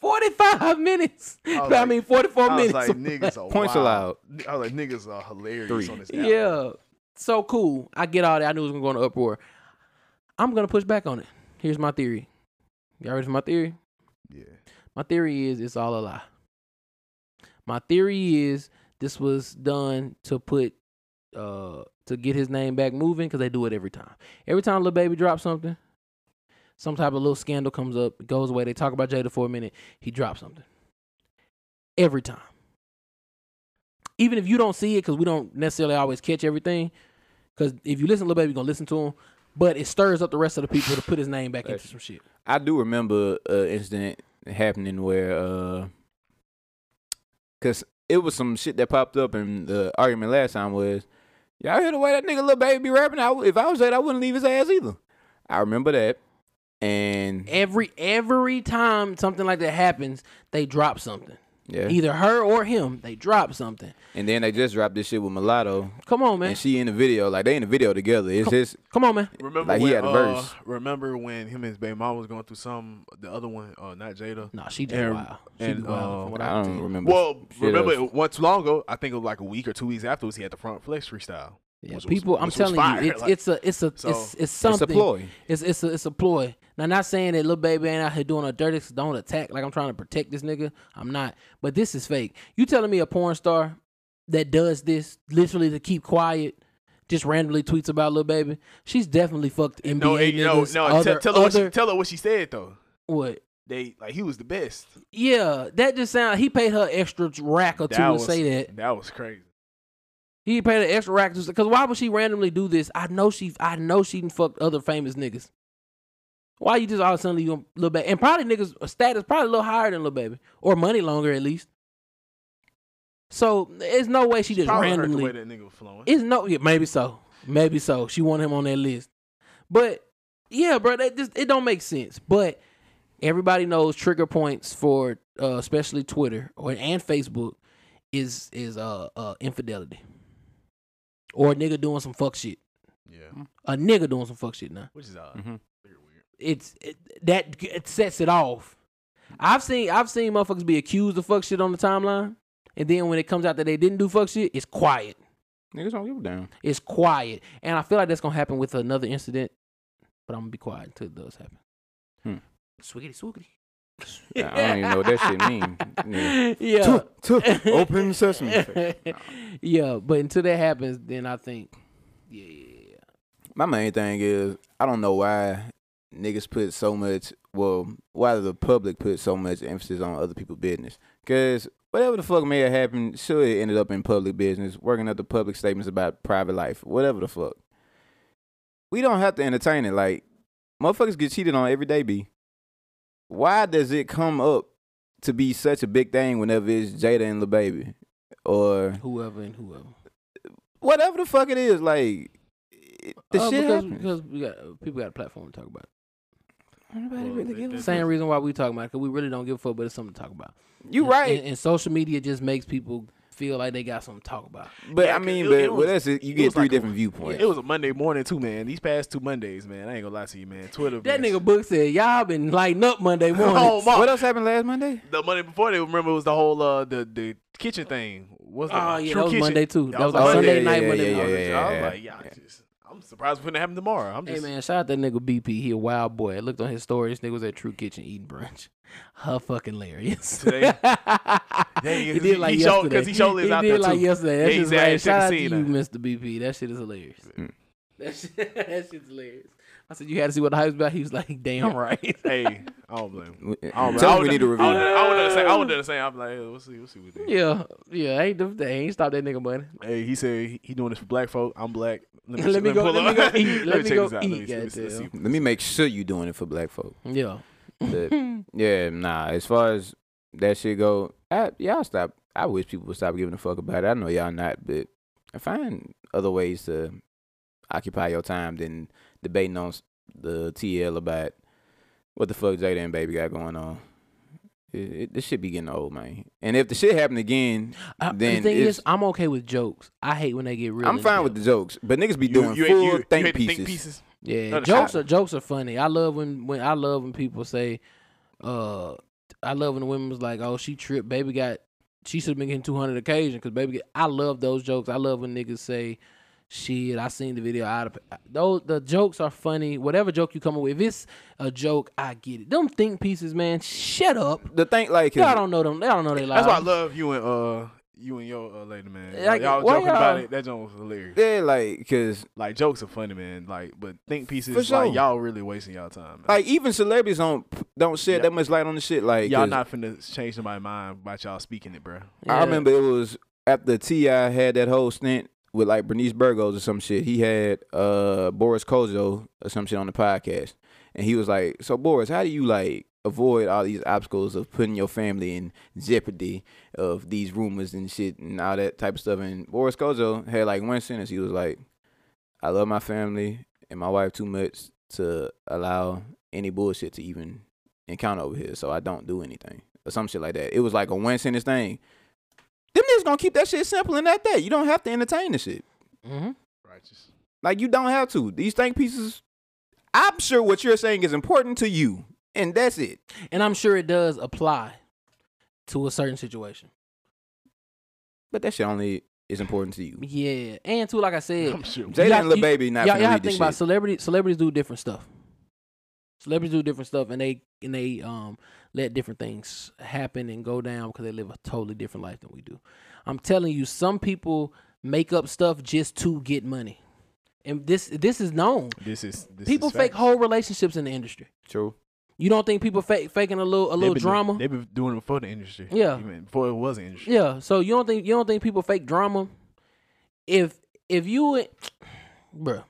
Speaker 1: 45 minutes. I,
Speaker 3: I was like-
Speaker 1: mean, 44
Speaker 3: I was
Speaker 1: minutes.
Speaker 3: like, niggas are
Speaker 2: Points
Speaker 3: wild.
Speaker 2: allowed.
Speaker 3: I was like, niggas are hilarious
Speaker 2: Three.
Speaker 3: on this. app.
Speaker 1: yeah. So cool. I get all that. I knew it was going to go into uproar. I'm going to push back on it. Here's my theory. Y'all ready for my theory?
Speaker 3: yeah.
Speaker 1: My theory is it's all a lie. My theory is this was done to put uh to get his name back moving because they do it every time. Every time Lil Baby drops something, some type of little scandal comes up, it goes away. They talk about Jada for a minute, he drops something. Every time. Even if you don't see it, because we don't necessarily always catch everything. Because if you listen to Lil Baby, you're gonna listen to him. But it stirs up the rest of the people to put his name back into some shit.
Speaker 2: I do remember an incident happening where, uh, cause it was some shit that popped up, and the argument last time was, y'all hear the way that nigga little baby be rapping? I, if I was that, I wouldn't leave his ass either. I remember that, and
Speaker 1: every every time something like that happens, they drop something.
Speaker 2: yeah,
Speaker 1: Either her or him, they drop something.
Speaker 2: and then they just dropped this shit with Mulatto,
Speaker 1: Come on, man.
Speaker 2: and she in the video, like they in the video together. It's just
Speaker 1: Come on, man.
Speaker 3: Remember
Speaker 2: Like, he
Speaker 3: when,
Speaker 2: had a
Speaker 3: uh,
Speaker 2: verse.
Speaker 3: Remember when him and his baby mom was going through some the other one, uh, not Jada.
Speaker 1: No, she just
Speaker 3: And-
Speaker 1: wild. She
Speaker 3: and,
Speaker 1: be wild.
Speaker 3: uh,
Speaker 1: from what I,
Speaker 2: I
Speaker 1: can
Speaker 2: don't
Speaker 1: tell.
Speaker 2: remember.
Speaker 3: Well,
Speaker 2: shit
Speaker 3: remember
Speaker 2: else.
Speaker 3: it once too long ago. I think it was like a week or two weeks afterwards. He had the front flex freestyle.
Speaker 1: Yeah,
Speaker 3: which was-
Speaker 1: people, I'm
Speaker 3: which was
Speaker 1: telling
Speaker 3: fire,
Speaker 1: you, it's,
Speaker 3: like-
Speaker 1: it's a, it's a,
Speaker 3: So,
Speaker 1: it's, it's
Speaker 2: it's
Speaker 1: something.
Speaker 2: a ploy.
Speaker 1: It's it's a, it's a ploy. Now, not saying that little baby ain't out here doing her dirty. so Don't attack. Like I'm trying to protect this nigga. I'm not. But this is fake. You telling me a porn star that does this literally to keep quiet? Just randomly tweets about little baby. She's definitely fucked NBA
Speaker 3: No, hey, no,
Speaker 1: niggas,
Speaker 3: no.
Speaker 1: Other,
Speaker 3: tell, tell her what
Speaker 1: other-
Speaker 3: she, tell her what she said though.
Speaker 1: what?
Speaker 3: They like he was the best.
Speaker 1: Yeah, that just sound. He paid her extra rack or two to
Speaker 3: was,
Speaker 1: say that.
Speaker 3: That was crazy.
Speaker 1: He paid an extra rack to because why would she randomly do this? I know she, I know she done fucked other famous niggas. Why you just all of a sudden you gonna little baby and probably niggas uh, status probably a little higher than little baby or money longer at least. So it's no way she, just
Speaker 3: Probably heard the
Speaker 1: randomly.
Speaker 3: way that nigga was flowing.
Speaker 1: It's no, yeah, maybe so, maybe so. She want him on that list, but yeah, bro, that just it don't make sense. But Everybody knows trigger points for uh, especially Twitter or and Facebook is is uh, uh infidelity or a nigga doing some fuck shit.
Speaker 3: Yeah,
Speaker 1: A nigga doing some fuck shit now.
Speaker 3: which is odd.
Speaker 2: Mm-hmm.
Speaker 3: They're weird.
Speaker 1: It's it, that it sets it off. I've seen I've seen motherfuckers be accused of fuck shit on the timeline, and then when it comes out that they didn't do fuck shit, it's quiet.
Speaker 2: Niggas don't give a damn.
Speaker 1: It's quiet. And I feel like that's gonna happen with another incident, but I'm gonna be quiet until it does happen.
Speaker 2: Hmm.
Speaker 1: Swiggity swoogity.
Speaker 2: Yeah, I don't even know what that shit mean. Nigga.
Speaker 1: Yeah.
Speaker 2: Tuh, tuh, open sesame.
Speaker 1: yeah, but until that happens, then I think yeah, yeah, yeah.
Speaker 2: My main thing is I don't know why niggas put so much. Well, why the public put so much emphasis on other people's business? Because whatever the fuck may have happened, sure it ended up in public business, working up the public statements about private life, whatever the fuck. We don't have to entertain it. Like motherfuckers get cheated on every day. B. Why does it come up to be such a big thing whenever it's Jada and the baby or
Speaker 1: Whoever and whoever.
Speaker 2: whatever the fuck it is? Like it- the
Speaker 1: Uh,
Speaker 2: shit
Speaker 1: because,
Speaker 2: happens.
Speaker 1: because we got uh, people got a platform to talk about.
Speaker 2: Nobody
Speaker 3: Well,
Speaker 2: really
Speaker 3: they-
Speaker 2: gives a
Speaker 3: they-
Speaker 1: Same reason why we talking about it, because we really don't give a fuck, but it's something to talk about.
Speaker 2: You
Speaker 1: And-
Speaker 2: right,
Speaker 1: And, and social media just makes people feel like they got something to talk about.
Speaker 2: but
Speaker 3: Yeah,
Speaker 2: I
Speaker 3: 'cause
Speaker 2: mean,
Speaker 3: it-
Speaker 2: but
Speaker 3: it
Speaker 2: well,
Speaker 3: was-
Speaker 2: that's it. You
Speaker 3: it
Speaker 2: get
Speaker 3: was
Speaker 2: three
Speaker 3: like a-
Speaker 2: different viewpoints.
Speaker 3: It was a Monday morning too, man. These past two Mondays, man. I ain't gonna lie to you, man. Twitter.
Speaker 1: That
Speaker 3: been-
Speaker 1: nigga Book said, y'all been lighting up Monday
Speaker 3: Oh
Speaker 1: morning.
Speaker 3: my!
Speaker 2: what else happened last Monday?
Speaker 3: The Monday before they remember it was the whole uh the the kitchen thing. What's the
Speaker 1: Oh, yeah,
Speaker 3: True
Speaker 1: that was
Speaker 3: kitchen.
Speaker 1: Monday, too.
Speaker 3: I
Speaker 1: That was
Speaker 2: a
Speaker 3: like,
Speaker 2: Sunday
Speaker 3: yeah,
Speaker 2: night,
Speaker 3: yeah,
Speaker 2: Monday
Speaker 3: yeah,
Speaker 2: night.
Speaker 3: yeah, yeah,
Speaker 2: Yeah,
Speaker 3: I was like, yeah, I just, I'm surprised when it happened tomorrow. I'm
Speaker 1: Hey
Speaker 3: just
Speaker 1: man, shout out that nigga BP. He a wild boy. I looked on his story. This nigga was at True Kitchen eating brunch. How fucking hilarious.
Speaker 3: Today?
Speaker 1: he
Speaker 3: Dang,
Speaker 1: did like
Speaker 3: he showed- 'cause
Speaker 1: yesterday.
Speaker 3: he showed his
Speaker 1: he
Speaker 3: out
Speaker 1: did
Speaker 3: there,
Speaker 1: like
Speaker 3: too.
Speaker 1: yesterday. That
Speaker 3: Yeah, he
Speaker 1: shit's
Speaker 3: said, I
Speaker 1: hilarious.
Speaker 3: ain't
Speaker 1: Shout out to
Speaker 3: checked
Speaker 1: you,
Speaker 3: the
Speaker 1: Mr. BP. That shit is hilarious.
Speaker 2: Mm.
Speaker 1: That, shit, that shit's hilarious. I said you had to see what the hype was about. He was like, damn right.
Speaker 3: hey, I don't blame. him.
Speaker 2: We-
Speaker 3: I don't blame.
Speaker 2: Tell
Speaker 3: him.
Speaker 2: me we need to
Speaker 3: I would
Speaker 2: review.
Speaker 3: I would have said. I would have said. I'm like, yeah, we'll see. We'll see what they.
Speaker 1: yeah, yeah. Ain't they ain't stop that nigga money.
Speaker 3: Hey, he said he, he doing this for black folk. I'm black.
Speaker 1: Let me go-
Speaker 3: pull
Speaker 1: let me
Speaker 3: up.
Speaker 1: go eat. Let me
Speaker 3: check
Speaker 1: go
Speaker 3: this out.
Speaker 1: eat,
Speaker 3: see- see-
Speaker 1: goddamn.
Speaker 3: see.
Speaker 2: Let me make sure you doing it for black folk.
Speaker 1: Yeah.
Speaker 2: But, yeah, nah. As far as that shit go, I, y'all stop. I wish people would stop giving a fuck about it. I know y'all not, but find other ways to occupy your time than debating on s- the TL about what the fuck Jada and Baby got going on. It, it, this shit be getting old, man. And if the shit happened again,
Speaker 1: I, Uh, the
Speaker 2: Then
Speaker 1: thing
Speaker 2: it's-
Speaker 1: is, I'm okay with jokes. I hate when they get real.
Speaker 2: I'm
Speaker 1: in
Speaker 2: fine
Speaker 1: depth.
Speaker 2: with the jokes, but niggas be
Speaker 3: You-
Speaker 2: doing
Speaker 3: you ain't-
Speaker 2: full
Speaker 3: you- you
Speaker 2: think,
Speaker 3: had to
Speaker 2: pieces.
Speaker 1: Yeah,
Speaker 3: No, the
Speaker 1: jokes
Speaker 3: shot.
Speaker 1: are jokes are funny. I love when when I love when people say, uh, I love when the women was like, "Oh, she tripped. Baby got she should have been getting two hundred occasion because baby." Get, I love those jokes. I love when niggas say, "Shit, I seen the video." Out of those the jokes are funny. Whatever joke you come up with, if it's a joke, I get it. Them think pieces, man. Shut up.
Speaker 2: The thing, like,
Speaker 1: Y'all don't know them. They don't know they lies.
Speaker 3: That's why I love you and uh you and your uh, lady man. Y'all,
Speaker 1: Like,
Speaker 3: y'all
Speaker 1: why
Speaker 3: joking about
Speaker 1: y'all-
Speaker 3: it. That joke was hilarious.
Speaker 2: yeah, like, cause
Speaker 3: Like jokes are funny, man. Like, but think pieces.
Speaker 2: For sure.
Speaker 3: Like y'all really wasting y'all time. Man.
Speaker 2: like even celebrities don't don't shed
Speaker 3: Yeah.
Speaker 2: that much light on the shit. Like,
Speaker 3: y'all
Speaker 2: 'cause
Speaker 3: not finna change somebody's mind about y'all speaking it, bro.
Speaker 2: I
Speaker 1: Yeah.
Speaker 2: remember it was after Ti had that whole stint with like Bernice Burgos or some shit. He had uh Boris Kozo or some shit on the podcast, and he was like, "So Boris, how do you like?" Avoid all these obstacles of putting your family in jeopardy of these rumors and shit and all that type of stuff. And Boris Kozo had like one sentence. He was like, "I love my family and my wife too much to allow any bullshit to even encounter over here, so I don't do anything or some shit like that." It was like a one sentence thing. Them niggas gonna keep that shit simple and that that. You don't have to entertain the shit.
Speaker 1: Mhm.
Speaker 3: Righteous.
Speaker 2: Like you don't have to. These think pieces. I'm sure what you're saying is important to you, and that's it.
Speaker 1: and I'm sure it does apply to a certain situation.
Speaker 2: But that shit only is important to you.
Speaker 1: Yeah, and too, like I said,
Speaker 3: I'm sure.
Speaker 2: Jada
Speaker 1: y'all-
Speaker 2: and Lil
Speaker 1: you-
Speaker 2: Baby not
Speaker 1: y'all,
Speaker 2: gonna
Speaker 1: y'all
Speaker 2: read
Speaker 1: think
Speaker 2: this
Speaker 1: about
Speaker 2: shit.
Speaker 1: celebrities. Celebrities do different stuff. Celebrities do different stuff, and they and they um let different things happen and go down because they live a totally different life than we do. I'm telling you, some people make up stuff just to get money, and this this is known.
Speaker 3: This is this
Speaker 1: people
Speaker 3: is
Speaker 1: fake
Speaker 3: facts.
Speaker 1: whole relationships in the industry.
Speaker 2: True.
Speaker 1: You don't think people fake faking a little a
Speaker 3: They
Speaker 1: little
Speaker 3: been doing-
Speaker 1: drama?
Speaker 3: They been doing it before the industry.
Speaker 1: Yeah.
Speaker 3: Even before it was an industry.
Speaker 1: Yeah. So you don't think you don't think people fake drama? If if you, bruh,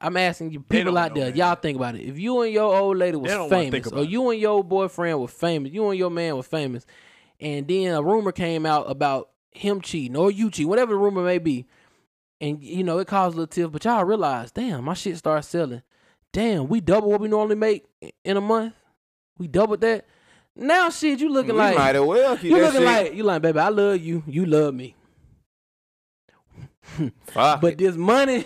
Speaker 1: I'm asking you,
Speaker 3: They
Speaker 1: people
Speaker 3: don't
Speaker 1: out
Speaker 3: know,
Speaker 1: there,
Speaker 3: man.
Speaker 1: y'all think about it. If you and your old lady was
Speaker 3: They don't wanna think
Speaker 1: famous, or
Speaker 3: about it.
Speaker 1: you and your boyfriend were famous, you and your man were famous, and then a rumor came out about him cheating or you cheating, whatever the rumor may be, and you know it caused a little tiff, but y'all realize, damn, my shit started selling. Damn, we double what we normally make in a month. We doubled that. Now shit, you looking
Speaker 2: we
Speaker 1: like
Speaker 2: might as well keep
Speaker 1: you
Speaker 2: that
Speaker 1: looking
Speaker 2: shit.
Speaker 1: like you like, baby, I love you. You love me.
Speaker 2: Fuck.
Speaker 1: But this money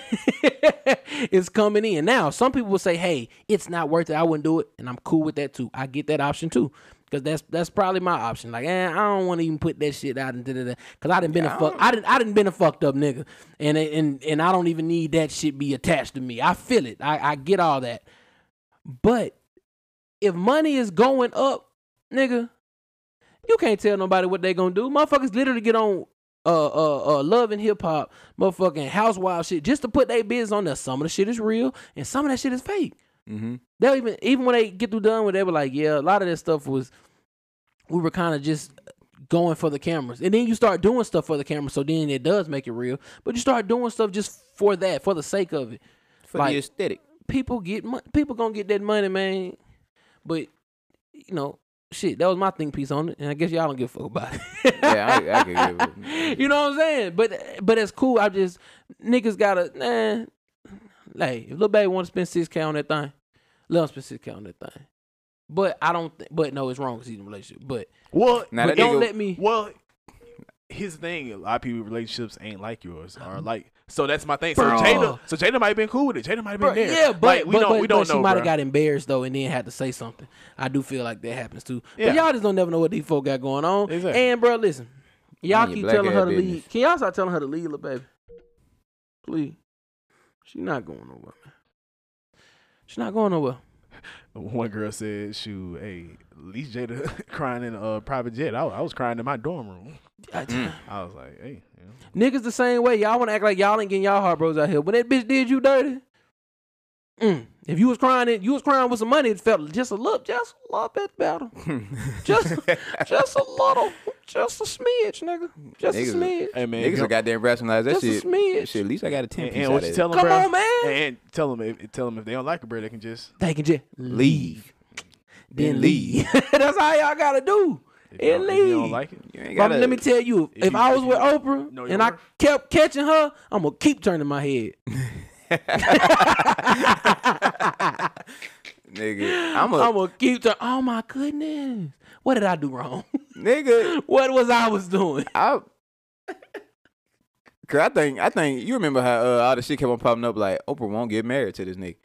Speaker 1: is coming in. Now, some people will say, hey, it's not worth it. I wouldn't do it. And I'm cool with that too. I get that option too. Cause that's that's probably my option. Like, eh, I don't want to even put that shit out and da da da. Cause I didn't been a fuck. I didn't I didn't been a fucked up nigga. And and and I don't even need that shit be attached to me. I feel it. I, I get all that. But if money is going up, nigga, you can't tell nobody what they gonna do. Motherfuckers literally get on uh uh uh love and hip hop, motherfucking housewife shit just to put their biz on there. Some of the shit is real and some of that shit is fake.
Speaker 2: Mhm.
Speaker 1: They'll even even when they get through done with, they were like, yeah, a lot of that stuff was we were kind of just going for the cameras, and then you start doing stuff for the camera, so then it does make it real. But you start doing stuff just for that, for the sake of it.
Speaker 2: For
Speaker 1: like-
Speaker 2: the aesthetic.
Speaker 1: People get mon- people gonna get that money, man. But you know, shit, that was my think piece on it, and I guess y'all don't give a fuck about it.
Speaker 2: Yeah, I, I can give it.
Speaker 1: you know what I'm saying? But but it's cool. I just niggas gotta nah. Like if little baby want to spend six k on that thing, let him spend six k on that thing. But I don't. Th- but no, it's wrong because he's in a relationship. But
Speaker 3: Well,
Speaker 2: Now
Speaker 1: but
Speaker 2: that
Speaker 1: don't
Speaker 2: nigga,
Speaker 1: let me.
Speaker 3: well, his thing. A lot of people relationships ain't like yours, or like so. That's my thing. So
Speaker 1: Mm-hmm. Bruh.
Speaker 3: Jada, so Jada might have been cool with it. Jada might have been
Speaker 1: Bruh,
Speaker 3: there.
Speaker 1: yeah, but
Speaker 3: Like, we
Speaker 1: but,
Speaker 3: don't
Speaker 1: but,
Speaker 3: we don't
Speaker 1: but she
Speaker 3: know.
Speaker 1: might have
Speaker 3: bruh.
Speaker 1: got embarrassed though, and then had to say something. I do feel like that happens too. But
Speaker 3: Yeah.
Speaker 1: y'all just don't never know what these folk got going on.
Speaker 3: Exactly.
Speaker 1: And bro, listen, y'all
Speaker 2: Mind your
Speaker 1: keep
Speaker 2: black
Speaker 1: telling
Speaker 2: ass
Speaker 1: her to
Speaker 2: business.
Speaker 1: leave. Can y'all start telling her to leave, little baby? Please, she not going nowhere, man. She not going nowhere.
Speaker 3: One girl said, "Shoot, hey, at least Jada crying in a uh, private jet. I, I was crying in my dorm room.
Speaker 1: I-
Speaker 3: I was like, hey, you know.
Speaker 1: Niggas the same way. Y'all want to act like y'all ain't getting y'all heart bros out here. When that bitch did you dirty, mm, if you was crying, it, you was crying with some money. It felt just a little, just a little bit better. just, just a little, just a smidge, nigga. Just
Speaker 2: Niggas-
Speaker 1: a smidge.
Speaker 3: hey man,
Speaker 2: Niggas
Speaker 3: you-
Speaker 2: will goddamn rationalize that
Speaker 1: Just a
Speaker 2: shit.
Speaker 1: smidge.
Speaker 2: Shit, at least I got a 10
Speaker 3: and,
Speaker 2: piece
Speaker 3: and
Speaker 2: out
Speaker 3: what
Speaker 2: of
Speaker 3: you
Speaker 2: it.
Speaker 3: tell them,
Speaker 1: Come
Speaker 3: bruh,
Speaker 1: on, man.
Speaker 3: And, and tell them if tell them if they don't like it, bro, they can just
Speaker 1: They can just
Speaker 2: Leave.
Speaker 1: then leave. That's all y'all gotta do.
Speaker 3: if you
Speaker 1: And
Speaker 3: don't- if you don't
Speaker 1: leave.
Speaker 3: like it.
Speaker 2: You ain't
Speaker 1: But
Speaker 2: gotta,
Speaker 1: let me tell you,
Speaker 3: if
Speaker 1: if,
Speaker 3: you-
Speaker 1: I
Speaker 3: if
Speaker 1: was
Speaker 3: you
Speaker 1: with Oprah
Speaker 3: know your
Speaker 1: and I
Speaker 3: worth.
Speaker 1: kept catching her, I'm gonna keep turning my head.
Speaker 2: nigga. I'm a
Speaker 1: I'm gonna keep turning. Oh my goodness, what did I do wrong?
Speaker 2: nigga.
Speaker 1: what was I was doing?
Speaker 2: I, cause I think I think you remember how uh, all the shit kept on popping up like Oprah won't get married to this nigga,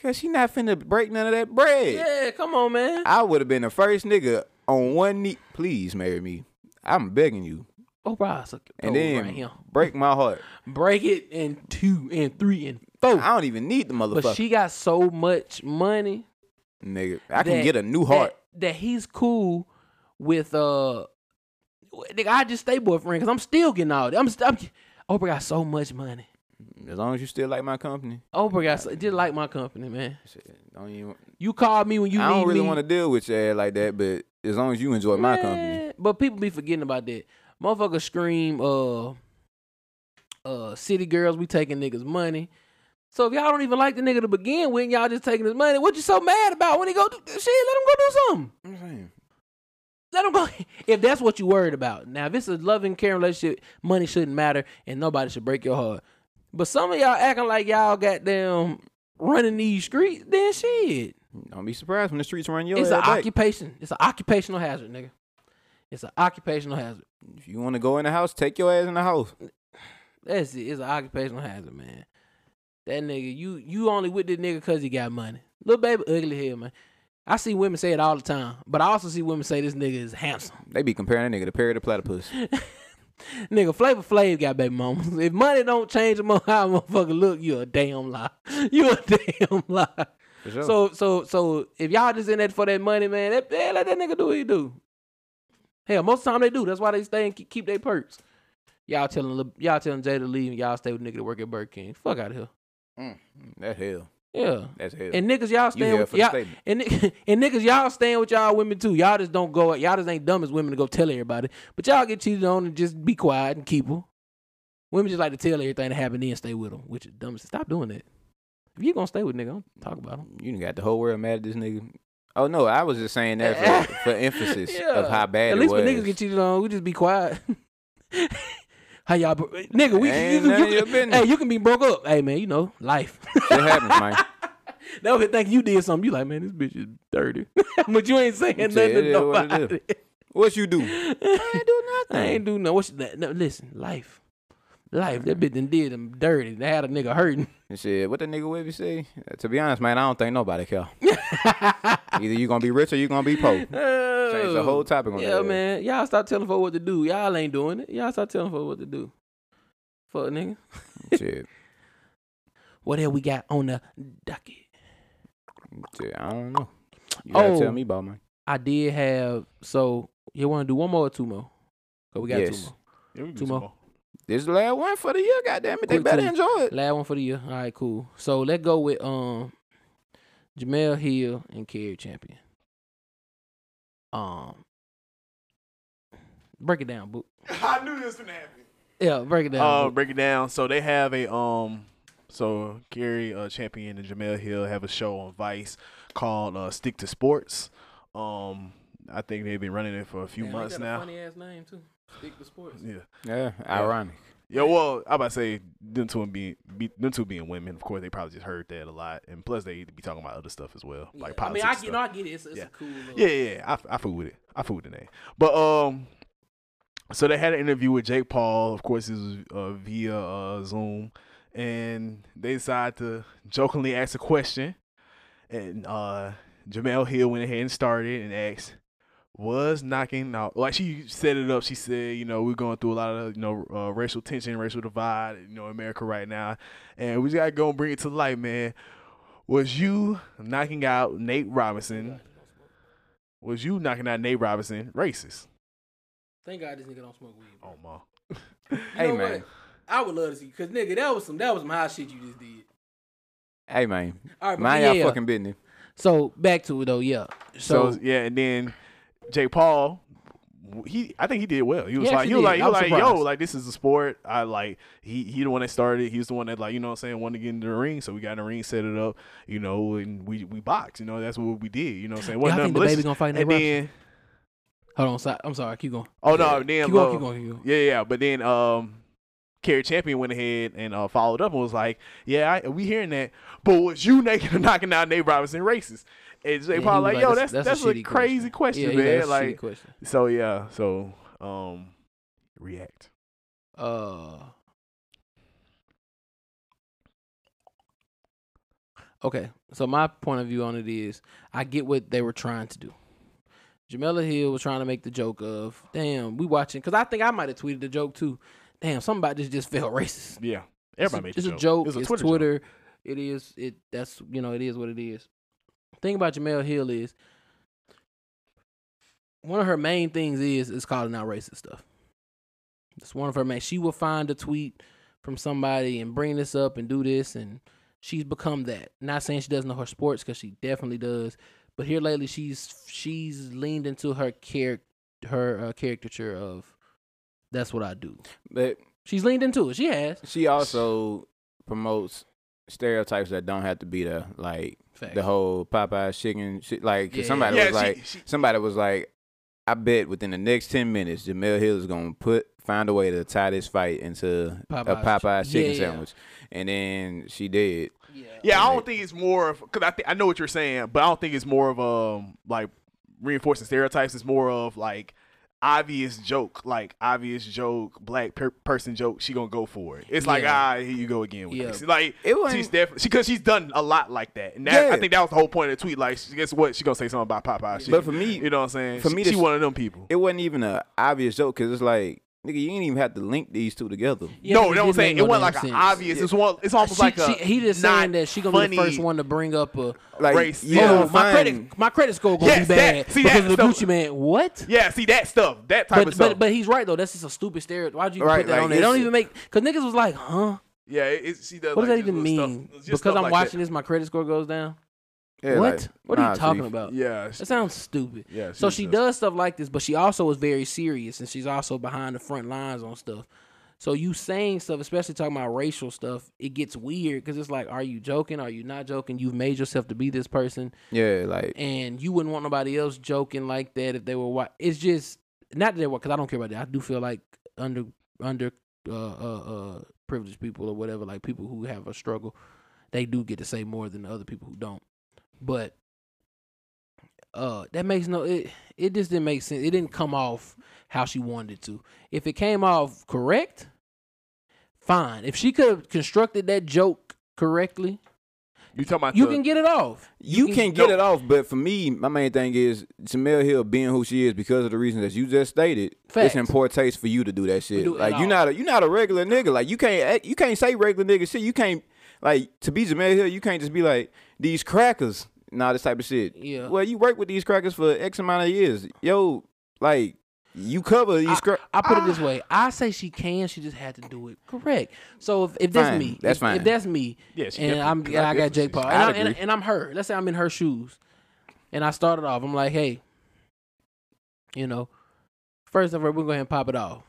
Speaker 2: cause she not finna break none of that bread.
Speaker 1: Yeah, come on, man.
Speaker 2: I would have been the first nigga on one knee. Please marry me. I'm begging you.
Speaker 1: Oprah, suck your
Speaker 2: And
Speaker 1: toe
Speaker 2: then
Speaker 1: Oh, right here.
Speaker 2: break my heart.
Speaker 1: break it in two and three and four.
Speaker 2: I don't even need the motherfucker,
Speaker 1: Oh. but she got so much money
Speaker 2: nigga. I can
Speaker 1: that-
Speaker 2: get a new heart.
Speaker 1: that, that he's cool with. Uh, nigga, I just stay boyfriend because I'm still getting all that. I'm, st- I'm Oprah got so much money.
Speaker 2: As long as you still like my company.
Speaker 1: Oprah got so, just like my company, man.
Speaker 2: Shit, Don't even,
Speaker 1: You call me when you
Speaker 2: I
Speaker 1: need
Speaker 2: don't really
Speaker 1: me.
Speaker 2: want to deal with your ass like that, but as long as you enjoy my company.
Speaker 1: Man, But people be forgetting about that. Motherfuckers scream, uh, uh, city girls, we taking niggas money. So if y'all don't even like the nigga to begin with, and y'all just taking his money. What you so mad about when he go do shit? Let him go do something.
Speaker 2: I'm saying.
Speaker 1: Let him go. If that's what you worried about. Now, if it's a loving, caring relationship, money shouldn't matter, and nobody should break your heart. But some of y'all acting like y'all goddamn running these streets. Then shit,
Speaker 2: Don't be surprised when the streets run your
Speaker 1: it's
Speaker 2: ass
Speaker 1: an
Speaker 2: back.
Speaker 1: occupation. It's an occupational hazard, nigga. It's an occupational hazard.
Speaker 2: if you want to go in the house, take your ass in the house.
Speaker 1: That's it. It's an occupational hazard, man. That nigga, you you only with this nigga cause he got money. Little baby ugly hair, man. I see women say it all the time, but I also see women say this nigga is handsome.
Speaker 2: They be comparing that nigga to Perry the Platypus.
Speaker 1: Nigga, Flavor Flav got baby mamas. If money don't change the mo- how a motherfucker look, you a damn lie. You a damn lie.
Speaker 2: For sure.
Speaker 1: So so so if y'all just in that for that money, man, that, man, let that nigga do what he do. Hell, most of the time they do. That's why they stay and keep, keep their perks. Y'all telling Lil- y'all telling Jay to leave and y'all stay with nigga to work at Burger King. Fuck out of here.
Speaker 2: Mm, that's hell.
Speaker 1: Yeah.
Speaker 2: That's hell.
Speaker 1: And niggas, y'all
Speaker 2: you
Speaker 1: staying
Speaker 2: here
Speaker 1: with
Speaker 2: for the
Speaker 1: y'all,
Speaker 2: statement.
Speaker 1: and, ni- and niggas, y'all staying with y'all women too. Y'all just don't go. Y'all just ain't dumb as women to go tell everybody. But y'all get cheated on and just be quiet and keep them. Women just like to tell everything that happened and stay with them, which is dumb. as- Stop doing that. If you gonna stay with nigga, don't talk about them.
Speaker 2: You done got the whole world mad at this nigga. Oh no, I was just saying that for, for emphasis of how bad
Speaker 1: At
Speaker 2: it
Speaker 1: least
Speaker 2: was.
Speaker 1: when niggas get cheated on, we just be quiet. how y'all, bro- nigga? We
Speaker 2: Ain't
Speaker 1: you,
Speaker 2: none of
Speaker 1: you,
Speaker 2: your
Speaker 1: can-
Speaker 2: business.
Speaker 1: hey, you can be broke up. Hey man, you know life.
Speaker 2: Shit happens, man.
Speaker 1: They over here thinking you did something. You like, man, this bitch is dirty. but you ain't saying nothing
Speaker 2: it
Speaker 1: to
Speaker 2: is what it is.
Speaker 1: nobody.
Speaker 2: What you do?
Speaker 1: I ain't do nothing. I ain't do nothing. What's that? No, listen, life. Life. That bitch done did them dirty. They had a nigga hurting.
Speaker 2: And shit, what that nigga Webby say? Uh, To be honest, man, I don't think nobody care. Either you gonna be rich or you gonna be poor.
Speaker 1: Change
Speaker 2: the whole topic on
Speaker 1: Oh. Yeah,
Speaker 2: that.
Speaker 1: man. Y'all stop telling for what to do. Y'all ain't doing it. Y'all stop telling for what to do. Fuck nigga.
Speaker 2: shit,
Speaker 1: What have we got on the docket?
Speaker 2: shit, I don't know. You gotta
Speaker 1: Oh.
Speaker 2: tell me about mine.
Speaker 1: I did have so you want to do one more or two more? Cause we got two
Speaker 2: Yes.
Speaker 1: more.
Speaker 3: Yeah, we can do
Speaker 1: Two
Speaker 3: some
Speaker 1: more.
Speaker 3: more.
Speaker 2: This is the last one for the year, goddamn it. They
Speaker 1: Quick
Speaker 2: better
Speaker 1: two.
Speaker 2: enjoy it.
Speaker 1: Last one for the year. All right, cool. So let's go with um Jamel Hill and Kerry Champion. Um, break it down, book.
Speaker 3: I knew this was gonna happen.
Speaker 1: Yeah, break it down.
Speaker 3: Uh,
Speaker 1: Book.
Speaker 3: break it down. So they have a um. So Gary uh, Champion and Jamel Hill have a show on Vice called uh, "Stick to Sports." Um, I think they've been running it for a few months now.
Speaker 1: Funny ass name too. Stick to sports.
Speaker 3: Yeah.
Speaker 2: Yeah, ironic.
Speaker 3: Yeah. Well, I about to say them two and being be, them two being women. Of course, they probably just heard that a lot, and plus they be talking about other stuff as well, like
Speaker 1: I mean,
Speaker 3: politics.
Speaker 1: I
Speaker 3: stuff.
Speaker 1: get, no, I get it. It's, it's
Speaker 3: Yeah.
Speaker 1: a cool. uh, Little,
Speaker 3: Yeah, yeah, yeah. I, I fool with it. I fool with the name. But um, so they had an interview with Jake Paul. Of course, this was uh, via uh, Zoom, and they decided to jokingly ask a question. And uh, Jamel Hill went ahead and started and asked, "Was knocking out like she set it up? She said, you know, we're going through a lot of you know uh, racial tension, racial divide, you know, in America right now, and we just gotta go and bring it to light, man. Was you knocking out Nate Robinson?" was you knocking out Nate Robinson racist?
Speaker 1: Thank God this nigga don't smoke weed. bro.
Speaker 3: Oh ma.
Speaker 2: Hey,
Speaker 1: You know
Speaker 2: man.
Speaker 1: what? I would love to see because nigga, that was some that was some high shit you just did.
Speaker 2: Hey, man.
Speaker 1: All right, but
Speaker 2: Mind
Speaker 1: yeah.
Speaker 2: y'all fucking business.
Speaker 1: So back to it though, yeah. So,
Speaker 3: So, yeah, and then Jake Paul, he I think he did well. He was
Speaker 1: Yes,
Speaker 3: like,
Speaker 1: he
Speaker 3: he was
Speaker 1: did.
Speaker 3: like, he
Speaker 1: I
Speaker 3: was
Speaker 1: was
Speaker 3: like, yo,
Speaker 1: surprised.
Speaker 3: like this is a sport. I like he he the one that started. He was the one that like you know what I'm saying wanted to get into the ring. So we got in the ring, set it up, you know, and we we boxed. You know, that's what we did. You know what I'm saying? Wasn't
Speaker 1: Y'all think
Speaker 3: nothing
Speaker 1: the
Speaker 3: malicious.
Speaker 1: baby gonna fight Nate
Speaker 3: and then
Speaker 1: hold on, so, I'm sorry, keep going.
Speaker 3: oh no, and then
Speaker 1: Keep going,
Speaker 3: uh,
Speaker 1: keep going, keep going.
Speaker 3: Yeah, yeah. But then um Kerry Champion went ahead and uh, followed up and was like, Yeah, I, we hearing that. But was you naked knocking out Nate Robinson racist? And Jay
Speaker 1: Yeah, he
Speaker 3: Paul
Speaker 1: was
Speaker 3: like, yo, that's that's, a,
Speaker 1: shitty
Speaker 3: crazy question,
Speaker 1: Yeah, he was
Speaker 3: man.
Speaker 1: that's a shitty
Speaker 3: like
Speaker 1: question.
Speaker 3: so yeah, so um react.
Speaker 1: Uh. Okay, so my point of view on it is, I get what they were trying to do. Jamela Hill was trying to make the joke of, "Damn, we watching," because I think I might have tweeted the joke too. Damn, somebody just felt racist.
Speaker 3: Yeah.
Speaker 1: It's a-
Speaker 3: Everybody
Speaker 1: it's
Speaker 3: made
Speaker 1: a
Speaker 3: the
Speaker 1: joke.
Speaker 3: It's
Speaker 1: It's,
Speaker 3: a
Speaker 1: Twitter.
Speaker 3: Twitter, joke.
Speaker 1: It is. It that's you know it is what it is. Thing about Jamel Hill is one of her main things is is calling out racist stuff. That's one of her main. She will find a tweet from somebody and bring this up and do this, and she's become that. Not saying she doesn't know her sports because she definitely does, but here lately she's she's leaned into her character her uh, caricature of that's what I do.
Speaker 2: But
Speaker 1: She's leaned into it. She has.
Speaker 2: she also promotes stereotypes that don't have to be there. Like
Speaker 1: Facts.
Speaker 2: the whole Popeye chicken shit. Like 'cause
Speaker 1: Yeah,
Speaker 2: somebody was
Speaker 3: yeah, she-
Speaker 2: like,
Speaker 3: she-
Speaker 2: somebody was like, I bet within the next ten minutes, Jamel Hill is gonna put find a way to tie this fight into a
Speaker 1: Popeye's
Speaker 2: Popeye
Speaker 1: chi-
Speaker 2: chicken
Speaker 1: yeah, yeah.
Speaker 2: sandwich, and then she did.
Speaker 1: Yeah.
Speaker 3: Yeah, I
Speaker 2: And
Speaker 3: don't
Speaker 2: they-
Speaker 3: think it's more of because I think I know what you're saying, but I don't think it's more of um like reinforcing stereotypes. It's more of like obvious joke, like obvious joke, black per- person joke. She gonna go for it. It's like
Speaker 1: Yeah.
Speaker 3: ah, here you go again with
Speaker 1: Yeah.
Speaker 3: this. Like
Speaker 2: It wasn't-
Speaker 3: she's definitely because she's done a lot like that, and that, I
Speaker 2: Yeah.
Speaker 3: think that was the whole point of the tweet. Like, she- guess what? She gonna say something about Popeye. She,
Speaker 2: But for me-
Speaker 3: you know what I'm saying?
Speaker 2: for
Speaker 3: She-
Speaker 2: me
Speaker 3: she,
Speaker 2: to-
Speaker 3: one of them people.
Speaker 2: It wasn't even an obvious joke because it's like, nigga, you didn't even have to link these two together.
Speaker 1: Yeah,
Speaker 3: no,
Speaker 1: but
Speaker 3: you know what I'm
Speaker 1: didn't make
Speaker 3: saying?
Speaker 1: no
Speaker 3: It wasn't
Speaker 1: damn
Speaker 3: like an
Speaker 1: sense.
Speaker 3: obvious. It's one. It's almost
Speaker 1: She-
Speaker 3: like a.
Speaker 1: she- he just
Speaker 3: not
Speaker 1: saying that she gonna be the
Speaker 3: funny-
Speaker 1: first one to bring up a.
Speaker 2: Like,
Speaker 3: Race,
Speaker 2: you
Speaker 3: yeah.
Speaker 1: oh,
Speaker 2: don't
Speaker 1: my
Speaker 2: find-
Speaker 1: credit, my credit's score gonna
Speaker 3: Yes,
Speaker 1: be bad
Speaker 3: that- see,
Speaker 1: because
Speaker 3: that
Speaker 1: of the
Speaker 3: stuff-
Speaker 1: Gucci man. What?
Speaker 3: Yeah, see that stuff, that type
Speaker 1: but
Speaker 3: of stuff.
Speaker 1: but but he's right though. That's just a stupid stereotype. Why'd you
Speaker 2: Right,
Speaker 1: put that
Speaker 2: like,
Speaker 1: on there? It don't
Speaker 2: it's-
Speaker 1: even make because niggas was like, huh?
Speaker 3: Yeah, it, it, she does.
Speaker 1: What does
Speaker 3: like,
Speaker 1: that even
Speaker 3: just little
Speaker 1: mean?
Speaker 3: Stuff, just
Speaker 1: Because
Speaker 3: stuff
Speaker 1: I'm
Speaker 3: like
Speaker 1: watching
Speaker 3: that.
Speaker 1: this, my credit score goes down.
Speaker 2: Yeah,
Speaker 1: what?
Speaker 2: like,
Speaker 1: what are
Speaker 2: nah,
Speaker 1: you talking
Speaker 2: Chief.
Speaker 1: about?
Speaker 3: Yeah,
Speaker 1: That sounds stupid.
Speaker 3: Yeah,
Speaker 1: so
Speaker 3: she
Speaker 1: she
Speaker 3: does.
Speaker 1: does stuff like this, but she also is very serious, and she's also behind the front lines on stuff. So you saying stuff, especially talking about racial stuff, it gets weird because it's like, are you joking? Are you not joking? You've made yourself to be this person,
Speaker 2: Yeah, like
Speaker 1: and you wouldn't want nobody else joking like that if they were white. It's just not that they were because I don't care about that. I do feel like under under uh, uh, uh, privileged people or whatever, like people who have a struggle, they do get to say more than the other people who don't. But uh that makes no it it just didn't make sense. It didn't come off how she wanted it to. If it came off correct, fine. If she could have constructed that joke correctly,
Speaker 3: You talking about
Speaker 1: you
Speaker 3: the,
Speaker 1: can get it off.
Speaker 2: You,
Speaker 1: can-
Speaker 2: can, get it off, but for me, my main thing is Jamel Hill being who she is because of the reasons that you just stated.
Speaker 1: Facts.
Speaker 2: It's in poor taste for you to do that shit.
Speaker 1: do it
Speaker 2: like
Speaker 1: at
Speaker 2: you
Speaker 1: all.
Speaker 2: not a you not a regular nigga. Like you can't act- you can't say regular nigga shit. You can't like to be Jamel Hill. You can't just be like these crackers, nah, this type of shit.
Speaker 1: Yeah.
Speaker 2: Well, you work with these crackers for X amount of years, yo. Like you cover these. cra-
Speaker 1: I put it this
Speaker 2: Ah.
Speaker 1: way: I say she can. She just had to do it correct. So if, if that's
Speaker 2: Fine,
Speaker 1: me,
Speaker 2: that's
Speaker 1: if,
Speaker 2: fine.
Speaker 1: If that's me,
Speaker 3: Yeah, she
Speaker 1: and
Speaker 3: definitely-
Speaker 1: I'm
Speaker 3: I
Speaker 1: and I got
Speaker 3: definitely-
Speaker 1: Jake Paul,
Speaker 2: I'd
Speaker 1: and, I, and,
Speaker 2: agree.
Speaker 1: and I'm her. Let's say I'm in her shoes, and I started off. I'm like, hey, you know, first of all, we're gonna go ahead and pop it off.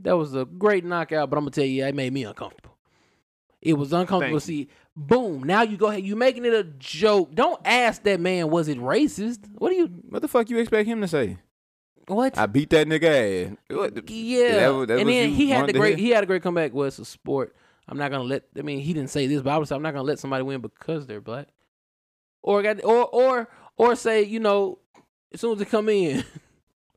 Speaker 1: That was a great knockout, but I'm gonna tell you, it made me uncomfortable. It was uncomfortable. to See,
Speaker 3: Thank
Speaker 1: boom. Now you go ahead. You making it a joke. Don't ask that man. Was it racist? What do you?
Speaker 2: what the fuck you expect him to say?
Speaker 1: What?
Speaker 2: I beat that nigga ass. What the-
Speaker 1: Yeah,
Speaker 2: that what- that
Speaker 1: and
Speaker 2: what
Speaker 1: then
Speaker 2: you
Speaker 1: he had
Speaker 2: wanted
Speaker 1: the
Speaker 2: to
Speaker 1: great.
Speaker 2: hear?
Speaker 1: He had a great comeback. Well, it's a sport. I'm not gonna let. I mean, he didn't say this, but I was. I'm not gonna let somebody win because they're black. Or got or or or say you know, as soon as they come in,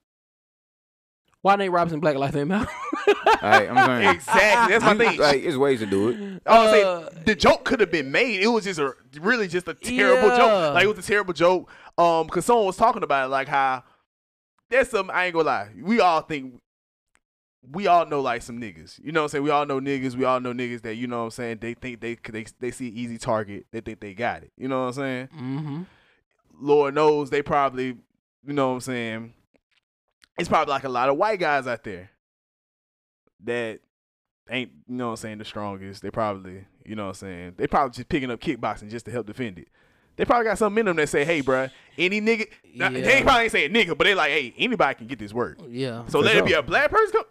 Speaker 1: why Nate Robinson Black Life Ain't Matter?
Speaker 2: All right, I'm sorry.
Speaker 3: Exactly. That's my
Speaker 2: You-
Speaker 3: thing.
Speaker 2: Like, it's ways to do it.
Speaker 3: I was
Speaker 1: Uh,
Speaker 3: saying the joke could have been made. It was just a really just a terrible
Speaker 1: Yeah.
Speaker 3: joke. Like it was a terrible joke. Um, because someone was talking about it, like how there's some. I ain't gonna lie. We all think we all know like some niggas. You know what I'm saying? We all know niggas. We all know niggas that you know what I'm saying. They think they they they see easy target. They think they got it. You know what I'm saying?
Speaker 1: mm-hmm.
Speaker 3: Lord knows they probably, you know what I'm saying? It's probably like a lot of white guys out there that ain't, you know what I'm saying, the strongest. They probably, you know what I'm saying, they probably just picking up kickboxing just to help defend it. They probably got some in them that say, hey, bruh, any nigga, now,
Speaker 1: Yeah.
Speaker 3: they probably ain't saying nigga, but they like, hey, anybody can get this word.
Speaker 1: Yeah.
Speaker 3: So
Speaker 2: For
Speaker 3: let it be
Speaker 2: sure.
Speaker 3: a black person. Come-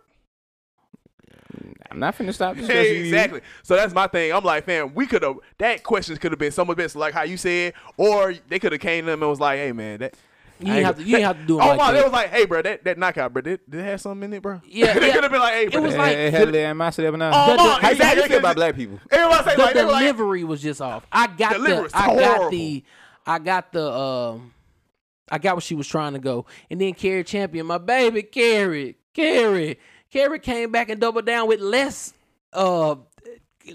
Speaker 2: I'm not finna stop this.
Speaker 3: Hey, exactly. So that's my thing. I'm like, fam, we could have that question could have been some of the best, like how you said, or they could have came to them and was like, hey man, that
Speaker 1: You didn't
Speaker 3: I ain't
Speaker 1: have to. You didn't have to do it
Speaker 3: Oh
Speaker 1: like
Speaker 3: wow,
Speaker 1: that.
Speaker 3: they was like, hey bro, that, that knockout, bro, did, did it have something in it, bro?
Speaker 1: Yeah,
Speaker 3: they
Speaker 1: yeah.
Speaker 3: could have been like, hey, bro,
Speaker 1: was
Speaker 3: that-
Speaker 1: like-
Speaker 2: Hey, hey, hey, am I still now?
Speaker 3: Oh,
Speaker 1: the-
Speaker 3: oh,
Speaker 1: how you
Speaker 3: exactly.
Speaker 2: you feel about black people?
Speaker 3: Everybody say
Speaker 1: the
Speaker 3: like, they were like,
Speaker 1: delivery was just off. I got
Speaker 3: Delivery
Speaker 1: the,
Speaker 3: was
Speaker 1: I got
Speaker 3: horrible.
Speaker 1: the, I got the, um, I got what she was trying to go. And then Carrie Champion, my baby, Carrie, Carrie, Carrie came back and doubled down with less, uh,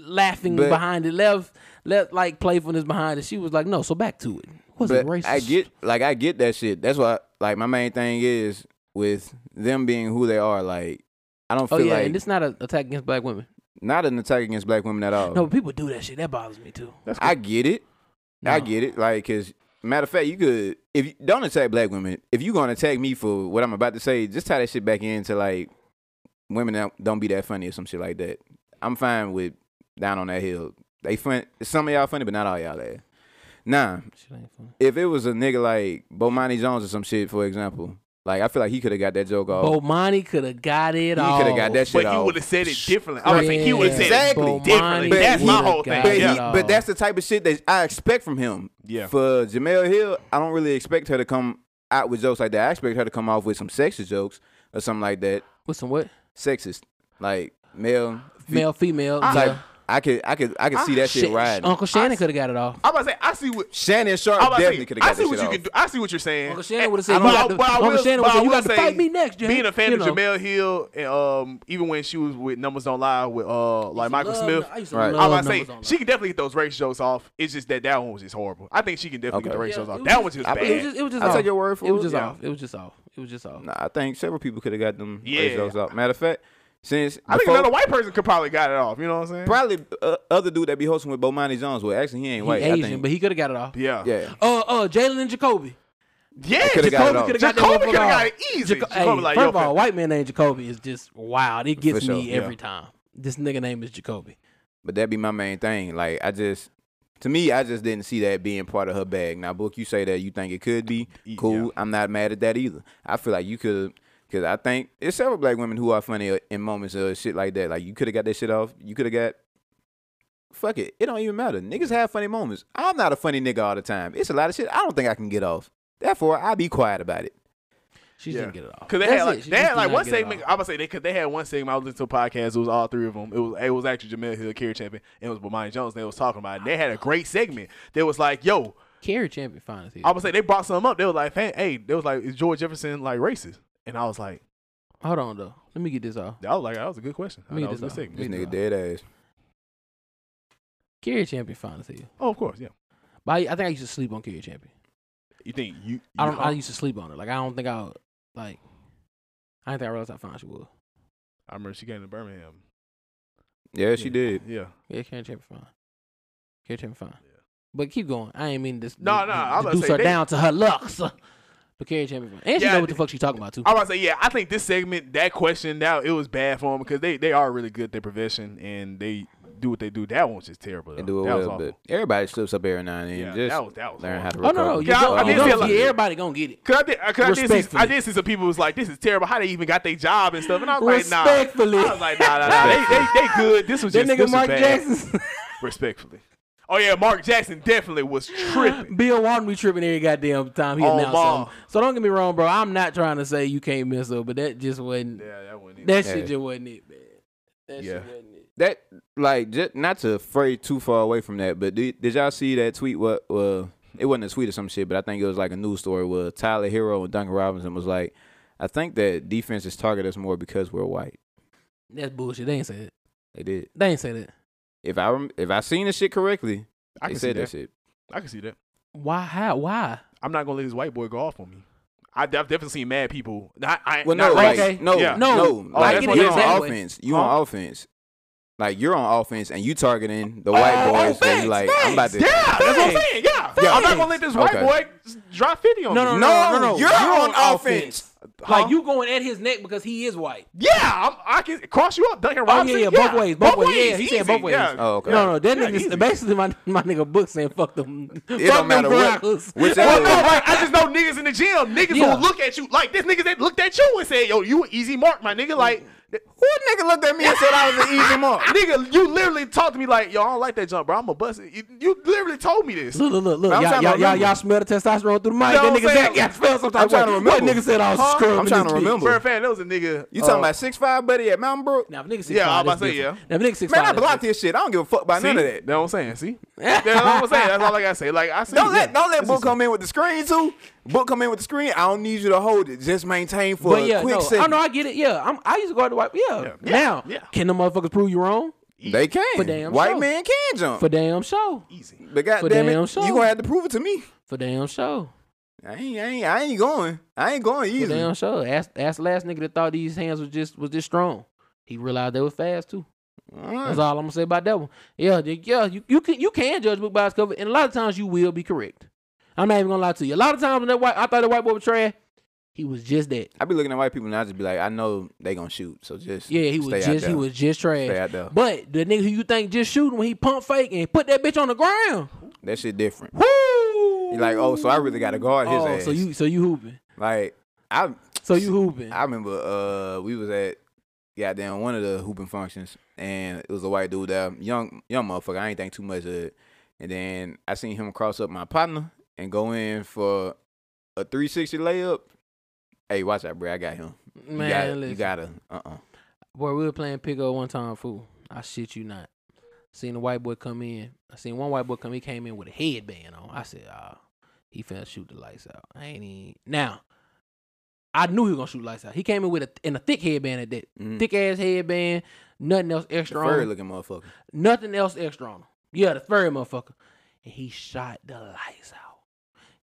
Speaker 1: laughing
Speaker 2: But-
Speaker 1: behind it, left, left like playfulness behind it. She was like, no, so back to it. Was it
Speaker 2: But
Speaker 1: racist?
Speaker 2: I get, like, I get that shit. That's why, like, my main thing is with them being who they are. Like, I don't
Speaker 1: Oh
Speaker 2: feel
Speaker 1: yeah,
Speaker 2: like
Speaker 1: and it's not an attack against black women.
Speaker 2: not an attack against black women at all.
Speaker 1: No, but people do that shit. That bothers me too.
Speaker 2: I get it. I
Speaker 1: No.
Speaker 2: get it. Like, cause matter of fact, you could if you don't attack black women. If you gonna attack me for what I'm about to say, just tie that shit back into like women that don't be that funny or some shit like that. I'm fine with down on that hill. They fun. Some of y'all funny, but not all y'all there. Nah,
Speaker 1: Shit ain't funny.
Speaker 2: if it was a nigga like Bomani Jones or some shit, for example, like I feel like he could have got that joke off.
Speaker 1: Bomani could have got it
Speaker 2: Oh. he
Speaker 1: all.
Speaker 2: could have got that shit
Speaker 3: but he
Speaker 2: off.
Speaker 3: would have said it differently. I was saying he would have said
Speaker 2: Exactly.
Speaker 3: it differently.
Speaker 2: But
Speaker 3: that's
Speaker 2: he-
Speaker 3: my whole thing.
Speaker 2: But, he-
Speaker 3: yeah.
Speaker 2: but that's the type of shit that I expect from him.
Speaker 3: Yeah.
Speaker 2: For Jamel Hill, I don't really expect her to come out with jokes like that. I expect her to come off with some sexist jokes or something like that.
Speaker 1: What's some what?
Speaker 2: Sexist, like male, fe-
Speaker 1: Male, female.
Speaker 2: type.
Speaker 1: yeah.
Speaker 2: I could, I could, I could see that shit
Speaker 1: Sh-
Speaker 2: riding.
Speaker 1: Uncle Shannon could have got it off.
Speaker 3: I'm about to say, I see what
Speaker 2: Shannon Sharp
Speaker 3: I'm about to
Speaker 2: definitely
Speaker 3: say,
Speaker 2: could
Speaker 3: I
Speaker 2: have got
Speaker 3: see
Speaker 2: that
Speaker 3: what
Speaker 2: shit
Speaker 3: you
Speaker 2: off.
Speaker 3: can do. I see what you're saying.
Speaker 1: Uncle Shannon
Speaker 3: And-
Speaker 1: would've said,
Speaker 3: but
Speaker 1: "You
Speaker 3: I-
Speaker 1: got to-
Speaker 3: but I
Speaker 1: Uncle
Speaker 3: will-
Speaker 1: Shannon
Speaker 3: but
Speaker 1: would've
Speaker 3: I
Speaker 1: said, you
Speaker 3: will
Speaker 1: got to fight me next, Jack."
Speaker 3: Being a fan
Speaker 1: You
Speaker 3: of
Speaker 1: know.
Speaker 3: Jamel Hill, and um, even when she was with Numbers Don't Lie with uh, like Michael
Speaker 1: Love-
Speaker 3: Smith,
Speaker 1: I used to
Speaker 2: Right.
Speaker 1: love
Speaker 3: I'm about to say
Speaker 1: numbers on
Speaker 3: she can definitely get those race jokes off. It's just that that one was just horrible. I think she can definitely get
Speaker 2: Okay.
Speaker 3: the race
Speaker 1: Yeah,
Speaker 3: jokes
Speaker 1: it
Speaker 3: off.
Speaker 1: was
Speaker 3: That
Speaker 1: just-
Speaker 3: one just
Speaker 2: I
Speaker 3: bad.
Speaker 1: that. It was just, it was just
Speaker 2: I'll
Speaker 1: off.
Speaker 2: take your word for
Speaker 1: it was
Speaker 2: it,
Speaker 1: just
Speaker 3: yeah.
Speaker 1: off. It was just off. It was just off.
Speaker 2: Nah, I think several people could have got them race
Speaker 3: Yeah.
Speaker 2: jokes off. Matter of fact, since
Speaker 3: I think
Speaker 2: before-
Speaker 3: another white person could probably got it off. You know what I'm saying?
Speaker 2: probably uh, other dude that be hosting with Bomani Jones. Well, actually he ain't
Speaker 1: He
Speaker 2: white.
Speaker 1: Asian,
Speaker 2: I think.
Speaker 1: but he could have got it off.
Speaker 3: Yeah.
Speaker 2: yeah.
Speaker 1: Uh, uh, Jalen and Jacoby.
Speaker 3: Yeah.
Speaker 2: Coulda got it
Speaker 3: Jacoby
Speaker 2: off.
Speaker 3: could have got
Speaker 1: that
Speaker 3: Jacoby
Speaker 1: motherfucker
Speaker 3: could have got
Speaker 1: off.
Speaker 3: it easy.
Speaker 1: Jaco-
Speaker 3: Jacoby
Speaker 1: hey,
Speaker 3: like,
Speaker 1: first
Speaker 3: yo,
Speaker 1: of all,
Speaker 3: fam,
Speaker 1: white man named Jacoby is just wild. It gets
Speaker 2: For sure,
Speaker 1: me
Speaker 2: yeah.
Speaker 1: every time. This nigga name is Jacoby.
Speaker 2: But that'd be my main thing. Like I just to me, I just didn't see that being part of her bag. Now, book, you say that you think it could be
Speaker 3: Yeah.
Speaker 2: cool. I'm not mad at that either. I feel like you could, because I think it's several black women who are funny uh, in moments of shit like that. Like you could have got that shit off. You could have got. Fuck it. It don't even matter. Niggas have funny moments. I'm not a funny nigga all the time. It's a lot of shit I don't think I can get off. Therefore, I be quiet about it.
Speaker 1: She just
Speaker 3: Yeah.
Speaker 1: didn't get it off.
Speaker 3: Cause they
Speaker 1: That's
Speaker 3: had like,
Speaker 1: it. She
Speaker 3: they
Speaker 1: just
Speaker 3: had
Speaker 1: did
Speaker 3: like
Speaker 1: not
Speaker 3: one
Speaker 1: get it
Speaker 3: segment.
Speaker 1: off.
Speaker 3: I would say they cause they had one segment. I was listening to a podcast. It was all three of them. It was it was actually Jamel Hill, Kerry Champion, and it was Bomani Jones. They was talking about. It. And they had a great segment. They was like, "Yo,
Speaker 1: Carrie Champion finals here.
Speaker 3: I would say they brought something up. They was like, "Fan, hey, they was like, is George Jefferson like racist?" And I was like,
Speaker 1: Hold on though. Let me get this off.
Speaker 3: "I was like, that was a good question.
Speaker 1: Me
Speaker 3: that was a good
Speaker 1: neither.
Speaker 3: segment."
Speaker 2: This
Speaker 1: Me
Speaker 2: nigga
Speaker 1: too.
Speaker 2: dead ass.
Speaker 1: Carrie Champion finals here.
Speaker 3: Oh, of course, yeah.
Speaker 1: But I, I think I used to sleep on Carrie Champion.
Speaker 3: You think you? you
Speaker 1: I don't. I
Speaker 3: I,
Speaker 1: used to sleep on her. Like I don't think I would, like. I didn't think I realized how fine she was.
Speaker 3: remember she came to Birmingham.
Speaker 2: Yeah, she did.
Speaker 3: Yeah.
Speaker 1: Yeah, Carrie Champion fine. Carrie Champion fine.
Speaker 3: Yeah.
Speaker 1: But keep going. I ain't mean this.
Speaker 3: No, no, I was about to
Speaker 1: reduce
Speaker 3: say
Speaker 1: her
Speaker 3: they-
Speaker 1: down to her looks. But Carrie Champion fine, and she
Speaker 3: Yeah,
Speaker 1: know what the
Speaker 3: I-
Speaker 1: fuck she talking about too.
Speaker 3: I was about to say, yeah, I think this segment, that question now, it was bad for them because they, they are really good at their profession and they do what they do. That one's just terrible. Though.
Speaker 2: And do it
Speaker 3: that was
Speaker 2: well,
Speaker 3: awful.
Speaker 2: but everybody slips up every now and then.
Speaker 3: Yeah,
Speaker 2: just
Speaker 3: that was- that was
Speaker 2: learn how to
Speaker 1: Oh
Speaker 2: recover.
Speaker 1: no, no, you
Speaker 3: Yeah, I-
Speaker 1: go,
Speaker 3: I
Speaker 1: you
Speaker 3: did feel
Speaker 1: go,
Speaker 3: like-
Speaker 1: yeah, everybody gonna get it.
Speaker 3: Cause I did, cause I did, see, I
Speaker 1: Respectfully.
Speaker 3: did see some people was like, "This is terrible. How they even got their job and stuff." And I was like, "Nah." I
Speaker 1: Respectfully.
Speaker 3: was like, "Nah, nah, nah. They, they, they good. This was
Speaker 1: That
Speaker 3: just this
Speaker 1: nigga
Speaker 3: was
Speaker 1: Mark
Speaker 3: bad.
Speaker 1: Jackson,
Speaker 3: Respectfully. Oh yeah, Mark Jackson definitely was tripping.
Speaker 1: Bill Walton be tripping every goddamn time he
Speaker 3: On
Speaker 1: announced
Speaker 3: ball.
Speaker 1: something. So don't get me wrong, bro. I'm not trying to say you can't miss up, but that just wasn't.
Speaker 3: Yeah, that wasn't it.
Speaker 1: That
Speaker 2: Yeah.
Speaker 1: shit just wasn't it, man. That
Speaker 3: Yeah.
Speaker 1: shit wasn't it.
Speaker 2: that like just not to fray too far away from that, but did, did y'all see that tweet? What well, it wasn't a tweet or some shit, but I think it was like a news story where Tyler Hero and Duncan Robinson was like, I think that defenses target us more because we're white.
Speaker 1: That's bullshit. They ain't say that.
Speaker 2: They did.
Speaker 1: They ain't say that.
Speaker 2: If I rem- if I seen the shit correctly,
Speaker 3: I
Speaker 2: they
Speaker 3: can see
Speaker 2: said
Speaker 3: that.
Speaker 2: that shit.
Speaker 3: I can see that.
Speaker 1: Why? How? Why?
Speaker 3: I'm not gonna let this white boy go off on me. I, have definitely seen mad people. I, I,
Speaker 2: Well,
Speaker 3: not
Speaker 2: no,
Speaker 3: right.
Speaker 2: like,
Speaker 1: okay.
Speaker 2: no,
Speaker 3: Yeah.
Speaker 2: no,
Speaker 1: No, Oh,
Speaker 3: I
Speaker 2: like,
Speaker 3: get it
Speaker 2: you're on
Speaker 1: that way.
Speaker 2: offense. You on offense. Like you're on offense, and you targeting the
Speaker 1: Oh,
Speaker 2: white
Speaker 1: oh,
Speaker 2: boys. and
Speaker 1: thanks,
Speaker 2: you like I'm about
Speaker 1: thanks.
Speaker 2: to.
Speaker 3: yeah, that's what I'm saying. Yeah,
Speaker 2: Yeah.
Speaker 3: I'm not gonna let this white
Speaker 2: Okay.
Speaker 3: boy drop fifty on
Speaker 1: No,
Speaker 3: me.
Speaker 1: no, no,
Speaker 2: No,
Speaker 1: no, no.
Speaker 2: you're on offense.
Speaker 1: Like
Speaker 3: Huh?
Speaker 1: you going at his neck because he is white.
Speaker 3: Yeah, I'm, I can cross you up, Duncan
Speaker 1: Oh, yeah,
Speaker 3: Robinson.
Speaker 1: yeah, both ways, both ways. Yeah, he said both ways.
Speaker 2: Oh, okay.
Speaker 1: No, no, that
Speaker 3: Yeah,
Speaker 1: nigga.
Speaker 3: easy.
Speaker 1: Basically, my my nigga book saying fuck them. fuck
Speaker 2: don't matter
Speaker 1: them
Speaker 2: what-
Speaker 1: Broncos.
Speaker 2: which
Speaker 3: Well, no,
Speaker 2: Yeah.
Speaker 3: like, I just know niggas in the gym, niggas
Speaker 1: Yeah.
Speaker 3: who look at you like this. Niggas that looked at you and said, "Yo, you an easy mark, my nigga." Like, th- uh,
Speaker 2: Who nigga looked at me and said I was an easy mark?
Speaker 3: nigga, you literally talked to me like, "Yo, I don't like that jump, bro. I'm a bust it." You, you literally told me this.
Speaker 1: Look, look, look, look.
Speaker 2: I'm
Speaker 1: Y'all,
Speaker 2: trying to
Speaker 1: y'all, y'all,
Speaker 2: remember.
Speaker 1: y'all smell the testosterone through the mic.
Speaker 3: You know
Speaker 1: that
Speaker 3: what
Speaker 1: nigga
Speaker 3: I'm
Speaker 1: Zach,
Speaker 3: saying?
Speaker 1: y'all smell sometimes.
Speaker 2: I'm trying to
Speaker 1: That
Speaker 2: remember.
Speaker 1: nigga said I was
Speaker 3: Huh?
Speaker 1: scrubbing
Speaker 2: I'm trying
Speaker 1: this
Speaker 2: to
Speaker 1: bitch.
Speaker 2: remember.
Speaker 3: For a fan, that was a nigga.
Speaker 2: You talking
Speaker 3: uh,
Speaker 2: about six five buddy at Mountain Brook?
Speaker 1: Now, if nigga six
Speaker 3: Yeah,
Speaker 1: five,
Speaker 3: I'm about
Speaker 1: that's
Speaker 3: to say,
Speaker 1: different. Now, if nigga six
Speaker 2: Man, I
Speaker 1: five, that's
Speaker 2: blocked his shit. I don't give a fuck about
Speaker 3: see?
Speaker 2: none of that.
Speaker 3: That's what I'm saying. See, that's what I'm saying. That's all I gotta say. Like, I see.
Speaker 2: Don't let
Speaker 3: yeah.
Speaker 2: don't let Book come in with the screen too. Book come in with the screen. I don't need you to hold it. Just maintain for
Speaker 1: But
Speaker 2: a
Speaker 1: yeah,
Speaker 2: quick
Speaker 1: no, I
Speaker 2: second.
Speaker 1: know I get it. Yeah, I'm, I used to go out to wipe. Yeah.
Speaker 3: Yeah.
Speaker 1: Now,
Speaker 3: Yeah.
Speaker 1: can the motherfuckers prove you wrong?
Speaker 2: They can.
Speaker 1: For damn
Speaker 2: White
Speaker 1: sure.
Speaker 2: man can jump.
Speaker 1: For damn show.
Speaker 3: easy.
Speaker 2: but
Speaker 1: for
Speaker 2: goddamn
Speaker 1: damn
Speaker 2: it,
Speaker 1: sure.
Speaker 2: you gonna have to prove it to me.
Speaker 1: For damn show.
Speaker 2: I ain't, I ain't, I ain't going. I ain't going
Speaker 1: For
Speaker 2: easy.
Speaker 1: damn show. Ask, ask the last nigga that thought these hands was just was just strong. He realized they was fast too. That's all I'm gonna say about that one. Yeah, y- yeah, you, you can you can judge book by its cover, and a lot of times you will be correct. I'm not even gonna lie to you. A lot of times when that white, I thought that white boy was trash. He was just that.
Speaker 2: I be looking at white people and I just be like, I know they gonna shoot, so just
Speaker 1: Yeah, he
Speaker 2: stay
Speaker 1: was
Speaker 2: out
Speaker 1: just he
Speaker 2: there.
Speaker 1: was just
Speaker 2: Stay
Speaker 1: trash.
Speaker 2: out there.
Speaker 1: But the nigga who you think just shooting when he pump fake and put that bitch on the ground.
Speaker 2: That shit different.
Speaker 1: Woo!
Speaker 2: You like, oh, so I really gotta guard his
Speaker 1: Oh,
Speaker 2: ass.
Speaker 1: so you so you hooping.
Speaker 2: like, I
Speaker 1: So you hooping.
Speaker 2: I remember uh we was at goddamn one of the hooping functions and it was a white dude there, young young motherfucker. I ain't think too much of it. And then I seen him cross up my partner and go in for a three sixty layup. Hey, watch out, bro. I got him.
Speaker 1: Man,
Speaker 2: you,
Speaker 1: listen.
Speaker 2: got, you gotta uh uh
Speaker 1: Boy, we were playing pickup one time, fool. I shit you not. Seen the white boy come in. I seen one white boy come. He came in with a headband on. I said, "Ah, he finna shoot the lights out." I ain't even. Now, I knew he was gonna shoot lights out. He came in with a in a thick headband at that,
Speaker 2: Mm.
Speaker 1: thick ass headband. Nothing else extra on.
Speaker 2: Furry
Speaker 1: him.
Speaker 2: looking motherfucker.
Speaker 1: Nothing else extra on him. Yeah, the furry motherfucker. And he shot the lights out.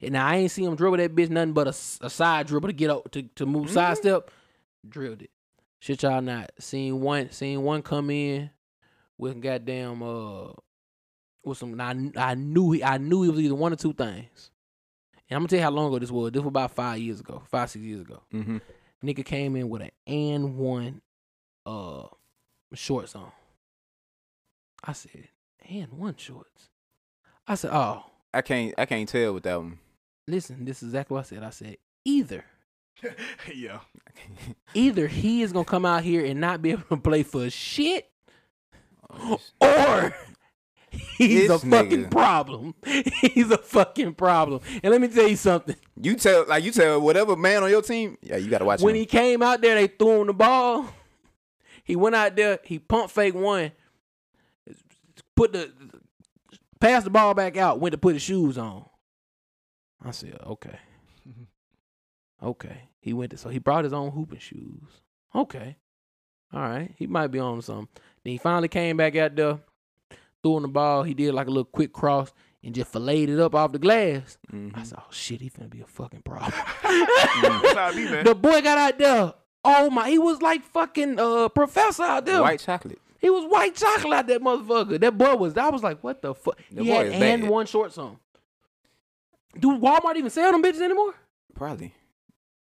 Speaker 1: And now I ain't see him dribble that bitch nothing but a, s- a side dribble to get up to, to move side sidestep. Drilled it. Shit y'all not. Seen one seen one come in with goddamn uh with some I, kn- I knew he I knew it was either one or two things. And I'm gonna tell you how long ago this was. This was about five years ago, five, six years ago.
Speaker 2: Mm-hmm.
Speaker 1: Nigga came in with an and one uh shorts on. I said, and one shorts. I said, oh,
Speaker 2: I can't I can't tell with that one.
Speaker 1: listen, this is exactly what I said. I said, either.
Speaker 3: yeah,
Speaker 1: Either he is gonna come out here and not be able to play for shit,
Speaker 2: Oh, this-
Speaker 1: or He's
Speaker 2: This
Speaker 1: a fucking
Speaker 2: nigga.
Speaker 1: problem. He's a fucking problem. And let me tell you something.
Speaker 2: You tell like you tell whatever man on your team. Yeah, you gotta watch
Speaker 1: When
Speaker 2: him.
Speaker 1: he came out there, they threw him the ball. He went out there, he pump fake one, put the passed the ball back out, went to put his shoes on. I said, okay. Okay. He went to so he brought his own hooping shoes. Okay. All right. He might be on something. Then he finally came back out there, threw in the ball. He did like a little quick cross and just filleted it up off the glass.
Speaker 2: Mm-hmm.
Speaker 1: I said, oh shit, he finna be a fucking problem.
Speaker 3: That's how I be, man.
Speaker 1: The boy got out there. Oh my, he was like fucking uh professor out there.
Speaker 2: White chocolate.
Speaker 1: He was white chocolate out that motherfucker. That boy was. I was like, what the fuck?
Speaker 2: The
Speaker 1: he
Speaker 2: boy
Speaker 1: had
Speaker 2: is
Speaker 1: and
Speaker 2: bad.
Speaker 1: one short song. Do Walmart even sell them bitches anymore?
Speaker 2: Probably.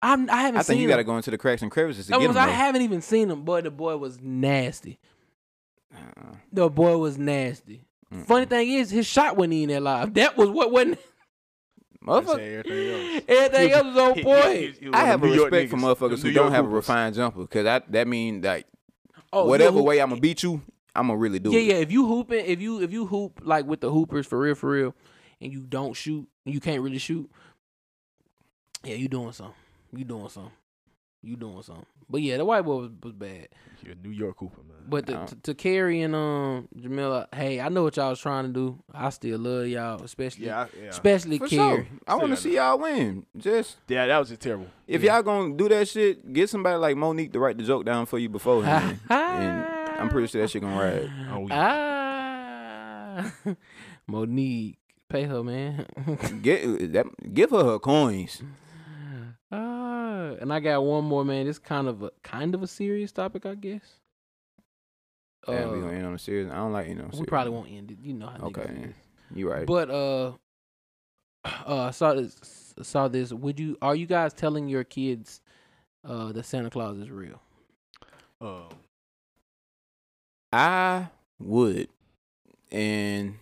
Speaker 1: I'm, I haven't
Speaker 2: I
Speaker 1: seen.
Speaker 2: think you
Speaker 1: them.
Speaker 2: gotta go into the cracks and crevices to
Speaker 1: I,
Speaker 2: get him.
Speaker 1: was- I haven't even seen them. Boy, the boy was nasty.
Speaker 2: Uh,
Speaker 1: The boy was nasty. Funny thing is, his shot wasn't even that live. That was what wasn't.
Speaker 2: Motherfucker.
Speaker 3: Motherfucker. Everything else.
Speaker 1: Everything else was on point.
Speaker 2: I have a respect for motherfuckers who don't have a refined jumper because that that mean like
Speaker 1: Oh, you
Speaker 2: whatever
Speaker 1: hoop-
Speaker 2: way I'm gonna beat you, I'm gonna really do
Speaker 1: yeah,
Speaker 2: it.
Speaker 1: yeah. If you hooping, if you if you hoop like with the hoopers for real, for real, and you don't shoot, you can't really shoot. Yeah, you doing something. You doing something. You doing something. But yeah, the white boy was, was bad.
Speaker 3: You're a New York Cooper, man.
Speaker 1: But the,
Speaker 2: I
Speaker 1: to, to Carrie and um Jamila, hey, I know what y'all was trying to do. I still love y'all, especially
Speaker 3: yeah, I, yeah.
Speaker 1: especially
Speaker 2: For
Speaker 1: Carrie.
Speaker 2: sure. I want to
Speaker 3: Still
Speaker 2: see y'all win. Just
Speaker 3: yeah, that was just terrible.
Speaker 2: if
Speaker 1: Yeah.
Speaker 2: y'all gonna do that shit, get somebody like Monique to write the joke down for you beforehand. and I'm pretty sure that shit gonna ride.
Speaker 3: Oh, yeah.
Speaker 1: Ah, Monique, pay her man.
Speaker 2: Get that. Give her her coins.
Speaker 1: Uh, and I got one more, man. It's kind of a kind of a serious topic, I guess.
Speaker 2: Yeah, we
Speaker 1: Uh,
Speaker 2: gonna end on a serious. I don't like end on. a
Speaker 1: we
Speaker 2: serious.
Speaker 1: probably won't end it. You know how. niggas
Speaker 2: Okay.
Speaker 1: is.
Speaker 2: You right.
Speaker 1: But uh, uh, I saw this. Saw this. Would you? Are you guys telling your kids uh that Santa Claus is real?
Speaker 3: Uh,
Speaker 2: I would, and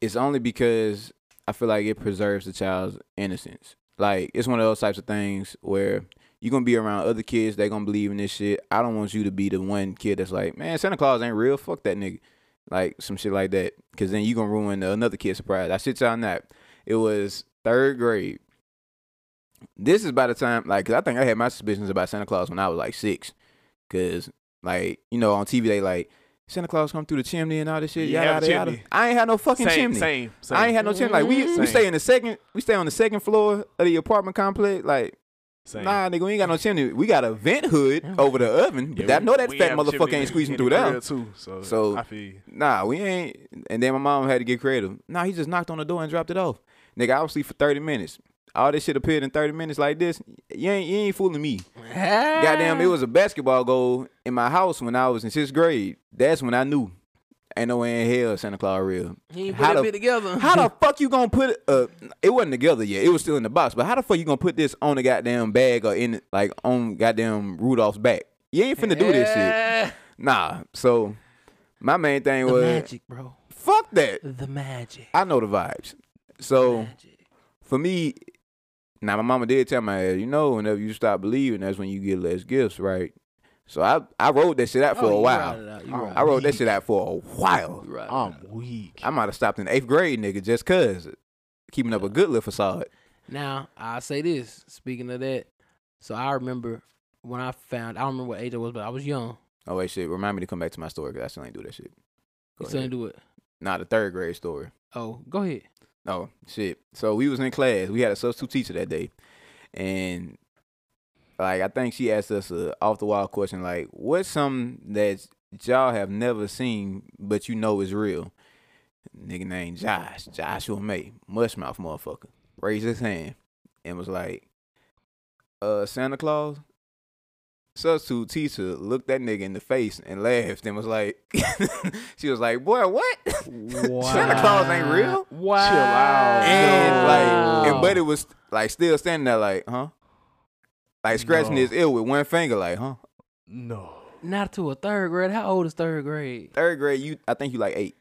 Speaker 2: it's only because I feel like it preserves the child's innocence. Like it's one of those types of things where you're gonna be around other kids. They're gonna believe in this shit. I don't want you to be the one kid that's like, man, Santa Claus ain't real. Fuck that nigga. Like some shit like that. Cause then you gonna ruin another kid's surprise. I shit y'all not. It was third grade. This is by the time, like, 'cause I think I had my suspicions about Santa Claus when I was like six. Cause like you know on TV they like Santa Claus come through the chimney and all this shit.
Speaker 3: You
Speaker 2: Yada,
Speaker 3: have a
Speaker 2: yada, yada.
Speaker 3: chimney.
Speaker 2: I ain't had no fucking
Speaker 3: same,
Speaker 2: chimney.
Speaker 3: same, same.
Speaker 2: I ain't had no chimney. Like we,
Speaker 3: Same.
Speaker 2: we stay in the second, we stay on the second floor of the apartment complex. Like
Speaker 3: same.
Speaker 2: nah, nigga, we ain't got no chimney. We got a vent hood over the oven,
Speaker 3: Yeah,
Speaker 2: but I
Speaker 3: we-
Speaker 2: know that
Speaker 3: we
Speaker 2: fat
Speaker 3: have a
Speaker 2: motherfucker
Speaker 3: chimney
Speaker 2: ain't squeezing
Speaker 3: in the
Speaker 2: through that.
Speaker 3: grill, too. So,
Speaker 2: So-
Speaker 3: I feel you.
Speaker 2: Nah, we ain't. And then my mom had to get creative. Nah, he just knocked on the door and dropped it off. Nigga, I was asleep for thirty minutes. All this shit appeared in thirty minutes like this. You ain't, you ain't fooling me. Goddamn, it was a basketball goal in my house when I was in sixth grade. That's when I knew. Ain't no way in hell Santa Claus real.
Speaker 1: He ain't put
Speaker 2: How
Speaker 1: that
Speaker 2: the-
Speaker 1: bit together.
Speaker 2: How the fuck you gonna put uh it wasn't together yet. It was still in the box, but how the fuck you gonna put this on the goddamn bag or in like on goddamn Rudolph's back? You ain't finna do this shit.
Speaker 1: Yeah.
Speaker 2: Nah. So my main thing
Speaker 1: The
Speaker 2: was
Speaker 1: magic, bro.
Speaker 2: fuck that.
Speaker 1: The magic.
Speaker 2: I know the vibes. So
Speaker 1: Magic.
Speaker 2: for me, now my mama did tell my ass, you know, whenever you stop believing, that's when you get less gifts, right? So I I wrote that shit out for
Speaker 1: Oh,
Speaker 2: a
Speaker 1: you
Speaker 2: while.
Speaker 1: routed out, you routed
Speaker 2: I wrote that shit out for a while.
Speaker 1: You routed
Speaker 3: I'm weak.
Speaker 2: I might have stopped in eighth grade, nigga, just cause keeping up a good little facade.
Speaker 1: Now I say this. Speaking of that, so I remember when I found. I don't remember what age I was, but I was young.
Speaker 2: Oh wait, shit. Remind me to come back to my story because I still ain't do that shit. Go
Speaker 1: You still
Speaker 2: ahead.
Speaker 1: didn't do it.
Speaker 2: nah, the third grade story.
Speaker 1: Oh, go ahead.
Speaker 2: Oh shit. So we was in class. We had a substitute teacher that day, and like I think she asked us a off the wall question like, "What's something that y'all have never seen but you know is real?" Nigga named Josh, Joshua May, mushmouth motherfucker, raised his hand and was like, "Uh, Santa Claus." Substitute teacher looked that nigga in the face and laughed and was like, "She was like, boy, what?" Santa Claus ain't real?
Speaker 1: Wow.
Speaker 3: Chill out.
Speaker 2: And like,
Speaker 1: Wow.
Speaker 2: and Buddy was like still standing there, like, huh? Like scratching
Speaker 3: No.
Speaker 2: his ear with one finger, like, huh?
Speaker 3: No.
Speaker 1: Not to a third grade. How old is third grade?
Speaker 2: Third grade, you, I think you like eight,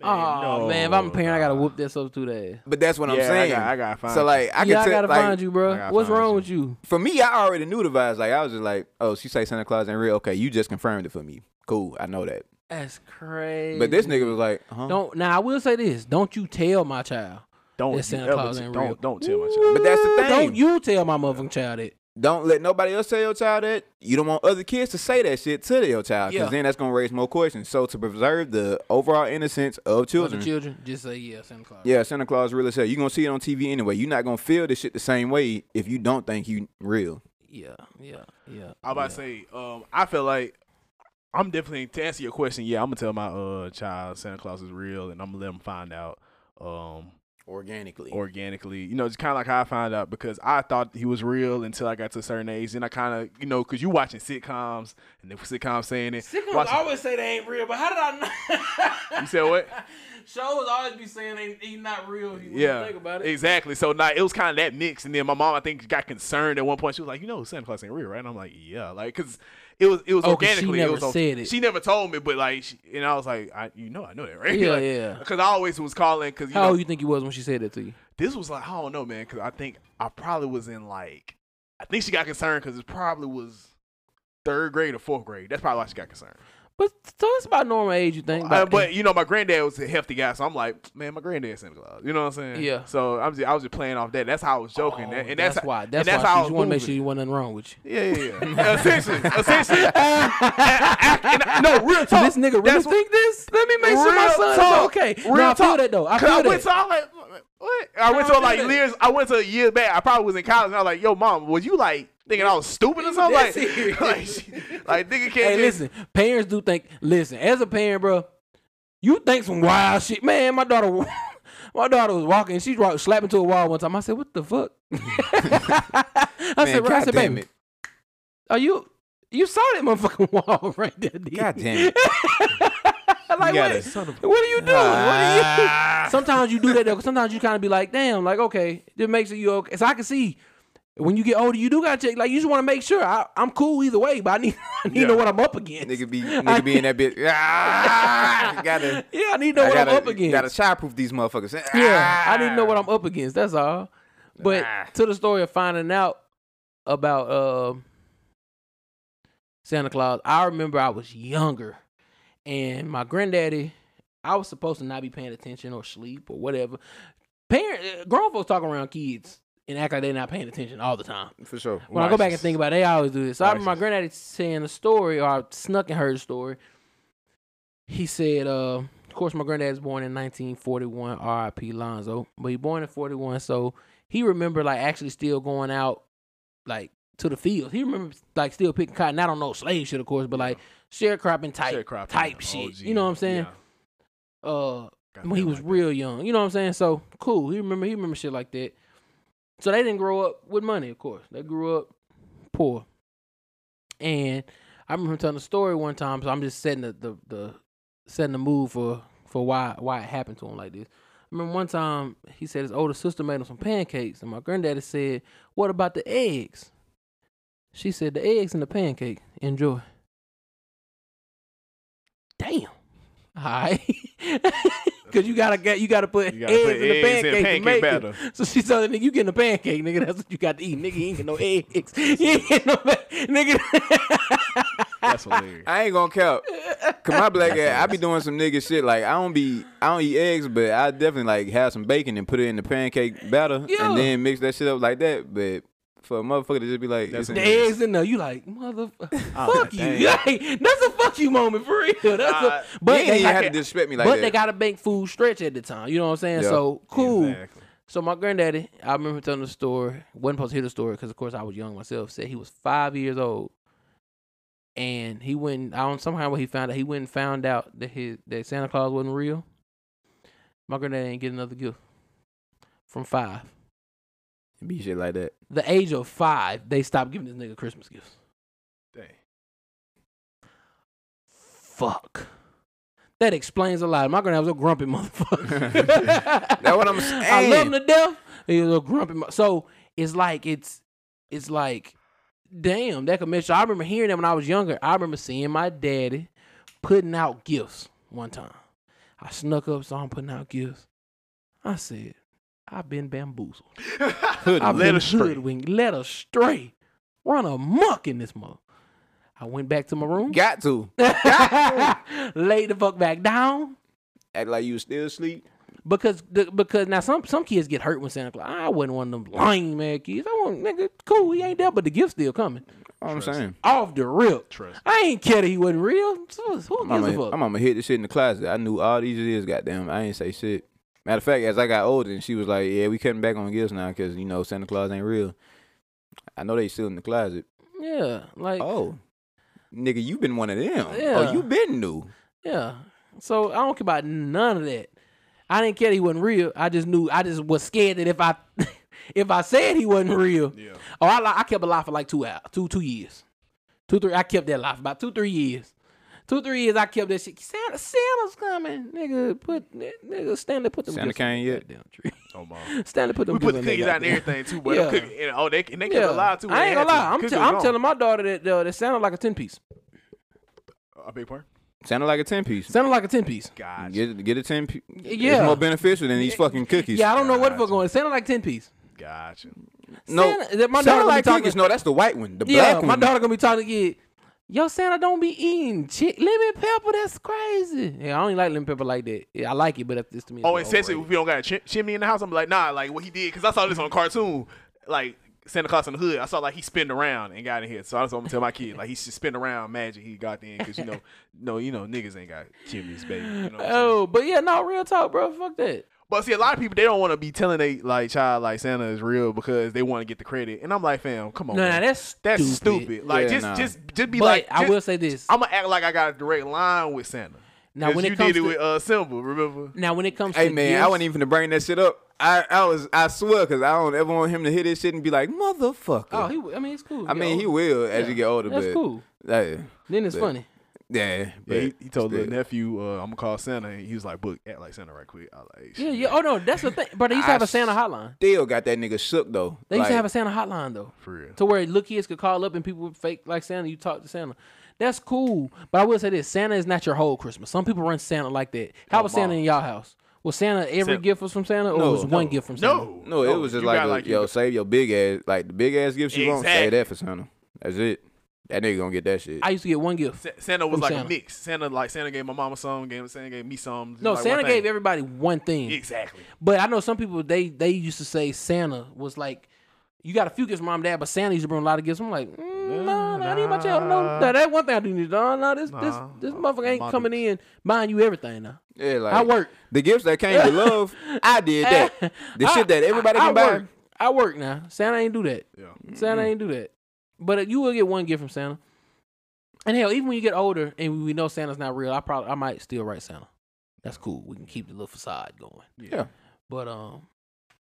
Speaker 1: oh
Speaker 3: no,
Speaker 1: man, if I'm a parent, I gotta
Speaker 3: nah.
Speaker 1: whoop that substitute ass.
Speaker 2: but that's what I'm
Speaker 3: yeah,
Speaker 2: saying.
Speaker 3: I got, I got fine.
Speaker 2: so like, I
Speaker 1: I
Speaker 2: can
Speaker 1: yeah, I
Speaker 2: tell,
Speaker 1: gotta
Speaker 2: like,
Speaker 1: find you,
Speaker 3: I
Speaker 1: bro.
Speaker 3: gotta
Speaker 1: What's
Speaker 3: find
Speaker 1: wrong
Speaker 3: you.
Speaker 1: with you?
Speaker 2: for me, I already knew the vibes. Like, I was just like, oh, she say Santa Claus ain't real. Okay, you just confirmed it for me. Cool, I know that.
Speaker 1: That's crazy.
Speaker 2: But this nigga was like, huh?
Speaker 1: don't now. I will say this: Don't you tell my child.
Speaker 3: Don't
Speaker 1: That
Speaker 3: you
Speaker 1: Santa
Speaker 3: ever
Speaker 1: Claus
Speaker 3: t-
Speaker 1: ain't real.
Speaker 3: don't don't tell my child.
Speaker 2: But that's the thing.
Speaker 1: Don't you tell my motherfucking child that.
Speaker 2: Don't let nobody else tell your child that. You don't want other kids to say that shit to your child because
Speaker 1: Yeah.
Speaker 2: then that's gonna raise more questions. So to preserve the overall innocence of
Speaker 1: Other
Speaker 2: children,
Speaker 1: children just say yeah, Santa Claus.
Speaker 2: yeah, Santa Claus really said you gonna see it on TV anyway. You're not gonna feel this shit the same way if you don't think you real.
Speaker 1: yeah, yeah, yeah.
Speaker 3: I about to say, um, I feel like I'm definitely to answer your question. Yeah, I'm gonna tell my uh child Santa Claus is real, and I'm gonna let him find out. Um,
Speaker 2: Organically,
Speaker 3: organically. You know, it's kind of like how I found out because I thought he was real until I got to a certain age. Then I kind of, you know, because you watching sitcoms and the sitcoms saying it.
Speaker 1: Sitcoms
Speaker 3: watching-
Speaker 1: always say they ain't real, but how did I know?
Speaker 3: You said what?
Speaker 1: Shows always be saying they he's not real. When
Speaker 3: yeah,
Speaker 1: you think about it.
Speaker 3: exactly. So now it was kind of that mix, and then my mom, I think, got concerned at one point. She was like, "You know, Santa Claus ain't real, right?" And I'm like, "Yeah," like because it was it was
Speaker 1: Oh, 'cause she
Speaker 3: organically.
Speaker 1: never
Speaker 3: it was on-
Speaker 1: said it.
Speaker 3: She never told me, but like, she, and I was like, "I, you know, I know that, right?"
Speaker 1: Yeah, yeah.
Speaker 3: Because I always was calling because you
Speaker 1: How
Speaker 3: know,
Speaker 1: old you think he was when she said that to you?
Speaker 3: this was like I don't know, man, because I think I probably was in like I think she got concerned because it probably was third grade or fourth grade. That's probably why she got concerned.
Speaker 1: But so it's about normal age, you think?
Speaker 3: Uh,
Speaker 1: About-
Speaker 3: but you know, my granddad was a hefty guy, so I'm like, man, my granddad's Santa Claus. You know what I'm saying?
Speaker 1: Yeah.
Speaker 3: So I'm just, I was just playing off that. That's how I was
Speaker 1: Oh,
Speaker 3: joking, and, and that's, how-
Speaker 1: why.
Speaker 3: and
Speaker 1: That's,
Speaker 3: that's
Speaker 1: why
Speaker 3: how
Speaker 1: she
Speaker 3: I was
Speaker 1: want to make
Speaker 3: moving.
Speaker 1: sure you wasn't wrong with you.
Speaker 3: Yeah, yeah, yeah. Yeah, essentially, essentially. A- a- and- no, real
Speaker 1: So
Speaker 3: talk.
Speaker 1: this nigga really
Speaker 3: That's what-
Speaker 1: think this? Let me make sure my
Speaker 3: Real
Speaker 1: son is
Speaker 3: talk.
Speaker 1: okay.
Speaker 3: Real
Speaker 1: no, I feel
Speaker 3: talk.
Speaker 1: that though. I
Speaker 3: 'Cause
Speaker 1: feel
Speaker 3: went
Speaker 1: that.
Speaker 3: to I'm like, what? I went
Speaker 1: No,
Speaker 3: to
Speaker 1: I
Speaker 3: like
Speaker 1: feel that.
Speaker 3: years. I went to a year back. I probably was in college, and I was like, "Yo, mom, was you like thinking I was stupid or something?"
Speaker 1: That's
Speaker 3: Like,
Speaker 1: it.
Speaker 3: like, she- like, nigga can't.
Speaker 1: Hey,
Speaker 3: just-
Speaker 1: listen, parents do think. Listen, as a parent, bro, you think some wild shit. Man, my daughter, my daughter was walking. She walked slapping to a wall one time. I said, "What the fuck?" I
Speaker 2: man,
Speaker 1: said, "Bro," I
Speaker 2: God
Speaker 1: said,
Speaker 2: damn
Speaker 1: "Baby,
Speaker 2: it,
Speaker 1: Are you you saw that motherfucking wall right there? Did you?
Speaker 2: God damn it,
Speaker 1: like,
Speaker 2: You Ah. got
Speaker 1: what,
Speaker 2: a son of
Speaker 1: what are you doing? What are you? Sometimes you do that though. 'cause Sometimes you kind of be like, damn, like okay, just make sure you okay. So I can see when you get older, you do gotta check. Like you just want to make sure I, I'm cool either way, but I need I need to know
Speaker 3: Yeah.
Speaker 1: what I'm up against.
Speaker 2: nigga be nigga be in that bitch. Ah, gotta,
Speaker 1: yeah, I need to know
Speaker 2: I
Speaker 1: what
Speaker 2: gotta,
Speaker 1: I'm up against.
Speaker 2: gotta childproof these motherfuckers. Ah,
Speaker 1: Yeah, I need
Speaker 2: didn't
Speaker 1: to know what I'm up against. That's all. But
Speaker 2: Ah.
Speaker 1: to the story of finding out about um Santa Claus, I remember I was younger, and my granddaddy. I was supposed to not be paying attention or sleep or whatever. Parent, uh, grown folks talk around kids and act like they're not paying attention all the time.
Speaker 2: for sure.
Speaker 1: When I go back and think about it, they always do this. So I remember my
Speaker 3: Righteous.
Speaker 1: granddaddy saying a story, or I snuck and heard a story. He said, uh, of course, my granddad was born in 1941, R.I.P. Lonzo, but he born in 41, so he remember like actually still going out, like to the fields. He remember like still picking cotton. I don't know slave shit, of course, but like sharecropping type
Speaker 3: Sharecropping,
Speaker 1: type
Speaker 3: yeah,
Speaker 1: shit.
Speaker 3: OG,
Speaker 1: You know what I'm saying?
Speaker 3: yeah.
Speaker 1: Uh,
Speaker 3: Gotta
Speaker 1: when he
Speaker 3: feel
Speaker 1: was
Speaker 3: like that.
Speaker 1: real young. You know what I'm saying? So cool. He remember he remember shit like that. So they didn't grow up with money, of course. They grew up poor. And I remember him telling a story one time, so I'm just setting the, the, the setting the mood for, for why why it happened to him like this. I remember one time he said his older sister made him some pancakes and my granddaddy said, What about the eggs? She said, The eggs and the pancake. Enjoy. Damn. All right. Cause you gotta get you gotta put
Speaker 3: You gotta
Speaker 1: eggs
Speaker 3: put
Speaker 1: in the
Speaker 3: eggs in
Speaker 1: pancake, to
Speaker 3: pancake
Speaker 1: make it.
Speaker 3: batter.
Speaker 1: So she told the nigga, you getting a pancake, nigga. That's what you got to eat, nigga. You ain't get no eggs. You ain't get no pa- nigga.
Speaker 3: That's hilarious.
Speaker 2: I ain't gonna count. Cause my black ass, I be doing some nigga shit. Like I don't be, I don't eat eggs, but I definitely like have some bacon and put it in the pancake batter
Speaker 1: Yeah.
Speaker 2: and then mix that shit up like that. But for a motherfucker to just be like,
Speaker 3: That's
Speaker 2: it's
Speaker 1: the
Speaker 2: in-
Speaker 1: eggs in there, you like motherfucker. fuck
Speaker 2: dang.
Speaker 1: you. Like, that's a fuck you moment for real. That's
Speaker 3: Nah,
Speaker 1: a, but
Speaker 2: you ain't
Speaker 1: they
Speaker 2: even
Speaker 1: got
Speaker 2: had
Speaker 1: to
Speaker 2: to disrespect me like
Speaker 1: but
Speaker 2: that.
Speaker 1: they gotta make food stretch at the time. You know what I'm saying?
Speaker 2: Yeah.
Speaker 1: So cool.
Speaker 3: Exactly.
Speaker 1: So my granddaddy, I remember telling the story. wasn't supposed to hear the story because, of course, I was young myself. Said he was five years old, and he went. I don't somehow he found out he went and found out that his that Santa Claus wasn't real. My granddaddy didn't get another gift from five.
Speaker 2: be shit like that.
Speaker 1: The age of five, they stopped giving this nigga Christmas gifts.
Speaker 3: Dang.
Speaker 1: Fuck. That explains a lot. My granddad was a grumpy motherfucker.
Speaker 2: That's what I'm
Speaker 1: I
Speaker 2: saying.
Speaker 1: love him to death. He was a grumpy. mo- So it's like it's it's like damn that could mess. you- I remember hearing that when I was younger. I remember seeing my daddy putting out gifts one time. I snuck up, saw him putting out gifts. I said, "I've been bamboozled.
Speaker 2: Hood
Speaker 1: I've
Speaker 3: Let
Speaker 1: been
Speaker 3: us straight.
Speaker 1: hoodwinked. Let us stray. Run a muck in this month." I went back to my room,
Speaker 2: Got to
Speaker 1: laid the fuck back down
Speaker 2: act like you still asleep.
Speaker 1: because the, because now some some kids get hurt when Santa Claus. I wasn't one of them lame man kids. I want nigga cool. He ain't there, but the gift still coming
Speaker 2: I'm saying.
Speaker 1: off the rip.
Speaker 3: Trust.
Speaker 1: I ain't care that he wasn't real. So, who
Speaker 2: I'm
Speaker 1: gives a
Speaker 2: gonna,
Speaker 1: fuck?
Speaker 2: I'm gonna hit this shit in the closet. I knew all these years, goddamn. I ain't say shit. Matter of fact, as I got older, and she was like, "Yeah, we cutting back on gifts now because you know Santa Claus ain't real." I know they still in the closet.
Speaker 1: yeah, like
Speaker 2: Oh, nigga, you been one of them.
Speaker 1: Yeah.
Speaker 2: Oh, you been new.
Speaker 1: yeah. So I don't care about none of that. I didn't care that he wasn't real. I just knew. I just was scared that if I if I said he wasn't real,
Speaker 3: Yeah.
Speaker 1: Oh, I, li- I kept a lie for like two hours, two two years, two three. I kept that lie for about two three years, two three years. I kept that shit. Santa, Santa's coming, nigga. Put nigga Stanley put them.
Speaker 2: Santa
Speaker 1: gifts
Speaker 2: came
Speaker 1: on that
Speaker 2: yet?
Speaker 1: Goddamn tree.
Speaker 3: Oh my.
Speaker 1: Stanley put them.
Speaker 3: We put the
Speaker 1: gifts
Speaker 3: cookies
Speaker 1: on that
Speaker 3: out and
Speaker 1: goddamn-
Speaker 3: everything too, but
Speaker 1: Yeah.
Speaker 3: yeah. cookie, and, oh, they and they yeah.
Speaker 1: Yeah.
Speaker 3: could lie
Speaker 1: I
Speaker 3: too. They
Speaker 1: ain't
Speaker 3: had
Speaker 1: gonna lie.
Speaker 3: to.
Speaker 1: I'm,
Speaker 3: Cookies
Speaker 1: tell-
Speaker 3: was
Speaker 1: I'm
Speaker 3: gone.
Speaker 1: telling my daughter that uh, that sounded like a ten piece.
Speaker 3: I beg your pardon.
Speaker 2: Sounded like a ten piece.
Speaker 1: Sounded like a ten piece.
Speaker 3: God.
Speaker 2: Get get a ten. Pe-
Speaker 1: Yeah.
Speaker 2: It's more beneficial than these fucking cookies.
Speaker 1: Yeah, I don't know what the fuck
Speaker 3: Gotcha.
Speaker 1: going. It sounded like ten piece.
Speaker 3: Gotcha.
Speaker 2: no.
Speaker 1: Santa- that my daughter gonna
Speaker 2: Sounded
Speaker 1: be
Speaker 2: like
Speaker 1: talking-
Speaker 2: cookies. No, that's the white one. The
Speaker 1: Yeah,
Speaker 2: black
Speaker 1: my
Speaker 2: one.
Speaker 1: daughter gonna be talking to kid. Yo, Santa, don't be eating chick lemon pepper. That's crazy. Yeah, I don't even like lemon pepper like that. Yeah, I like it, but that's just to me. it's
Speaker 3: Oh,
Speaker 1: like
Speaker 3: and especially if
Speaker 1: overrated.
Speaker 3: we don't got a chim- chimney in the house, I'm like, nah, like what he did, because I saw this on a cartoon, like Santa Claus in the hood. I saw like he spinned around and got in here, so that's what I'm gonna tell my kid. Like he should spin around magic he got in, because you know, no, you know, niggas ain't got chimneys, baby. You know what I'm saying?
Speaker 1: Oh, but yeah, no, real talk, bro. Fuck that.
Speaker 3: But see, a lot of people they don't want to be telling they like child like Santa is real because they want to get the credit, and I'm like, fam, come on,
Speaker 1: No,
Speaker 3: man.
Speaker 1: no, Oh, that's
Speaker 3: that's
Speaker 1: stupid.
Speaker 3: stupid. Like
Speaker 2: Yeah,
Speaker 3: just,
Speaker 2: nah.
Speaker 3: just, just be
Speaker 1: But
Speaker 3: like,
Speaker 1: I will say this.
Speaker 3: I'm gonna act like I got a direct line with Santa.
Speaker 1: Now,
Speaker 3: 'Cause
Speaker 1: when it
Speaker 3: you
Speaker 1: comes
Speaker 3: did it
Speaker 1: to-
Speaker 3: with uh, Simba, remember?
Speaker 1: Now, when it comes
Speaker 2: Hey
Speaker 1: to
Speaker 2: man,
Speaker 1: gifts,
Speaker 2: I wasn't even to bring that shit up. I, I was I swear because I don't ever want him to hear this shit and be like motherfucker.
Speaker 1: Oh, he. I mean, it's cool.
Speaker 2: I
Speaker 1: Yeah,
Speaker 2: mean he
Speaker 1: oh,
Speaker 2: will as you get older.
Speaker 1: That's
Speaker 2: but,
Speaker 1: cool.
Speaker 2: like,
Speaker 1: Then it's
Speaker 2: but-
Speaker 1: funny.
Speaker 2: yeah,
Speaker 3: Yeah,
Speaker 2: but
Speaker 3: he, he told the
Speaker 2: still.
Speaker 3: nephew, uh, "I'm gonna call Santa," and he was like, "Book, act like Santa right quick." I was like,
Speaker 1: Yeah, yeah. Oh no, that's the thing. But they used to
Speaker 2: I
Speaker 1: have a Santa hotline.
Speaker 2: Still got that nigga shook though.
Speaker 1: They used to
Speaker 2: Like,
Speaker 1: have a Santa hotline though,
Speaker 3: for real."
Speaker 1: to where little kids could call up and people would fake like Santa. You talk to Santa. That's cool. But I will say this: Santa is not your whole Christmas. Some people run Santa like that. How was Santa in y'all house? Was Santa every
Speaker 3: Oh, Sa-
Speaker 1: gift was from Santa, or
Speaker 2: No,
Speaker 1: was one gift from Santa?
Speaker 3: No,
Speaker 2: no,
Speaker 1: Oh,
Speaker 2: it was just
Speaker 3: you
Speaker 2: like,
Speaker 3: got
Speaker 2: a,
Speaker 3: you
Speaker 2: yo,
Speaker 3: got-
Speaker 2: save your big ass like the big ass gifts you want. Save
Speaker 3: Exactly.
Speaker 2: that for Santa. That's it. That nigga gonna get that shit.
Speaker 1: I used to get one gift.
Speaker 3: Sa- Santa was
Speaker 1: from
Speaker 3: like
Speaker 1: Santa.
Speaker 3: a mix. Santa like Santa gave my mama some, gave Santa gave me some.
Speaker 1: No,
Speaker 3: like, one
Speaker 1: Santa
Speaker 3: thing.
Speaker 1: gave everybody one thing.
Speaker 3: exactly.
Speaker 1: But I know some people they they used to say Santa was like you got a few gifts from mom and dad, but Santa used to bring a lot of gifts. I'm like, mm, no, no, I need my child to know
Speaker 3: Nah.
Speaker 1: that. That one thing I do need. No, no, this this
Speaker 3: Nah.
Speaker 1: this motherfucker ain't
Speaker 3: My
Speaker 1: coming in buying you everything now.
Speaker 2: yeah, like
Speaker 1: I work.
Speaker 2: the gifts that came with love. I did that. The
Speaker 1: I-
Speaker 2: shit that everybody
Speaker 1: I, I
Speaker 2: can buy. Mm.
Speaker 1: Work. I work now. Santa ain't do that.
Speaker 3: Yeah.
Speaker 1: Santa ain't do that. But uh, you will get one gift from Santa. And hell, even when you get older and we know Santa's not real, I probably I might still write Santa. That's cool. We can keep the little facade going.
Speaker 2: Yeah.
Speaker 1: But um,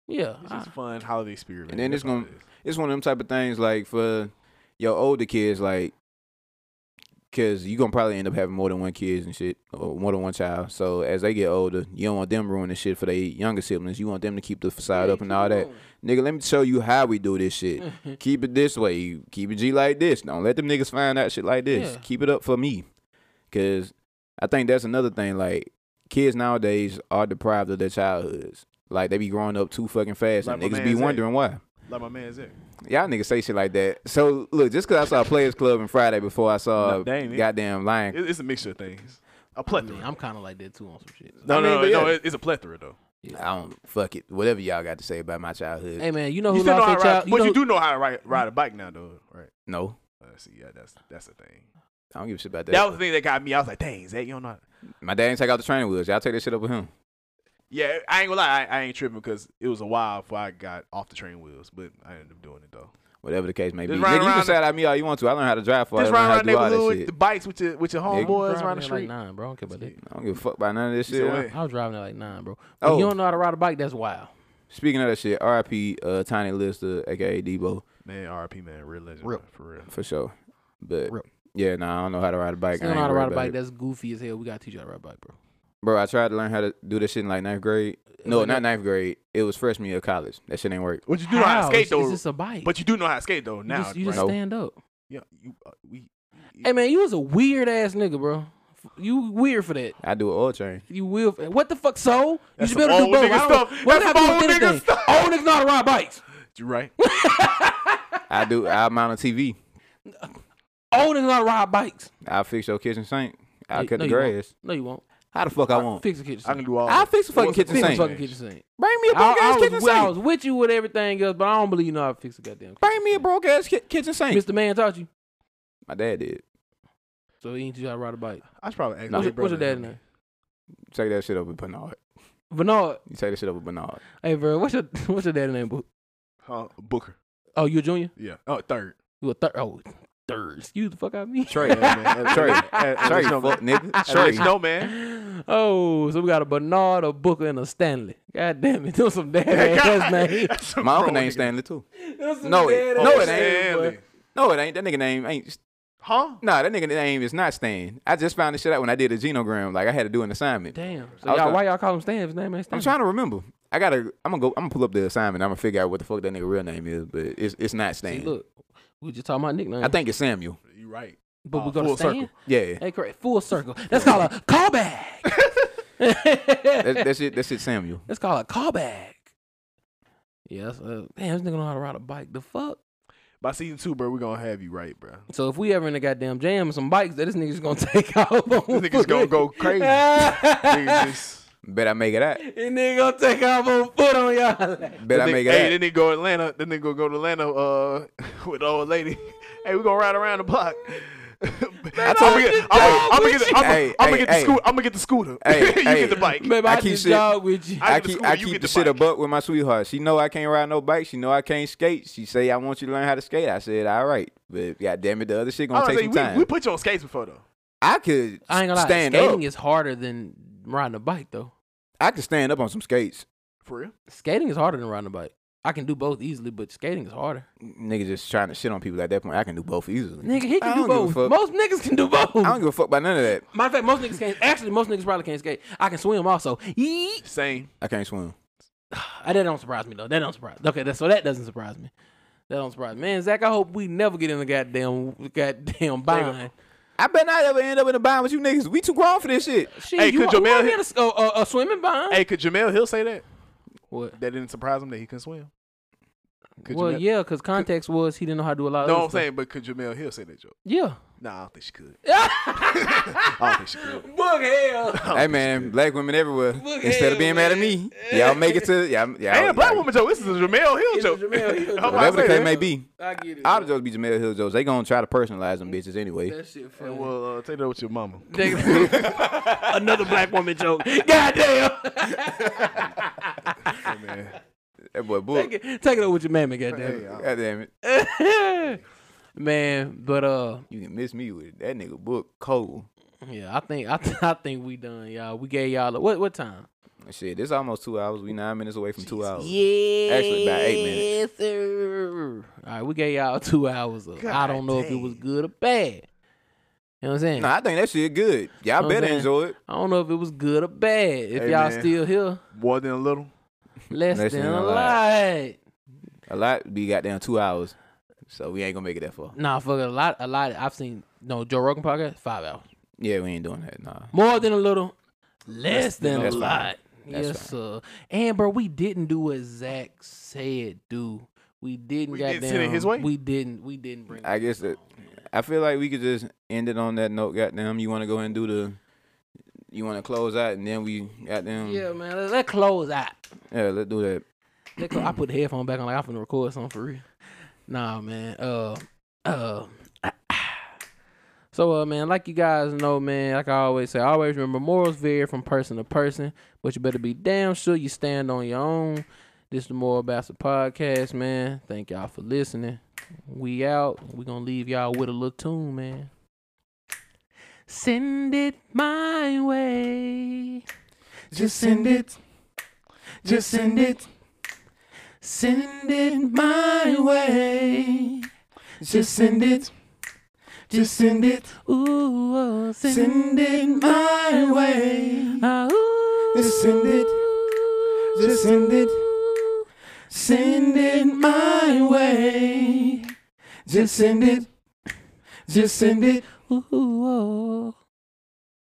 Speaker 1: yeah.
Speaker 3: It's
Speaker 1: I-
Speaker 3: just fun holiday spirit.
Speaker 2: And
Speaker 3: man.
Speaker 2: then
Speaker 3: That's
Speaker 2: it's
Speaker 3: all
Speaker 2: gonna-
Speaker 3: it is.
Speaker 2: it's one of them type of things like for your older kids, like because you're gonna probably end up having more than one kids and shit, or more than one child. So as they get older, you don't want them ruining shit for their younger siblings. You want them to keep the facade
Speaker 1: Yeah,
Speaker 2: up and
Speaker 1: keep
Speaker 2: all
Speaker 1: it Mm.
Speaker 2: that.
Speaker 1: going.
Speaker 2: Nigga, let me show you how we do this shit. keep it this way. You Keep it G like this. Don't let them niggas find out shit like this.
Speaker 1: Yeah.
Speaker 2: Keep it up for me, cause I think that's another thing. Like kids nowadays are deprived of their childhoods. Like they be growing up too fucking fast,
Speaker 3: Like my
Speaker 2: and niggas
Speaker 3: man
Speaker 2: be
Speaker 3: Zay.
Speaker 2: wondering why.
Speaker 3: Like my man Zach.
Speaker 2: Y'all niggas say shit like that. So look, just because I saw Players Club on Friday before I saw
Speaker 3: No, they ain't it.
Speaker 2: goddamn Lion,
Speaker 3: It, it's a mixture of things. A
Speaker 1: I
Speaker 3: plethora.
Speaker 1: am kind of like that too on some shit.
Speaker 3: no,
Speaker 2: I mean,
Speaker 3: no, no,
Speaker 2: but
Speaker 3: no,
Speaker 2: yeah.
Speaker 3: it- It's a plethora though.
Speaker 2: I don't fuck it. Whatever y'all got to say about my childhood,
Speaker 1: Hey man, you know who
Speaker 3: You still know
Speaker 1: lost
Speaker 3: how
Speaker 1: their
Speaker 3: to
Speaker 1: child?
Speaker 3: ride, but
Speaker 1: know
Speaker 3: you
Speaker 1: who-
Speaker 3: do know how to ride, ride a bike now though, right?
Speaker 2: no,
Speaker 3: Uh, see, yeah, that's that's the thing.
Speaker 2: I don't give a shit about that.
Speaker 3: That was the thing that got me. I was like, dang, Zach, you don't know. how to-
Speaker 2: my dad ain't take out the training wheels. Y'all take that shit up with him.
Speaker 3: Yeah, I ain't gonna lie, I, I ain't tripping because it was a while before I got off the train wheels, but I ended up doing it though.
Speaker 2: Whatever the case may be,
Speaker 3: Just ride
Speaker 2: nigga, you can
Speaker 3: around
Speaker 2: shout at me all you want to. I learned how to drive for. I
Speaker 3: Just
Speaker 2: learned
Speaker 3: ride
Speaker 2: how
Speaker 3: around
Speaker 2: to do all
Speaker 3: neighborhood
Speaker 2: that
Speaker 3: with
Speaker 2: shit.
Speaker 3: the bikes with your with your
Speaker 2: Nigga,
Speaker 1: I was driving
Speaker 3: homeboys around the
Speaker 1: at like
Speaker 3: street.
Speaker 1: nine, bro. I don't care about that.
Speaker 2: I don't give a fuck about none of this
Speaker 3: You
Speaker 2: shit.
Speaker 3: said what?
Speaker 1: I was driving at like nine, bro. But
Speaker 2: Oh.
Speaker 1: you don't know how to ride a bike? That's wild.
Speaker 2: Speaking of that shit, R.I.P. Uh, Tiny Lister, aka Debo,
Speaker 3: Man, RP man, real legend,
Speaker 1: Real.
Speaker 3: man, for real.
Speaker 2: for sure. But
Speaker 1: Rip.
Speaker 2: yeah, nah, I don't know how to ride a bike.
Speaker 1: Still
Speaker 2: I
Speaker 1: know
Speaker 2: ain't
Speaker 1: how to
Speaker 2: worried
Speaker 1: ride a
Speaker 2: about
Speaker 1: bike?
Speaker 2: it.
Speaker 1: That's goofy as hell. We gotta teach you how to ride a bike, bro.
Speaker 2: Bro, I tried to learn how to do this shit in like ninth grade. No,
Speaker 1: But
Speaker 2: not ninth grade. It was freshman year of college. That shit ain't work.
Speaker 3: But you do know how to skate
Speaker 1: It's-
Speaker 3: though.
Speaker 1: It's just a bike.
Speaker 3: but you do know how to skate though now.
Speaker 1: you just, you just
Speaker 3: right?
Speaker 2: No.
Speaker 1: stand up.
Speaker 3: Yeah, you, uh, we,
Speaker 1: Hey man, you was a weird ass nigga, bro. You weird for that.
Speaker 2: I do an oil train.
Speaker 1: You will. What the fuck? So
Speaker 3: That's
Speaker 1: you should be
Speaker 3: some
Speaker 1: able to do
Speaker 3: old
Speaker 1: both.
Speaker 3: nigga
Speaker 1: I don't-
Speaker 3: stuff.
Speaker 1: What
Speaker 3: That's
Speaker 1: happened
Speaker 3: some
Speaker 1: with
Speaker 3: old nigga
Speaker 1: anything?
Speaker 3: stuff.
Speaker 1: Old niggas know how to ride bikes.
Speaker 3: you right.
Speaker 2: I do I mount a TV.
Speaker 1: old niggas know how to ride bikes.
Speaker 2: I'll fix your kitchen sink. I'll
Speaker 1: Yeah,
Speaker 2: cut
Speaker 1: no,
Speaker 2: the
Speaker 1: you won't.
Speaker 2: grass.
Speaker 1: No, you won't.
Speaker 2: How the fuck I won't?
Speaker 1: Fix the kitchen.
Speaker 3: I
Speaker 1: sink.
Speaker 3: can do all.
Speaker 2: I'll
Speaker 3: that.
Speaker 2: fix the fucking
Speaker 3: What's the
Speaker 2: kitchen
Speaker 1: fix the
Speaker 2: sink.
Speaker 1: fucking kitchen sink.
Speaker 2: Bring me
Speaker 1: I,
Speaker 2: a broke
Speaker 1: I
Speaker 2: ass kitchen
Speaker 1: was, I was
Speaker 2: sink.
Speaker 1: with you with everything else, but I don't believe you know how to fix the goddamn. Kitchen.
Speaker 2: Bring me a broke ass ki- kitchen sink.
Speaker 1: Mr. Man taught you,
Speaker 2: My dad did.
Speaker 1: so he ain't you how to ride a bike.
Speaker 3: I should probably ask.
Speaker 2: Nah.
Speaker 3: my
Speaker 1: what's, your, what's your
Speaker 3: brother.
Speaker 1: dad's name?
Speaker 2: Take that shit up with Bernard.
Speaker 1: Bernard.
Speaker 2: You take that shit up with Bernard.
Speaker 1: Hey, bro, what's your what's your dad's name? boo?
Speaker 3: Huh? Booker.
Speaker 1: Oh, you a junior?
Speaker 3: Yeah. Oh, third.
Speaker 1: You a third? Oh, third. Excuse the fuck out of me.
Speaker 2: Trey.
Speaker 3: Yeah, man.
Speaker 2: Trey.
Speaker 3: Hey, hey, hey,
Speaker 2: Trey,
Speaker 3: let you know,
Speaker 2: fuck
Speaker 3: man.
Speaker 2: nigga.
Speaker 3: Hey, let
Speaker 2: Trey.
Speaker 3: you know, man.
Speaker 1: Oh, so we got a Bernard, a Booker, and a Stanley. God damn it, those some dad ass names.
Speaker 3: That's a
Speaker 2: My uncle
Speaker 3: grown
Speaker 2: named
Speaker 3: nigga.
Speaker 2: Stanley too.
Speaker 1: Those some
Speaker 2: No, it-
Speaker 1: dead-ass
Speaker 2: no, it ain't,
Speaker 1: names, boy.
Speaker 3: Oh, Stanley.
Speaker 2: No, it ain't. That nigga name ain't.
Speaker 3: Huh?
Speaker 2: Nah, that nigga name is not Stan. I just found this shit out when I did a genogram. Like I had to do an assignment.
Speaker 1: Damn.
Speaker 2: I
Speaker 1: So
Speaker 2: was
Speaker 1: y'all,
Speaker 2: gonna-
Speaker 1: why y'all call him Stan? His name ain't Stan.
Speaker 2: I'm trying to remember. I gotta. I'm gonna go. I'm gonna pull up the assignment. I'm gonna figure out what the fuck that nigga real name is. But it's it's not
Speaker 1: See,
Speaker 2: Stan.
Speaker 1: look, we just talking about nicknames.
Speaker 2: I think it's Samuel.
Speaker 3: You right.
Speaker 1: but
Speaker 3: uh,
Speaker 1: we go
Speaker 3: full
Speaker 1: to Stan.
Speaker 3: circle.
Speaker 2: Yeah.
Speaker 1: Hey, correct. Full circle. That's called a callback.
Speaker 2: That, that's it. That's it. Samuel.
Speaker 1: That's called a callback. Yeah, that's, uh, damn, this nigga know how to ride a bike. The fuck?
Speaker 3: By season two, bro, we're gonna have you right, bro.
Speaker 1: So if we ever in a goddamn jam and some bikes, that this nigga's gonna take off.
Speaker 3: This nigga's gonna go crazy. Nigga
Speaker 1: and
Speaker 3: just-
Speaker 2: Bet I make it out.
Speaker 1: nigga gonna take off on foot on y'all.
Speaker 2: Bet I
Speaker 3: Then
Speaker 2: make
Speaker 3: they- Hey,
Speaker 2: it
Speaker 3: then they go Atlanta. Then they go go to Atlanta uh, with the old lady. hey, we gonna ride around the block. I
Speaker 1: I just
Speaker 3: I'm
Speaker 1: dog
Speaker 3: gonna
Speaker 1: with
Speaker 3: get,
Speaker 1: you.
Speaker 2: Hey,
Speaker 3: I'm gonna
Speaker 2: hey,
Speaker 3: get the
Speaker 2: hey.
Speaker 3: scooter. I'm gonna get the scooter.
Speaker 2: Hey,
Speaker 3: you
Speaker 2: hey.
Speaker 3: get the bike.
Speaker 1: Baby, I,
Speaker 2: I keep
Speaker 1: just
Speaker 2: shit-
Speaker 1: jog with you.
Speaker 3: I
Speaker 2: I
Speaker 3: get the
Speaker 2: keep
Speaker 3: scooter,
Speaker 2: I
Speaker 3: you
Speaker 2: keep
Speaker 3: get
Speaker 2: the
Speaker 3: the
Speaker 2: shit a
Speaker 3: bike.
Speaker 2: buck with my sweetheart. She know I can't ride no bike. She know I can't skate. She say I want you to learn how to skate. I said all right, but god damn it, the other shit gonna
Speaker 3: I'm
Speaker 2: take
Speaker 3: say,
Speaker 2: some
Speaker 3: we,
Speaker 2: time.
Speaker 3: we put you on skates before though.
Speaker 2: I could
Speaker 1: I ain't gonna lie.
Speaker 2: stand
Speaker 1: skating
Speaker 2: up.
Speaker 1: is harder than riding a bike though.
Speaker 2: I could stand up on some skates.
Speaker 3: For real?
Speaker 1: Skating is harder than riding a bike. I can do both easily, but skating is harder.
Speaker 2: Nigga just trying to shit on people at that point. I can do both easily.
Speaker 1: Nigga, he
Speaker 2: I
Speaker 1: can do
Speaker 2: don't
Speaker 1: both.
Speaker 2: give a fuck.
Speaker 1: Most niggas can do both.
Speaker 2: I don't give a fuck about none of that.
Speaker 1: Matter of fact, most niggas can't. Actually, most niggas probably can't skate. I can swim also. Yeet.
Speaker 3: Same.
Speaker 2: I can't swim.
Speaker 1: Ah, That don't surprise me though. That don't surprise. Okay, that, so that doesn't surprise me. That don't surprise me. Man, Zach, I hope we never get in a goddamn goddamn bind.
Speaker 2: I bet not ever end up in a bind with you niggas. We too grown for this shit.
Speaker 1: Shit,
Speaker 3: Hey,
Speaker 1: you
Speaker 3: could
Speaker 1: want-
Speaker 3: Jamel
Speaker 1: want me
Speaker 3: hit-
Speaker 1: in a, s- a- a- a swimming bind?
Speaker 3: Hey, could Jamel Hill say that?
Speaker 1: What?
Speaker 3: That didn't surprise him that he couldn't swim. Could
Speaker 1: Well,
Speaker 3: Jamel-
Speaker 1: yeah, because context was he didn't know how to do a lot. of
Speaker 3: No,
Speaker 1: other
Speaker 3: I'm
Speaker 1: stuff.
Speaker 3: saying, but could Jamel Hill say that joke?
Speaker 1: Yeah.
Speaker 3: Nah, I don't think she could. I don't think she could.
Speaker 1: Book hell.
Speaker 2: Hey man, black women everywhere.
Speaker 1: Oh, Look
Speaker 2: Instead
Speaker 1: here,
Speaker 2: of being mad at
Speaker 1: man.
Speaker 2: me, y'all make it to y'all. y'all
Speaker 3: Hey, a black
Speaker 2: y'all-
Speaker 3: woman joke. This is a Jamel Hill
Speaker 1: It's a
Speaker 3: joke.
Speaker 1: Jamel Hill joke.
Speaker 3: I'm about to
Speaker 2: Whatever the
Speaker 3: say
Speaker 2: case
Speaker 3: that.
Speaker 2: may be,
Speaker 1: I get it.
Speaker 2: all the jokes be Jamel Hill jokes. They gonna try to personalize them bitches anyway.
Speaker 1: That shit
Speaker 3: Hey,
Speaker 1: funny.
Speaker 3: Well, uh, take that with your mama.
Speaker 1: Nigga- Another black woman joke. Goddamn.
Speaker 3: Hey, man.
Speaker 2: That boy
Speaker 1: take,
Speaker 2: book.
Speaker 1: it, take it up with your mammy, goddamn.
Speaker 3: Hey, uh, I-
Speaker 2: God damn it,
Speaker 1: it. Man, but uh,
Speaker 2: you can miss me with that nigga book cold.
Speaker 1: yeah, I think I, th- I think we done, y'all. We gave y'all a, what what time?
Speaker 2: Shit, this almost two hours. We nine minutes away from two hours.
Speaker 1: Yeah,
Speaker 2: Actually, about eight minutes.
Speaker 1: Sir. All right, we gave y'all two hours. Of, I don't know if it was good or bad. You know what I'm saying?
Speaker 2: Nah, I think that shit good. Y'all
Speaker 1: Know
Speaker 3: Oh,
Speaker 1: what I'm
Speaker 2: better
Speaker 1: saying?
Speaker 2: enjoy it.
Speaker 1: I don't know if it was good or bad. If
Speaker 3: Hey,
Speaker 1: y'all
Speaker 3: man.
Speaker 1: still here,
Speaker 3: More than a little.
Speaker 1: less
Speaker 2: Less
Speaker 1: than
Speaker 2: than
Speaker 1: a
Speaker 2: a
Speaker 1: lot.
Speaker 2: A lot be goddamn two hours, so we ain't gonna make it that far.
Speaker 1: Nah, fuck it, a lot. A lot. I've seen no Joe Rogan podcast five hours.
Speaker 2: Yeah, we ain't doing that. Nah.
Speaker 1: More than a little, less than a
Speaker 2: that's fine.
Speaker 1: lot.
Speaker 2: That's
Speaker 1: yes,
Speaker 2: fine.
Speaker 1: sir. And bro, we didn't do what Zach said. Do we didn't?
Speaker 3: We
Speaker 1: goddamn,
Speaker 3: didn't send it his way?
Speaker 1: We didn't. We didn't bring.
Speaker 2: I guess that I feel like we could just end it on that note. Goddamn, you want to go and do the, you want to close out, and then we goddamn yeah,
Speaker 1: um, Yeah, man. Let, let close out.
Speaker 2: yeah let's do that.
Speaker 1: Let clo- I put the headphone back on. Like I'm finna record something for real. Nah, man. Uh, uh. So, uh, man, like you guys know, man, like I always say, always remember morals vary from person to person, but you better be damn sure you stand on your own. This is the Moral Bastard Podcast, man. Thank y'all for listening. We out. we going to leave y'all with a little tune, man. Send it my way. Just send it. Just send it. Send it my way. Just send it. Just send it. Ooh, oh, send, it my way. Ah, ooh.
Speaker 2: Just send it. Just send it.
Speaker 1: Send it my way.
Speaker 2: Just send it. Just send it.
Speaker 1: Ooh, oh.